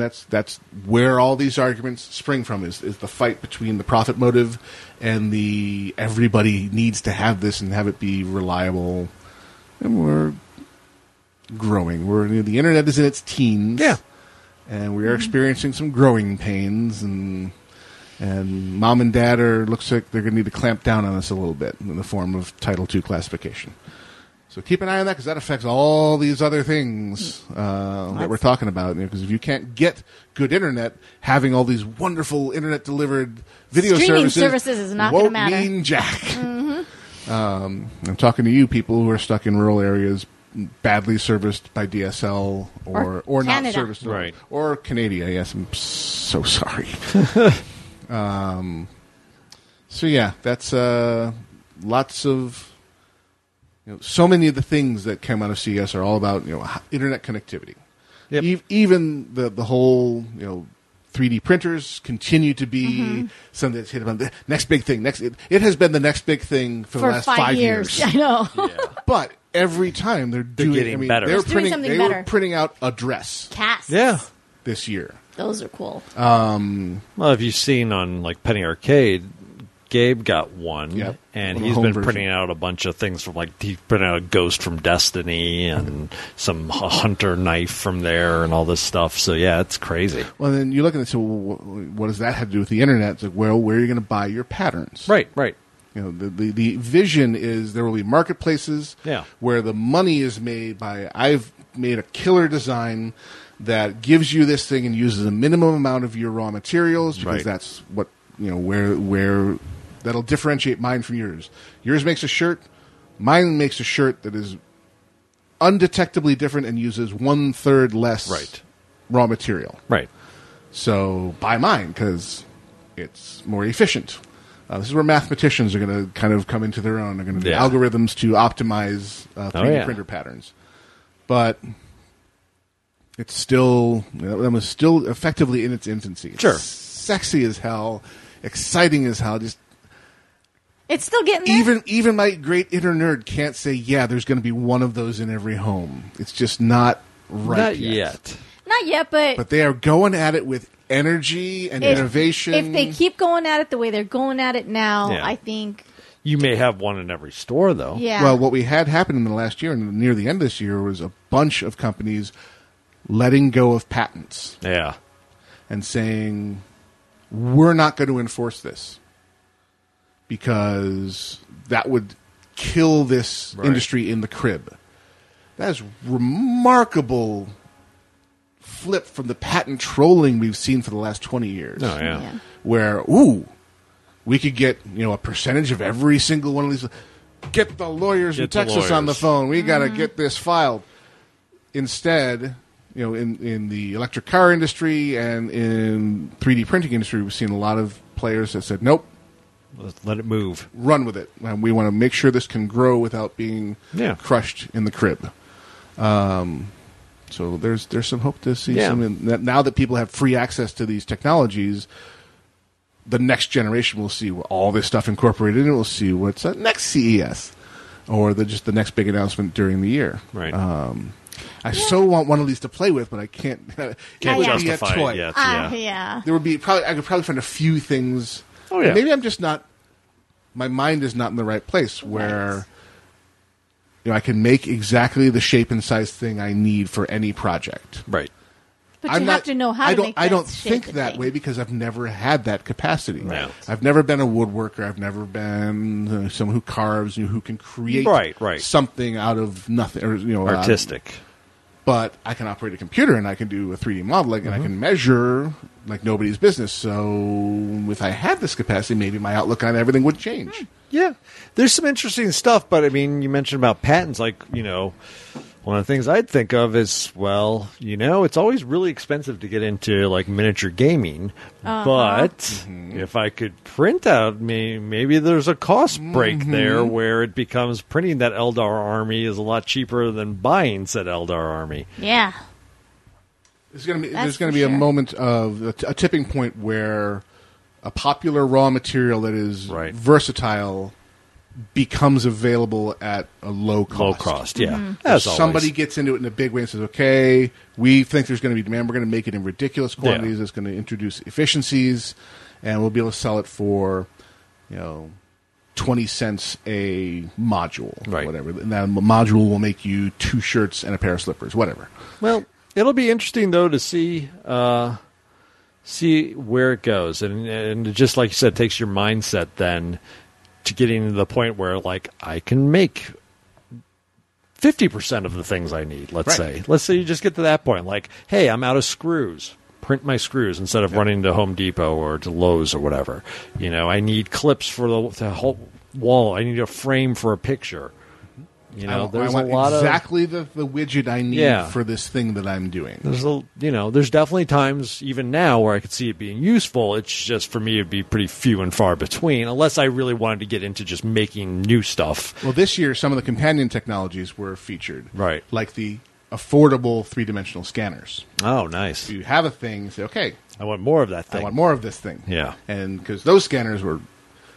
[SPEAKER 1] that's that's where all these arguments spring from is is the fight between the profit motive and the everybody needs to have this and have it be reliable. And we're growing. We're the internet is in its teens.
[SPEAKER 3] Yeah.
[SPEAKER 1] And we are experiencing some growing pains and and mom and dad are looks like they're going to need to clamp down on us a little bit in the form of Title II classification. So keep an eye on that because that affects all these other things uh, that we're talking about. Because if you can't get good internet, having all these wonderful internet delivered video
[SPEAKER 4] Streaming
[SPEAKER 1] services,
[SPEAKER 4] services is not
[SPEAKER 1] won't
[SPEAKER 4] gonna matter. Mm.
[SPEAKER 1] Mean jack. Um, I'm talking to you people who are stuck in rural areas, badly serviced by DSL or
[SPEAKER 4] Or
[SPEAKER 1] or, not
[SPEAKER 4] Canada.
[SPEAKER 1] serviced, at all.
[SPEAKER 3] Right.
[SPEAKER 1] Or Canada. Yes, I'm so sorry. um, so yeah, that's uh, lots of You know, so many of the things that came out of CES are all about you know h- internet connectivity. Ev- even the the whole you know 3D printers continue to be something that's hit upon the next big thing. Next, it, it has been the next big thing for, the last five, years. [LAUGHS]
[SPEAKER 4] [LAUGHS] I know.
[SPEAKER 1] But every time they're, doing,
[SPEAKER 3] getting
[SPEAKER 1] I mean,
[SPEAKER 3] better.
[SPEAKER 1] They're
[SPEAKER 4] Just doing
[SPEAKER 1] printing,
[SPEAKER 4] something
[SPEAKER 1] they
[SPEAKER 4] better.
[SPEAKER 1] were printing out a dress
[SPEAKER 4] Casts.
[SPEAKER 3] Yeah.
[SPEAKER 1] this year.
[SPEAKER 4] Those are cool.
[SPEAKER 3] Well, if you've seen on like Penny Arcade, Gabe got one,
[SPEAKER 1] Yep.
[SPEAKER 3] and
[SPEAKER 1] Little
[SPEAKER 3] he's
[SPEAKER 1] home
[SPEAKER 3] been
[SPEAKER 1] version.
[SPEAKER 3] printing out a bunch of things from like he printed out a ghost from Destiny and some h- hunter knife from there and all this stuff. So yeah, it's crazy.
[SPEAKER 1] Well, then you look at it. So, wh- wh- what does that have to do with the internet? It's like, well, where are you going to buy your patterns?
[SPEAKER 3] Right, right.
[SPEAKER 1] You know, the, the the vision is there will be marketplaces
[SPEAKER 3] Yeah.
[SPEAKER 1] where the money is made by I've made a killer design that gives you this thing and uses a minimum amount of your raw materials because
[SPEAKER 3] Right.
[SPEAKER 1] that's what you know where where that'll differentiate mine from yours. Yours makes a shirt, mine makes a shirt that is undetectably different and uses one third less
[SPEAKER 3] Right.
[SPEAKER 1] raw material.
[SPEAKER 3] Right.
[SPEAKER 1] So buy mine because it's more efficient. Uh, this is where mathematicians are going to kind of come into their own. They're going to
[SPEAKER 3] Yeah.
[SPEAKER 1] do algorithms to optimize uh, 3D
[SPEAKER 3] Oh, yeah.
[SPEAKER 1] printer patterns. But it's still, that was still effectively in its infancy. It's
[SPEAKER 3] Sure.
[SPEAKER 1] Sexy as hell, exciting as hell. Just
[SPEAKER 4] It's still getting there.
[SPEAKER 1] even even my great inner nerd can't say, yeah, there's going to be one of those in every home. It's just not right
[SPEAKER 3] Not yet.
[SPEAKER 4] Not yet, but,
[SPEAKER 1] But they are going at it with energy and
[SPEAKER 4] if,
[SPEAKER 1] innovation.
[SPEAKER 4] If they keep going at it the way they're going at it now,
[SPEAKER 3] Yeah.
[SPEAKER 4] I think.
[SPEAKER 3] You may have one in every store though.
[SPEAKER 4] Yeah.
[SPEAKER 1] Well, what we had happen in the last year and near the end of this year was a bunch of companies letting go of patents
[SPEAKER 3] Yeah.
[SPEAKER 1] and saying, we're not going to enforce this because that would kill this
[SPEAKER 3] Right.
[SPEAKER 1] industry in the crib. That is remarkable flip from the patent trolling we've seen for the last 20 years
[SPEAKER 3] Oh yeah.
[SPEAKER 4] Yeah.
[SPEAKER 1] where ooh, we could get you know a percentage of every single one of these. Get the lawyers in
[SPEAKER 3] Get the
[SPEAKER 1] Texas on the
[SPEAKER 3] lawyers.
[SPEAKER 1] phone. We got to get this filed. Instead, you know, in in the electric car industry and in 3D printing industry, we've seen a lot of players that said, "Nope,
[SPEAKER 3] Let's let it move.
[SPEAKER 1] run with it. And we want to make sure this can grow without being
[SPEAKER 3] Yeah.
[SPEAKER 1] crushed in the crib." Um, so there's there's some hope to see
[SPEAKER 3] Yeah.
[SPEAKER 1] some that now that people have free access to these technologies. The next generation will see all this stuff incorporated, and we'll see what's at next CES, or the just the next big announcement during the year. Um,
[SPEAKER 3] Right.
[SPEAKER 1] I so want one of these to play with, but I can't. [LAUGHS] Can't
[SPEAKER 3] Can't
[SPEAKER 4] yeah.
[SPEAKER 3] justify it yet.
[SPEAKER 4] Ah,
[SPEAKER 3] yeah.
[SPEAKER 4] yeah.
[SPEAKER 1] there would be probably I could probably find a few things.
[SPEAKER 3] Oh, yeah.
[SPEAKER 1] Maybe I'm just not. My mind is not in the right place where. You know, I can make exactly the shape and size thing I need for any project.
[SPEAKER 3] Right.
[SPEAKER 4] But
[SPEAKER 1] I'm
[SPEAKER 4] you
[SPEAKER 1] not,
[SPEAKER 4] have to know how
[SPEAKER 1] I
[SPEAKER 4] to
[SPEAKER 1] don't.
[SPEAKER 4] make
[SPEAKER 1] I
[SPEAKER 4] that
[SPEAKER 1] don't
[SPEAKER 4] shape
[SPEAKER 1] think
[SPEAKER 4] and
[SPEAKER 1] that
[SPEAKER 4] thing.
[SPEAKER 1] way because I've never had that capacity.
[SPEAKER 3] Right.
[SPEAKER 1] I've never been a woodworker. I've never been uh, someone who carves, you know, who can create
[SPEAKER 3] Right, right.
[SPEAKER 1] something out of nothing, or you
[SPEAKER 3] Um,
[SPEAKER 1] know, out of-
[SPEAKER 3] Artistic.
[SPEAKER 1] but I can operate a computer and I can do a 3D modeling and I can measure like nobody's business. So if I had this capacity, maybe my outlook on everything would change.
[SPEAKER 3] Yeah, there's some interesting stuff, but I mean, you mentioned about patents. Like, you know, one of the things I'd think of is, well, you know, it's always really expensive to get into like miniature gaming, but if I could print out, may- maybe there's a cost break there where it becomes printing that Eldar army is a lot cheaper than buying said Eldar army.
[SPEAKER 4] Yeah.
[SPEAKER 1] There's going to be
[SPEAKER 4] That's
[SPEAKER 1] there's going
[SPEAKER 4] for
[SPEAKER 1] to be
[SPEAKER 4] sure.
[SPEAKER 1] a moment of a, t- a tipping point where a popular raw material that is
[SPEAKER 3] Right.
[SPEAKER 1] versatile becomes available at a low cost.
[SPEAKER 3] Low cost, yeah. As always.
[SPEAKER 1] somebody gets into it in a big way and says, "Okay, we think there's going to be demand. We're going to make it in ridiculous quantities. It's going to introduce efficiencies, and we'll be able to sell it for, you know, twenty cents a module,
[SPEAKER 3] Right.
[SPEAKER 1] Whatever. And that module will make you two shirts and a pair of slippers, whatever.
[SPEAKER 3] Well, it'll be interesting though to see uh, see where it goes, and and just like you said, it takes your mindset then to getting to the point where like I can make. 50% of the things I need, let's
[SPEAKER 1] Right.
[SPEAKER 3] say. Let's say you just get to that point. Like, hey, I'm out of screws. Print my screws instead of running to Home Depot or to Lowe's or whatever. You know, I need clips for the, the whole wall. I need a frame for a picture You
[SPEAKER 1] I
[SPEAKER 3] know,
[SPEAKER 1] want- I
[SPEAKER 3] there's
[SPEAKER 1] want
[SPEAKER 3] a lot of
[SPEAKER 1] exactly the, the widget I need
[SPEAKER 3] Yeah.
[SPEAKER 1] for this thing that I'm doing.
[SPEAKER 3] there's a you know there's definitely times even now where I could see it being useful. It's just for me it'd be pretty few and far between unless I really wanted to get into just making new stuff.
[SPEAKER 1] Well, this year some of the companion technologies were featured,
[SPEAKER 3] Right.
[SPEAKER 1] Like the affordable three dimensional scanners.
[SPEAKER 3] Oh, nice.
[SPEAKER 1] You have a thing, say, okay,
[SPEAKER 3] I want more of that thing.
[SPEAKER 1] I want more of this thing.
[SPEAKER 3] Yeah.
[SPEAKER 1] And because those scanners were,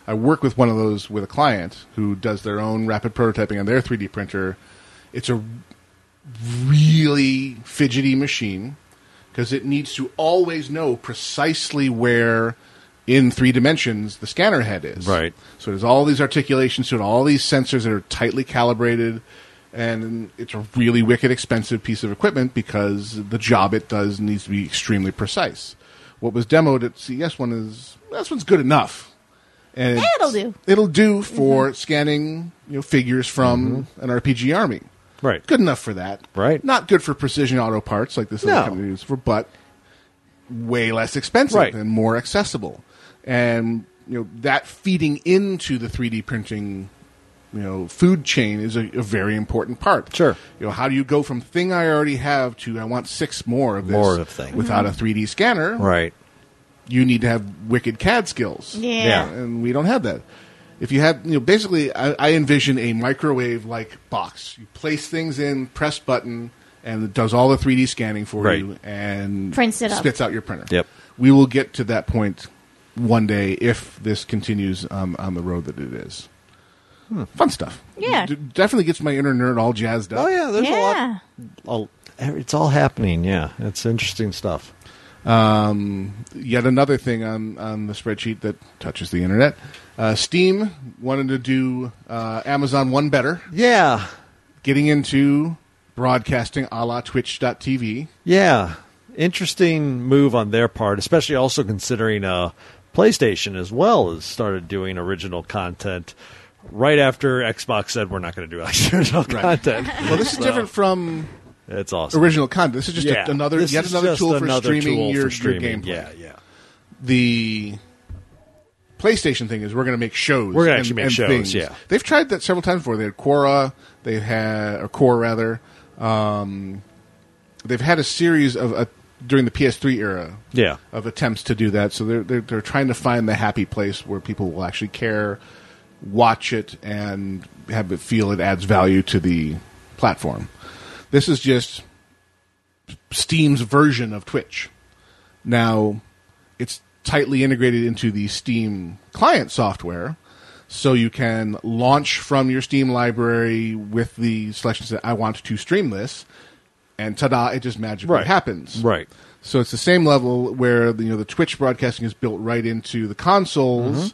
[SPEAKER 1] I work with one of those with a client who does their own rapid prototyping on their 3D printer. It's a really fidgety machine because it needs to always know precisely where in three dimensions the scanner head is.
[SPEAKER 3] Right.
[SPEAKER 1] So there's all these articulations to it, all these sensors that are tightly calibrated. And it's a really wicked expensive piece of equipment because the job it does needs to be extremely precise. What was demoed at CES one is this one's good enough. And it's-
[SPEAKER 4] It'll do. Mm-hmm.
[SPEAKER 1] It'll do for scanning, you know, figures from an RPG army.
[SPEAKER 3] Right.
[SPEAKER 1] Good enough for that.
[SPEAKER 3] Right.
[SPEAKER 1] Not good for precision auto parts like this
[SPEAKER 3] No.
[SPEAKER 1] other company is for, but way less expensive
[SPEAKER 3] Right.
[SPEAKER 1] and more accessible. And you know that feeding into the 3D printing, you know, food chain is a, a very important part.
[SPEAKER 3] Sure.
[SPEAKER 1] You know, how do you go from thing I already have to I want six more of this
[SPEAKER 3] More of thing.
[SPEAKER 1] without a 3D scanner?
[SPEAKER 3] Right.
[SPEAKER 1] You need to have wicked CAD skills
[SPEAKER 4] Yeah.
[SPEAKER 3] Yeah.
[SPEAKER 1] and we don't have that. If you have, you know, basically, I, I envision a microwave-like box. You place things in, press button, and it does all the 3D scanning for
[SPEAKER 3] Right.
[SPEAKER 1] you and
[SPEAKER 4] Prints it up.
[SPEAKER 1] spits out your printer.
[SPEAKER 3] Yep.
[SPEAKER 1] We will get to that point one day if this continues um, on the road that it is.
[SPEAKER 3] Hmm.
[SPEAKER 1] Fun stuff.
[SPEAKER 4] Yeah.
[SPEAKER 1] D- definitely gets my inner nerd all jazzed up.
[SPEAKER 3] Oh yeah, there's
[SPEAKER 4] yeah.
[SPEAKER 3] a lot. a- Oh, eh, It's all happening. Yeah, it's interesting stuff.
[SPEAKER 1] Um, yet another thing on, on the spreadsheet that touches the internet. Uh, Steam wanted to do uh, Amazon One better.
[SPEAKER 3] Yeah,
[SPEAKER 1] getting into broadcasting a la twitch.tv
[SPEAKER 3] yeah. Interesting move on their part, especially also considering uh, PlayStation as well has started doing original content right after Xbox said we're not going to do [LAUGHS]
[SPEAKER 1] [LAUGHS]
[SPEAKER 3] original content.
[SPEAKER 1] well this is different from
[SPEAKER 3] It's awesome.
[SPEAKER 1] original content this is just a-
[SPEAKER 3] Yeah.
[SPEAKER 1] another
[SPEAKER 3] This
[SPEAKER 1] yet
[SPEAKER 3] is
[SPEAKER 1] another
[SPEAKER 3] just
[SPEAKER 1] tool for
[SPEAKER 3] another
[SPEAKER 1] streaming,
[SPEAKER 3] tool
[SPEAKER 1] your,
[SPEAKER 3] for
[SPEAKER 1] your
[SPEAKER 3] streaming.
[SPEAKER 1] gameplay
[SPEAKER 3] Yeah, yeah.
[SPEAKER 1] the playstation thing is we're going to make shows
[SPEAKER 3] We're gonna
[SPEAKER 1] and-
[SPEAKER 3] actually make
[SPEAKER 1] and
[SPEAKER 3] shows,
[SPEAKER 1] things.
[SPEAKER 3] yeah.
[SPEAKER 1] they've tried that several times before they had quora they had or core rather um, they've had a series of uh, during the ps3 era
[SPEAKER 3] Yeah.
[SPEAKER 1] of attempts to do that. So they're, they're they're trying to find the happy place where people will actually care, watch it, and have it feel it adds value to the platform. This is just Steam's version of Twitch. Now, it's tightly integrated into the Steam client software, so you can launch from your Steam library with the selections that I want to stream this, and ta-da! It just magically
[SPEAKER 3] Right.
[SPEAKER 1] happens.
[SPEAKER 3] Right.
[SPEAKER 1] So it's the same level where the, you know the Twitch broadcasting is built right into the consoles.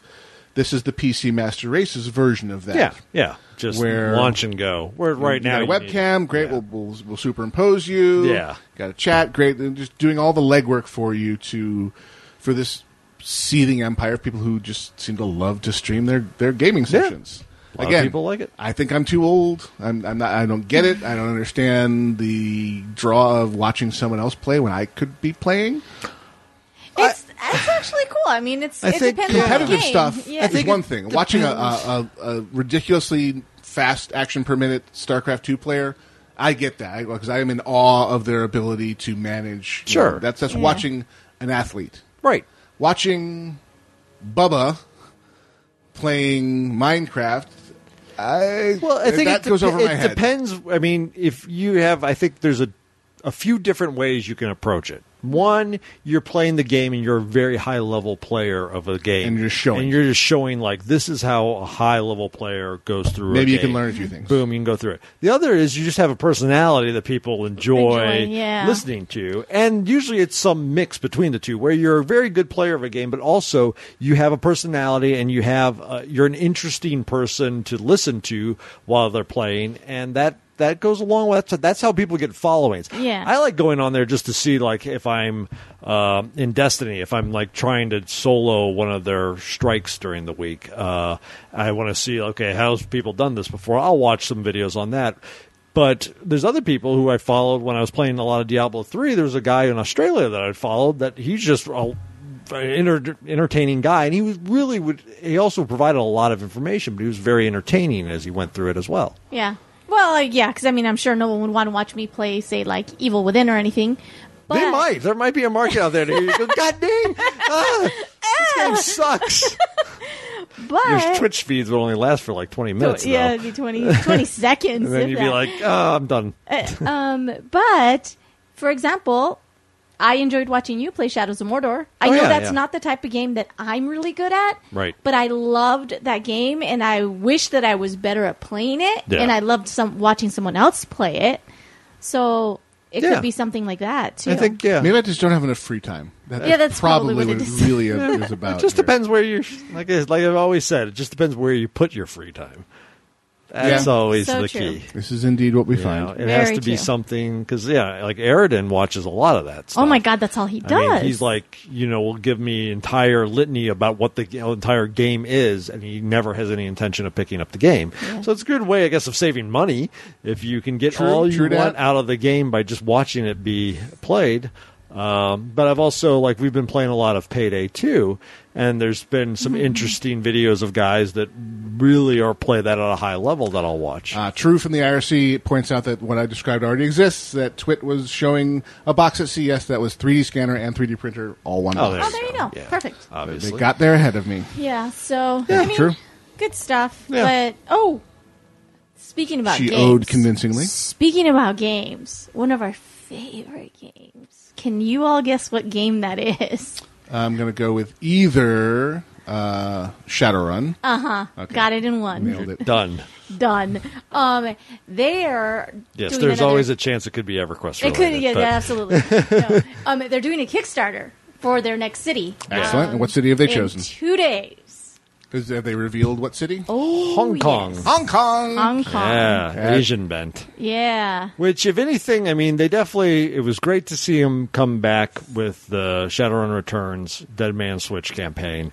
[SPEAKER 1] This is the PC Master Races version of that.
[SPEAKER 3] Mm-hmm. Yeah, yeah. Just
[SPEAKER 1] Where-
[SPEAKER 3] launch and go. We're right
[SPEAKER 1] You
[SPEAKER 3] now.
[SPEAKER 1] got a
[SPEAKER 3] you need-
[SPEAKER 1] webcam, great.
[SPEAKER 3] yeah.
[SPEAKER 1] We'll, we'll we'll superimpose you.
[SPEAKER 3] Yeah.
[SPEAKER 1] got a chat, great. They're just doing all the legwork for you to for this seething empire of people who just seem to love to stream their their gaming sessions.
[SPEAKER 3] A lot of people like it.
[SPEAKER 1] I think I'm too old. I'm, I'm not. I don't get it. I don't understand the draw of watching someone else play when I could be playing.
[SPEAKER 4] It's that's actually cool. I mean, it's
[SPEAKER 3] I
[SPEAKER 4] it
[SPEAKER 3] think
[SPEAKER 4] depends on the
[SPEAKER 1] competitive
[SPEAKER 4] game.
[SPEAKER 1] stuff
[SPEAKER 4] Yeah.
[SPEAKER 1] is one thing. Watching a, a, a, a ridiculously fast action per minute StarCraft two player, I get that because I am in awe of their ability to manage. you know,
[SPEAKER 3] Sure.
[SPEAKER 1] that's that's watching an athlete.
[SPEAKER 3] Right.
[SPEAKER 1] Watching Bubba playing Minecraft. I
[SPEAKER 3] Well, I think
[SPEAKER 1] that
[SPEAKER 3] it,
[SPEAKER 1] goes
[SPEAKER 3] dep-
[SPEAKER 1] over my
[SPEAKER 3] it
[SPEAKER 1] head.
[SPEAKER 3] depends. I mean, if you have, I think there's a a few different ways you can approach it. One, you're playing the game and you're a very high level player of a game,
[SPEAKER 1] And you're showing.
[SPEAKER 3] and you're just showing like this is how a high level player goes through. a
[SPEAKER 1] Maybe you can
[SPEAKER 3] game.
[SPEAKER 1] learn a few things.
[SPEAKER 3] Boom, you can go through it. The other is you just have a personality that people enjoy,
[SPEAKER 4] Enjoy, yeah.
[SPEAKER 3] listening to, and usually it's some mix between the two, where you're a very good player of a game, but also you have a personality and you have uh, you're an interesting person to listen to while they're playing, and that. That goes along with that's, that's how people get followings.
[SPEAKER 4] Yeah.
[SPEAKER 3] I like going on there just to see like if I'm um in Destiny, if I'm like trying to solo one of their strikes during the week. Uh, I want to see okay how's people done this before. I'll watch some videos on that. But there's other people who I followed when I was playing a lot of Diablo three. There was a guy in Australia that I followed that he's just a enter- entertaining guy, and he was really would. He also provided a lot of information, but he was very entertaining as he went through it as well.
[SPEAKER 4] Yeah. Well, like, yeah, because I mean, I'm sure no one would want to watch me play, say, like Evil Within or anything. But
[SPEAKER 3] They might. There might be a market out there. to hear you go, God dang! Ah, this
[SPEAKER 4] [LAUGHS]
[SPEAKER 3] game sucks. Your
[SPEAKER 4] but
[SPEAKER 3] Twitch feeds would only last for like 20 minutes.
[SPEAKER 4] yeah,
[SPEAKER 3] though.
[SPEAKER 4] it'd be 20,
[SPEAKER 3] [LAUGHS]
[SPEAKER 4] 20 seconds.
[SPEAKER 3] And then
[SPEAKER 4] if
[SPEAKER 3] you'd be
[SPEAKER 4] that.
[SPEAKER 3] like, oh, I'm done.
[SPEAKER 4] Uh, um, but for example, I enjoyed watching you play Shadows of Mordor. I
[SPEAKER 3] Oh,
[SPEAKER 4] know
[SPEAKER 3] yeah,
[SPEAKER 4] that's
[SPEAKER 3] yeah.
[SPEAKER 4] not the type of game that I'm really good at,
[SPEAKER 3] Right.
[SPEAKER 4] But I loved that game, and I wish that I was better at playing it.
[SPEAKER 3] Yeah.
[SPEAKER 4] And I loved some watching someone else play it. So it
[SPEAKER 3] Yeah.
[SPEAKER 4] could be something like that too.
[SPEAKER 3] I think, yeah.
[SPEAKER 1] Maybe I just don't have enough free time. That,
[SPEAKER 4] Yeah, that's probably what it
[SPEAKER 1] what
[SPEAKER 4] is.
[SPEAKER 1] it really is about.
[SPEAKER 3] it just
[SPEAKER 1] here.
[SPEAKER 3] depends where you're, like, I- like I've always said, it just depends where you put your free time. That's
[SPEAKER 1] Yeah.
[SPEAKER 3] always
[SPEAKER 4] So
[SPEAKER 3] the
[SPEAKER 4] true.
[SPEAKER 3] key.
[SPEAKER 1] This is indeed what we
[SPEAKER 3] You
[SPEAKER 1] find.
[SPEAKER 3] know, it has
[SPEAKER 4] Very
[SPEAKER 3] to be
[SPEAKER 4] true.
[SPEAKER 3] something, because, yeah, like Eridan watches a lot of that stuff.
[SPEAKER 4] Oh my god, that's all he does.
[SPEAKER 3] I mean, he's like, you know, will give me entire litany about what the g- entire game is, and he never has any intention of picking up the game. So it's a good way, I guess, of saving money if you can get
[SPEAKER 1] True,
[SPEAKER 3] all you
[SPEAKER 1] true that.
[SPEAKER 3] want out of the game by just watching it be played. Um, but I've also like we've been playing a lot of Payday 2, and there's been some
[SPEAKER 1] Mm-hmm.
[SPEAKER 3] interesting videos of guys that really are play that at a high level that I'll watch.
[SPEAKER 1] Uh, True from the IRC points out that what I described already exists. That Twit was showing a box at CES that was 3D scanner and 3D printer all one
[SPEAKER 3] Oh,
[SPEAKER 1] box.
[SPEAKER 4] oh, there you go.
[SPEAKER 3] Yeah. Uh,
[SPEAKER 4] Perfect.
[SPEAKER 1] They
[SPEAKER 3] obviously,
[SPEAKER 1] got there ahead of me.
[SPEAKER 4] Yeah. So I mean,
[SPEAKER 1] True.
[SPEAKER 4] good stuff.
[SPEAKER 3] Yeah.
[SPEAKER 4] But oh, speaking about
[SPEAKER 1] She
[SPEAKER 4] games,
[SPEAKER 1] owed convincingly.
[SPEAKER 4] Speaking about games, one of our favorite games. Can you all guess what game that is?
[SPEAKER 1] I'm going to go with either uh, Shadowrun.
[SPEAKER 4] Uh huh. Got it in one.
[SPEAKER 1] Nailed it.
[SPEAKER 3] done.
[SPEAKER 4] Done. Um, they are.
[SPEAKER 3] Yes,
[SPEAKER 4] doing
[SPEAKER 3] there's
[SPEAKER 4] another-
[SPEAKER 3] always a chance it could be EverQuest.
[SPEAKER 4] It could.
[SPEAKER 3] related,
[SPEAKER 4] Yeah,
[SPEAKER 3] but-
[SPEAKER 4] yeah
[SPEAKER 3] [LAUGHS]
[SPEAKER 4] absolutely. No. Um, they're doing a Kickstarter for their next city.
[SPEAKER 1] Excellent.
[SPEAKER 4] Um,
[SPEAKER 1] and what city have they
[SPEAKER 4] in
[SPEAKER 1] chosen?
[SPEAKER 4] two days.
[SPEAKER 1] Is, have they revealed what city?
[SPEAKER 4] Oh,
[SPEAKER 3] Hong
[SPEAKER 4] yes.
[SPEAKER 3] Kong.
[SPEAKER 1] Hong Kong.
[SPEAKER 4] Hong Kong.
[SPEAKER 3] Yeah,
[SPEAKER 1] Yeah.
[SPEAKER 3] Asian bent.
[SPEAKER 4] yeah.
[SPEAKER 3] Which, if anything, I mean, they definitely. It was great to see him come back with the Shadowrun Returns, Dead Man Switch campaign.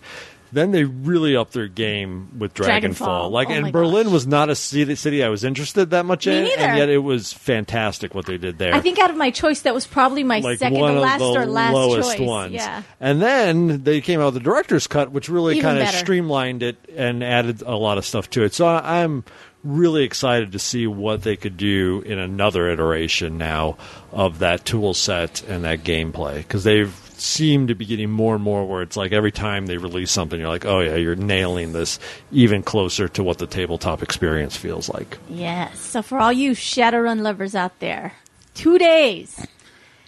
[SPEAKER 3] Then they really upped their game with Dragonfall.
[SPEAKER 4] Dragonfall.
[SPEAKER 3] Like,
[SPEAKER 4] Oh my
[SPEAKER 3] and Berlin
[SPEAKER 4] gosh.
[SPEAKER 3] was not a city, city I was interested that much
[SPEAKER 4] Me
[SPEAKER 3] in,
[SPEAKER 4] neither.
[SPEAKER 3] and yet it was fantastic what they did there.
[SPEAKER 4] I think out of my choice, that was probably my
[SPEAKER 3] like
[SPEAKER 4] second,
[SPEAKER 3] one
[SPEAKER 4] to
[SPEAKER 3] of
[SPEAKER 4] last
[SPEAKER 3] the
[SPEAKER 4] or last
[SPEAKER 3] lowest
[SPEAKER 4] choice.
[SPEAKER 3] ones.
[SPEAKER 4] Yeah.
[SPEAKER 3] And then they came out with the director's cut, which really
[SPEAKER 4] Even
[SPEAKER 3] kind of
[SPEAKER 4] better.
[SPEAKER 3] streamlined it and added a lot of stuff to it. So I, I'm really excited to see what they could do in another iteration now of that tool set and that gameplay because they've seem to be getting more and more where it's like every time they release something you're like oh yeah you're nailing this even closer to what the tabletop experience feels like
[SPEAKER 4] Yes. So for all you Shadowrun lovers out there, two days.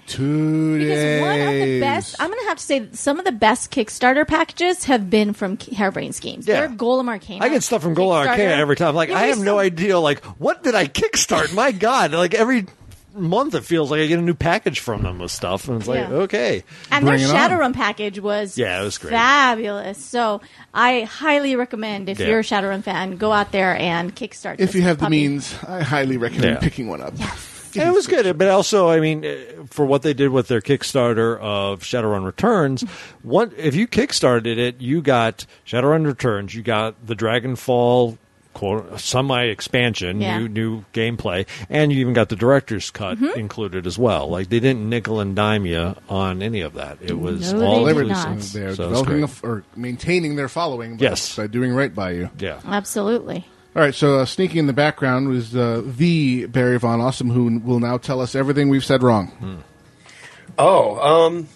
[SPEAKER 1] Two days.
[SPEAKER 4] Because one of the best, I'm going to have to say, some of the best Kickstarter packages have been from K- Harebrained Schemes.
[SPEAKER 3] Yeah.
[SPEAKER 4] They're Golem Arcana.
[SPEAKER 3] I get stuff from Gola
[SPEAKER 4] Kickstarter.
[SPEAKER 3] Arcana every time. Like
[SPEAKER 4] Yeah,
[SPEAKER 3] I
[SPEAKER 4] there's
[SPEAKER 3] have no
[SPEAKER 4] some-
[SPEAKER 3] idea. Like what did I kickstart? My God! Like every month it feels like I get a new package from them with stuff, and it's like
[SPEAKER 4] Yeah.
[SPEAKER 3] okay,
[SPEAKER 4] And their
[SPEAKER 1] Bring it on.
[SPEAKER 4] Shadowrun package was
[SPEAKER 3] Yeah, it was great.
[SPEAKER 4] fabulous. So I highly recommend if
[SPEAKER 3] Yeah.
[SPEAKER 4] you're a Shadowrun fan, go out there and kickstart.
[SPEAKER 1] If
[SPEAKER 4] this
[SPEAKER 1] you have the
[SPEAKER 4] puppy.
[SPEAKER 1] means, I highly recommend
[SPEAKER 3] Yeah.
[SPEAKER 1] picking one up.
[SPEAKER 3] And it was good, but also, I mean, uh, for what they did with their Kickstarter of Shadowrun Returns, one if you kickstarted it, you got Shadowrun Returns, you got the Dragonfall quote semi expansion,
[SPEAKER 4] Yeah.
[SPEAKER 3] new
[SPEAKER 4] Mm-hmm.
[SPEAKER 3] new gameplay, and you even got the director's cut included as well. Like they didn't nickel and dime you on any of that. It was
[SPEAKER 4] No, they
[SPEAKER 3] all
[SPEAKER 4] did
[SPEAKER 1] Delivered,
[SPEAKER 3] inclusive.
[SPEAKER 4] not.
[SPEAKER 1] so They're
[SPEAKER 3] So it's
[SPEAKER 1] developing a
[SPEAKER 3] great.
[SPEAKER 1] f or maintaining their following by,
[SPEAKER 3] Yes.
[SPEAKER 1] by doing right by you.
[SPEAKER 3] Yeah.
[SPEAKER 4] Absolutely.
[SPEAKER 1] All right, so uh, sneaking in the background was uh, the Barry Von Awesome, who will now tell us everything we've said wrong.
[SPEAKER 9] Oh, um,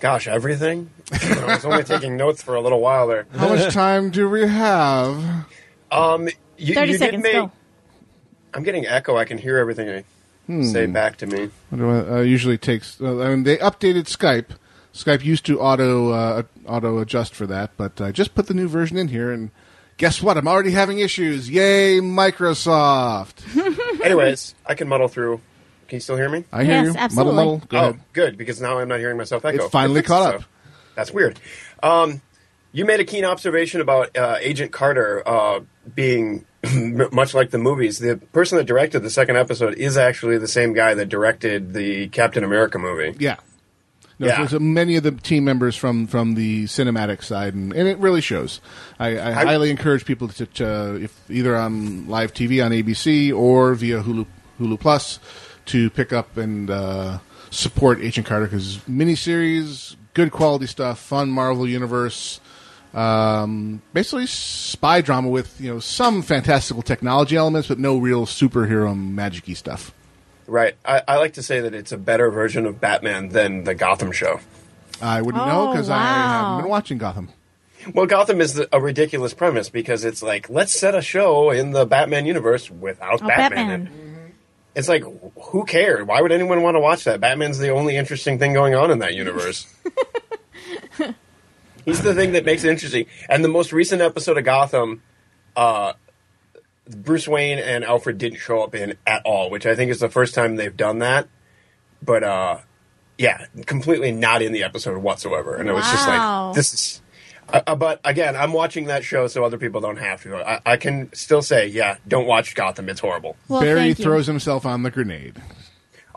[SPEAKER 9] gosh, everything. I
[SPEAKER 4] [LAUGHS]
[SPEAKER 9] was only taking notes for a little while there.
[SPEAKER 1] How [LAUGHS] much time do we have?
[SPEAKER 9] Um, you,
[SPEAKER 4] 30
[SPEAKER 9] you did
[SPEAKER 4] seconds,
[SPEAKER 9] make-
[SPEAKER 4] go.
[SPEAKER 9] I'm getting echo. I can hear everything you say back to me.
[SPEAKER 1] What do I, uh, usually takes. Uh, I mean, they updated Skype. Skype used to auto uh, auto adjust for that, but I just put the new version in here, and guess what? I'm already having issues. Yay,
[SPEAKER 4] [LAUGHS]
[SPEAKER 1] Microsoft!
[SPEAKER 9] Anyways, I can muddle through. Can you still hear me?
[SPEAKER 1] I hear you.
[SPEAKER 4] Yes, absolutely.
[SPEAKER 1] Muddle, muddle. Go
[SPEAKER 9] oh,
[SPEAKER 1] ahead.
[SPEAKER 9] good, because now I'm not hearing myself echo.
[SPEAKER 1] It's finally
[SPEAKER 9] It fixed
[SPEAKER 1] caught
[SPEAKER 9] itself.
[SPEAKER 1] up.
[SPEAKER 9] That's weird. Um, you made a keen observation about uh, Agent Carter uh, being [LAUGHS] m- much like the movies. The person that directed the second episode is actually the same guy that directed the Captain America movie.
[SPEAKER 1] Yeah. No,
[SPEAKER 9] Yeah.
[SPEAKER 1] so- so many of the team members from, from the cinematic side, and, and it really shows. I, I, highly encourage people to, to uh, if either on live TV on ABC or via Hulu Hulu Plus, to pick up and uh, support Agent Carter because miniseries, good quality stuff, fun Marvel universe. Um, basically, spy drama with you know some fantastical technology elements, but no real superhero magic-y stuff.
[SPEAKER 9] Right. I, I like to say that it's a better version of Batman than the Gotham show.
[SPEAKER 1] I wouldn't know because I haven't been watching Gotham.
[SPEAKER 9] Well, Gotham is the, a ridiculous premise because it's like let's set a show in the Batman universe without
[SPEAKER 4] Oh,
[SPEAKER 9] Batman.
[SPEAKER 4] Batman.
[SPEAKER 9] in it. It's like who cares? Why would anyone want to watch that? Batman's the only interesting thing going on in
[SPEAKER 4] [LAUGHS]
[SPEAKER 9] that universe. He's the thing that makes it interesting. And the most recent episode of Gotham, uh, Bruce Wayne and Alfred didn't show up in at all, which I think is the first time they've done that. But uh, yeah, completely not in the episode whatsoever. And it was just
[SPEAKER 4] Wow.
[SPEAKER 9] like this is. Uh, uh, but again, I'm watching that show so other people don't have to. I, I can still say, yeah, don't watch Gotham. It's horrible.
[SPEAKER 1] Barry throws himself on the grenade.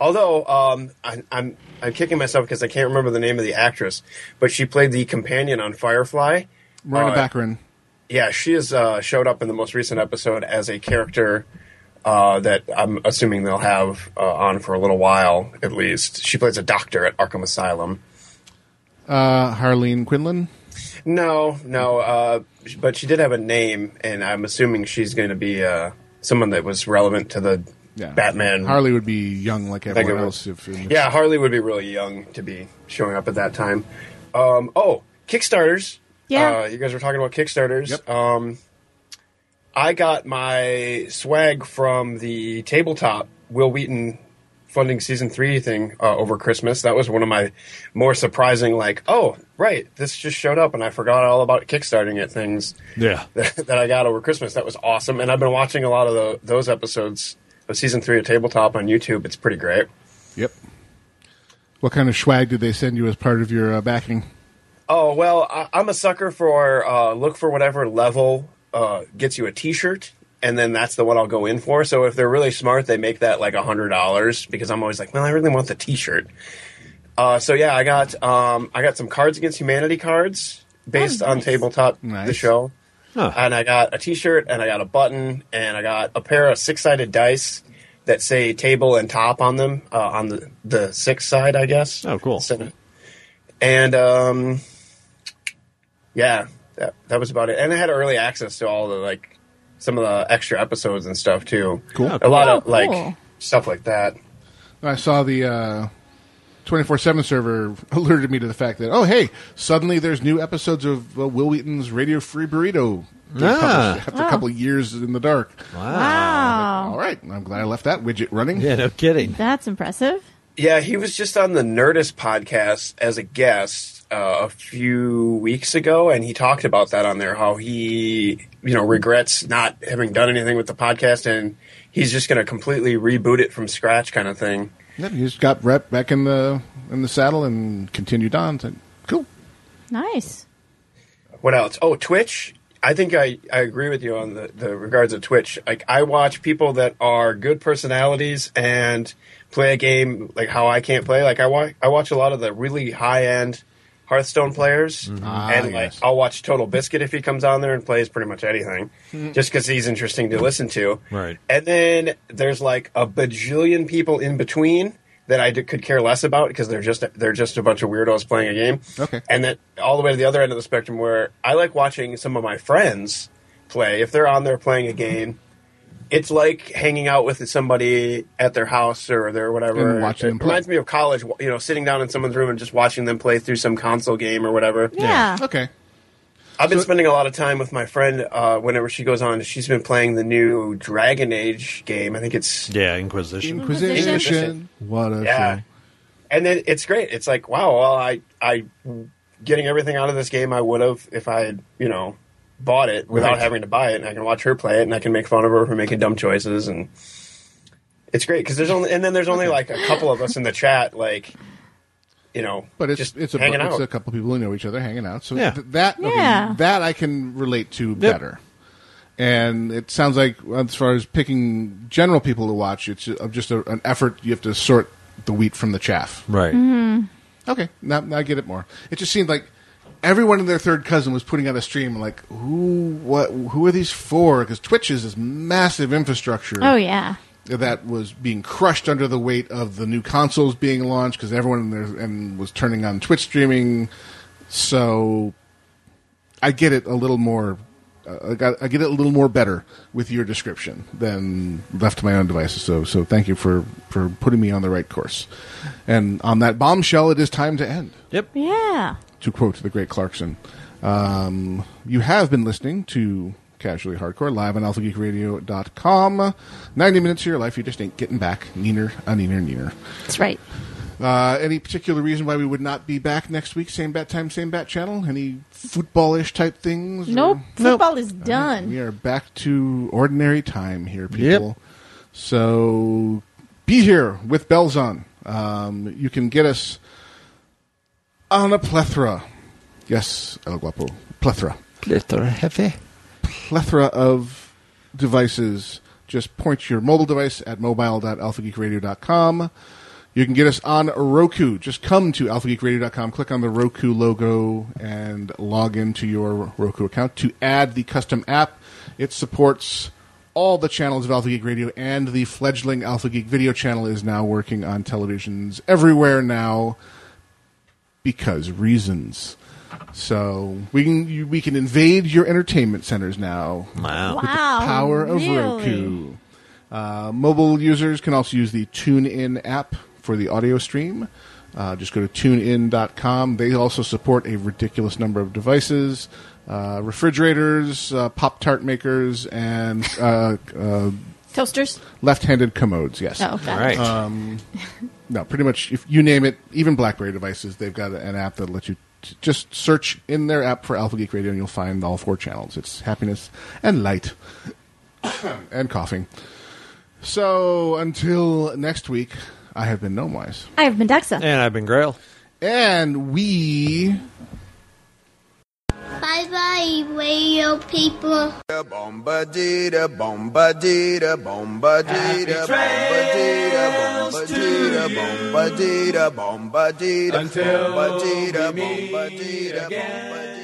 [SPEAKER 9] Although um, I, I'm I'm kicking myself because I can't remember the name of the actress, but she played the companion on Firefly.
[SPEAKER 1] Rhonda
[SPEAKER 9] Uh,
[SPEAKER 1] Baccarin.
[SPEAKER 9] Yeah, she has uh, showed up in the most recent episode as a character uh, that I'm assuming they'll have uh, on for a little while at least. She plays a doctor at Arkham Asylum.
[SPEAKER 1] Uh, Harleen Quinlan.
[SPEAKER 3] Mm-hmm.
[SPEAKER 9] No, no, uh, but she did have a name, and I'm assuming she's going to be uh, someone that was relevant to the
[SPEAKER 1] Yeah.
[SPEAKER 9] Batman.
[SPEAKER 1] Harley would be young like
[SPEAKER 9] I think it
[SPEAKER 1] everyone
[SPEAKER 9] would-
[SPEAKER 1] else. If,
[SPEAKER 9] Yeah, Harley would be really young to be showing up at that time. Um, oh, Kickstarters.
[SPEAKER 4] Yeah.
[SPEAKER 9] Uh, you guys were talking about Kickstarters.
[SPEAKER 1] Yep.
[SPEAKER 9] Um, I got my swag from the tabletop Will Wheaton funding season three thing uh, over Christmas. That was one of my more surprising, like, oh, right, this just showed up and I forgot all about Kickstarting it things [LAUGHS]
[SPEAKER 3] Yeah.
[SPEAKER 9] that, that I got over Christmas. That was awesome. And I've been watching a lot of tho- those episodes of season three of Tabletop on YouTube. It's pretty great.
[SPEAKER 1] Yep. What kind of swag did they send you as part of your uh, backing?
[SPEAKER 9] Oh well, I, I'm a sucker for uh, look for whatever level uh, gets you a T-shirt, and then that's the one I'll go in for. So if they're really smart, they make that like a hundred dollars because I'm always like, well, I really want the T-shirt. Uh, so yeah, I got um, I got some Cards Against Humanity cards based on tabletop the
[SPEAKER 1] Nice.
[SPEAKER 9] show,
[SPEAKER 3] Huh.
[SPEAKER 9] and I got a T-shirt and I got a button and I got a pair of six sided dice that say table and top on them uh, on the the sixth side, I guess.
[SPEAKER 3] Oh, cool.
[SPEAKER 9] So- and um, yeah, that, that was about it. And I had early access to all the like some of the extra episodes and stuff too.
[SPEAKER 1] Cool.
[SPEAKER 9] A lot of
[SPEAKER 4] Oh, cool.
[SPEAKER 9] like stuff like that.
[SPEAKER 1] I saw the twenty four seven server [LAUGHS] alerted me to the fact that oh hey suddenly there's new episodes of uh, Will Wheaton's Radio Free Burrito being
[SPEAKER 3] Ah.
[SPEAKER 1] published after
[SPEAKER 4] Wow.
[SPEAKER 1] a couple of years in the dark.
[SPEAKER 4] Wow.
[SPEAKER 1] All right, I'm glad I left that widget running.
[SPEAKER 3] Yeah, no kidding.
[SPEAKER 4] That's impressive.
[SPEAKER 9] Yeah, he was just on the Nerdist podcast as a guest uh, a few weeks ago, and he talked about that on there. How he, you know, regrets not having done anything with the podcast, and he's just going to completely reboot it from scratch, kind of thing.
[SPEAKER 1] Yep, he just got right back in the in the saddle and continued on. So, cool.
[SPEAKER 4] Nice.
[SPEAKER 9] What else? Oh, Twitch. I think I, I agree with you on the, the regards of Twitch. Like I watch people that are good personalities and play a game like how I can't play. Like I watch I watch a lot of the really high end Hearthstone players,
[SPEAKER 1] Ah,
[SPEAKER 9] and like
[SPEAKER 1] yes.
[SPEAKER 9] I'll watch Total Biscuit if he comes on there and plays pretty much anything, just because he's interesting to listen to.
[SPEAKER 3] Right.
[SPEAKER 9] And then there's like a bajillion people in between that I d- could care less about because they're just they're just a bunch of weirdos playing a game.
[SPEAKER 1] Okay.
[SPEAKER 9] And then all the way to the other end of the spectrum where I like watching some of my friends play. If they're on there playing a game, it's like hanging out with somebody at their house or their whatever.
[SPEAKER 1] And watching
[SPEAKER 9] it
[SPEAKER 1] them play.
[SPEAKER 9] reminds me of college, you know, sitting down in someone's room and just watching them play through some console game or whatever.
[SPEAKER 4] Yeah.
[SPEAKER 1] Okay.
[SPEAKER 9] I've been spending a lot of time with my friend uh, whenever she goes on. She's been playing the new Dragon Age game. I think it's
[SPEAKER 3] Yeah, Inquisition.
[SPEAKER 1] Inquisition.
[SPEAKER 9] Inquisition.
[SPEAKER 1] What a
[SPEAKER 9] Yeah.
[SPEAKER 1] show.
[SPEAKER 9] and then it's great. It's like wow, well, I I getting everything out of this game I would have if I had you know bought it without
[SPEAKER 3] Right.
[SPEAKER 9] having to buy it, and I can watch her play it, and I can make fun of her for making dumb choices, and it's great because there's only and then there's only like a couple of us in the chat, like you know,
[SPEAKER 1] But it's
[SPEAKER 9] just
[SPEAKER 1] it's a
[SPEAKER 9] hanging
[SPEAKER 1] it's
[SPEAKER 9] out.
[SPEAKER 1] a couple people who know each other hanging out. So
[SPEAKER 3] Yeah.
[SPEAKER 1] th- that okay,
[SPEAKER 4] Yeah.
[SPEAKER 1] that I can relate to better. And it sounds like as far as picking general people to watch, it's uh, just a, an effort. You have to sort the wheat from the chaff.
[SPEAKER 3] Right.
[SPEAKER 1] Okay, now, now I get it more. It just seemed like everyone and their third cousin was putting out a stream. and Like who what who are these for? Because Twitch is this massive infrastructure
[SPEAKER 4] Oh yeah.
[SPEAKER 1] that was being crushed under the weight of the new consoles being launched because everyone in there and was turning on Twitch streaming. So I get it a little more. Uh, I, got, I get it a little more better with your description than left to my own devices. So, so thank you for for putting me on the right course. And on that bombshell, it is time to end.
[SPEAKER 3] Yep.
[SPEAKER 4] Yeah.
[SPEAKER 1] To quote the great Clarkson, um, you have been listening to Casually Hardcore live on alphageekradio.com. 90 minutes of your life you just ain't getting back. Neener, a neener, neener.
[SPEAKER 4] That's right.
[SPEAKER 1] Uh, any particular reason why we would not be back next week? Same bat time, same bat channel? Any footballish type things? or-
[SPEAKER 4] Nope. Football is done.
[SPEAKER 1] We are back to ordinary time here, people. So be here with bells on. Um, you can get us on a plethora. Yes, El Guapo. Plethora.
[SPEAKER 2] Plethora heavy.
[SPEAKER 1] Plethora of devices. Just point your mobile device at mobile.alphageekradio.com. You can get us on Roku. Just come to alphageekradio.com, click on the Roku logo, and log into your Roku account to add the custom app. It supports all the channels of Alpha Geek Radio, and the fledgling Alpha Geek video channel is now working on televisions everywhere now because reasons. So we can you, we can invade your entertainment centers now.
[SPEAKER 3] Wow!
[SPEAKER 1] With the
[SPEAKER 4] Wow,
[SPEAKER 1] power of
[SPEAKER 4] really?
[SPEAKER 1] Roku. Uh, mobile users can also use the TuneIn app for the audio stream. Uh, just go to tunein.com. They also support a ridiculous number of devices, uh, refrigerators, uh, Pop Tart makers, and uh, uh,
[SPEAKER 4] Toasters.
[SPEAKER 1] left-handed commodes. Yes.
[SPEAKER 4] Oh, got
[SPEAKER 3] All right.
[SPEAKER 1] No, pretty much if you name it, even BlackBerry devices, they've got an app that lets you t- just search in their app for Alpha Geek Radio, and you'll find all four channels. It's happiness and light [COUGHS] and coughing. So until next week, I have been Gnomewise,
[SPEAKER 4] I have been Dexa.
[SPEAKER 3] and I've been Grail.
[SPEAKER 1] and we.
[SPEAKER 10] Bye bye, radio people.
[SPEAKER 11] Bombadita, bombadita, bombadita, bombadita, bombadita, bombadita, bombadita, bombadita, bombadita, bombadita.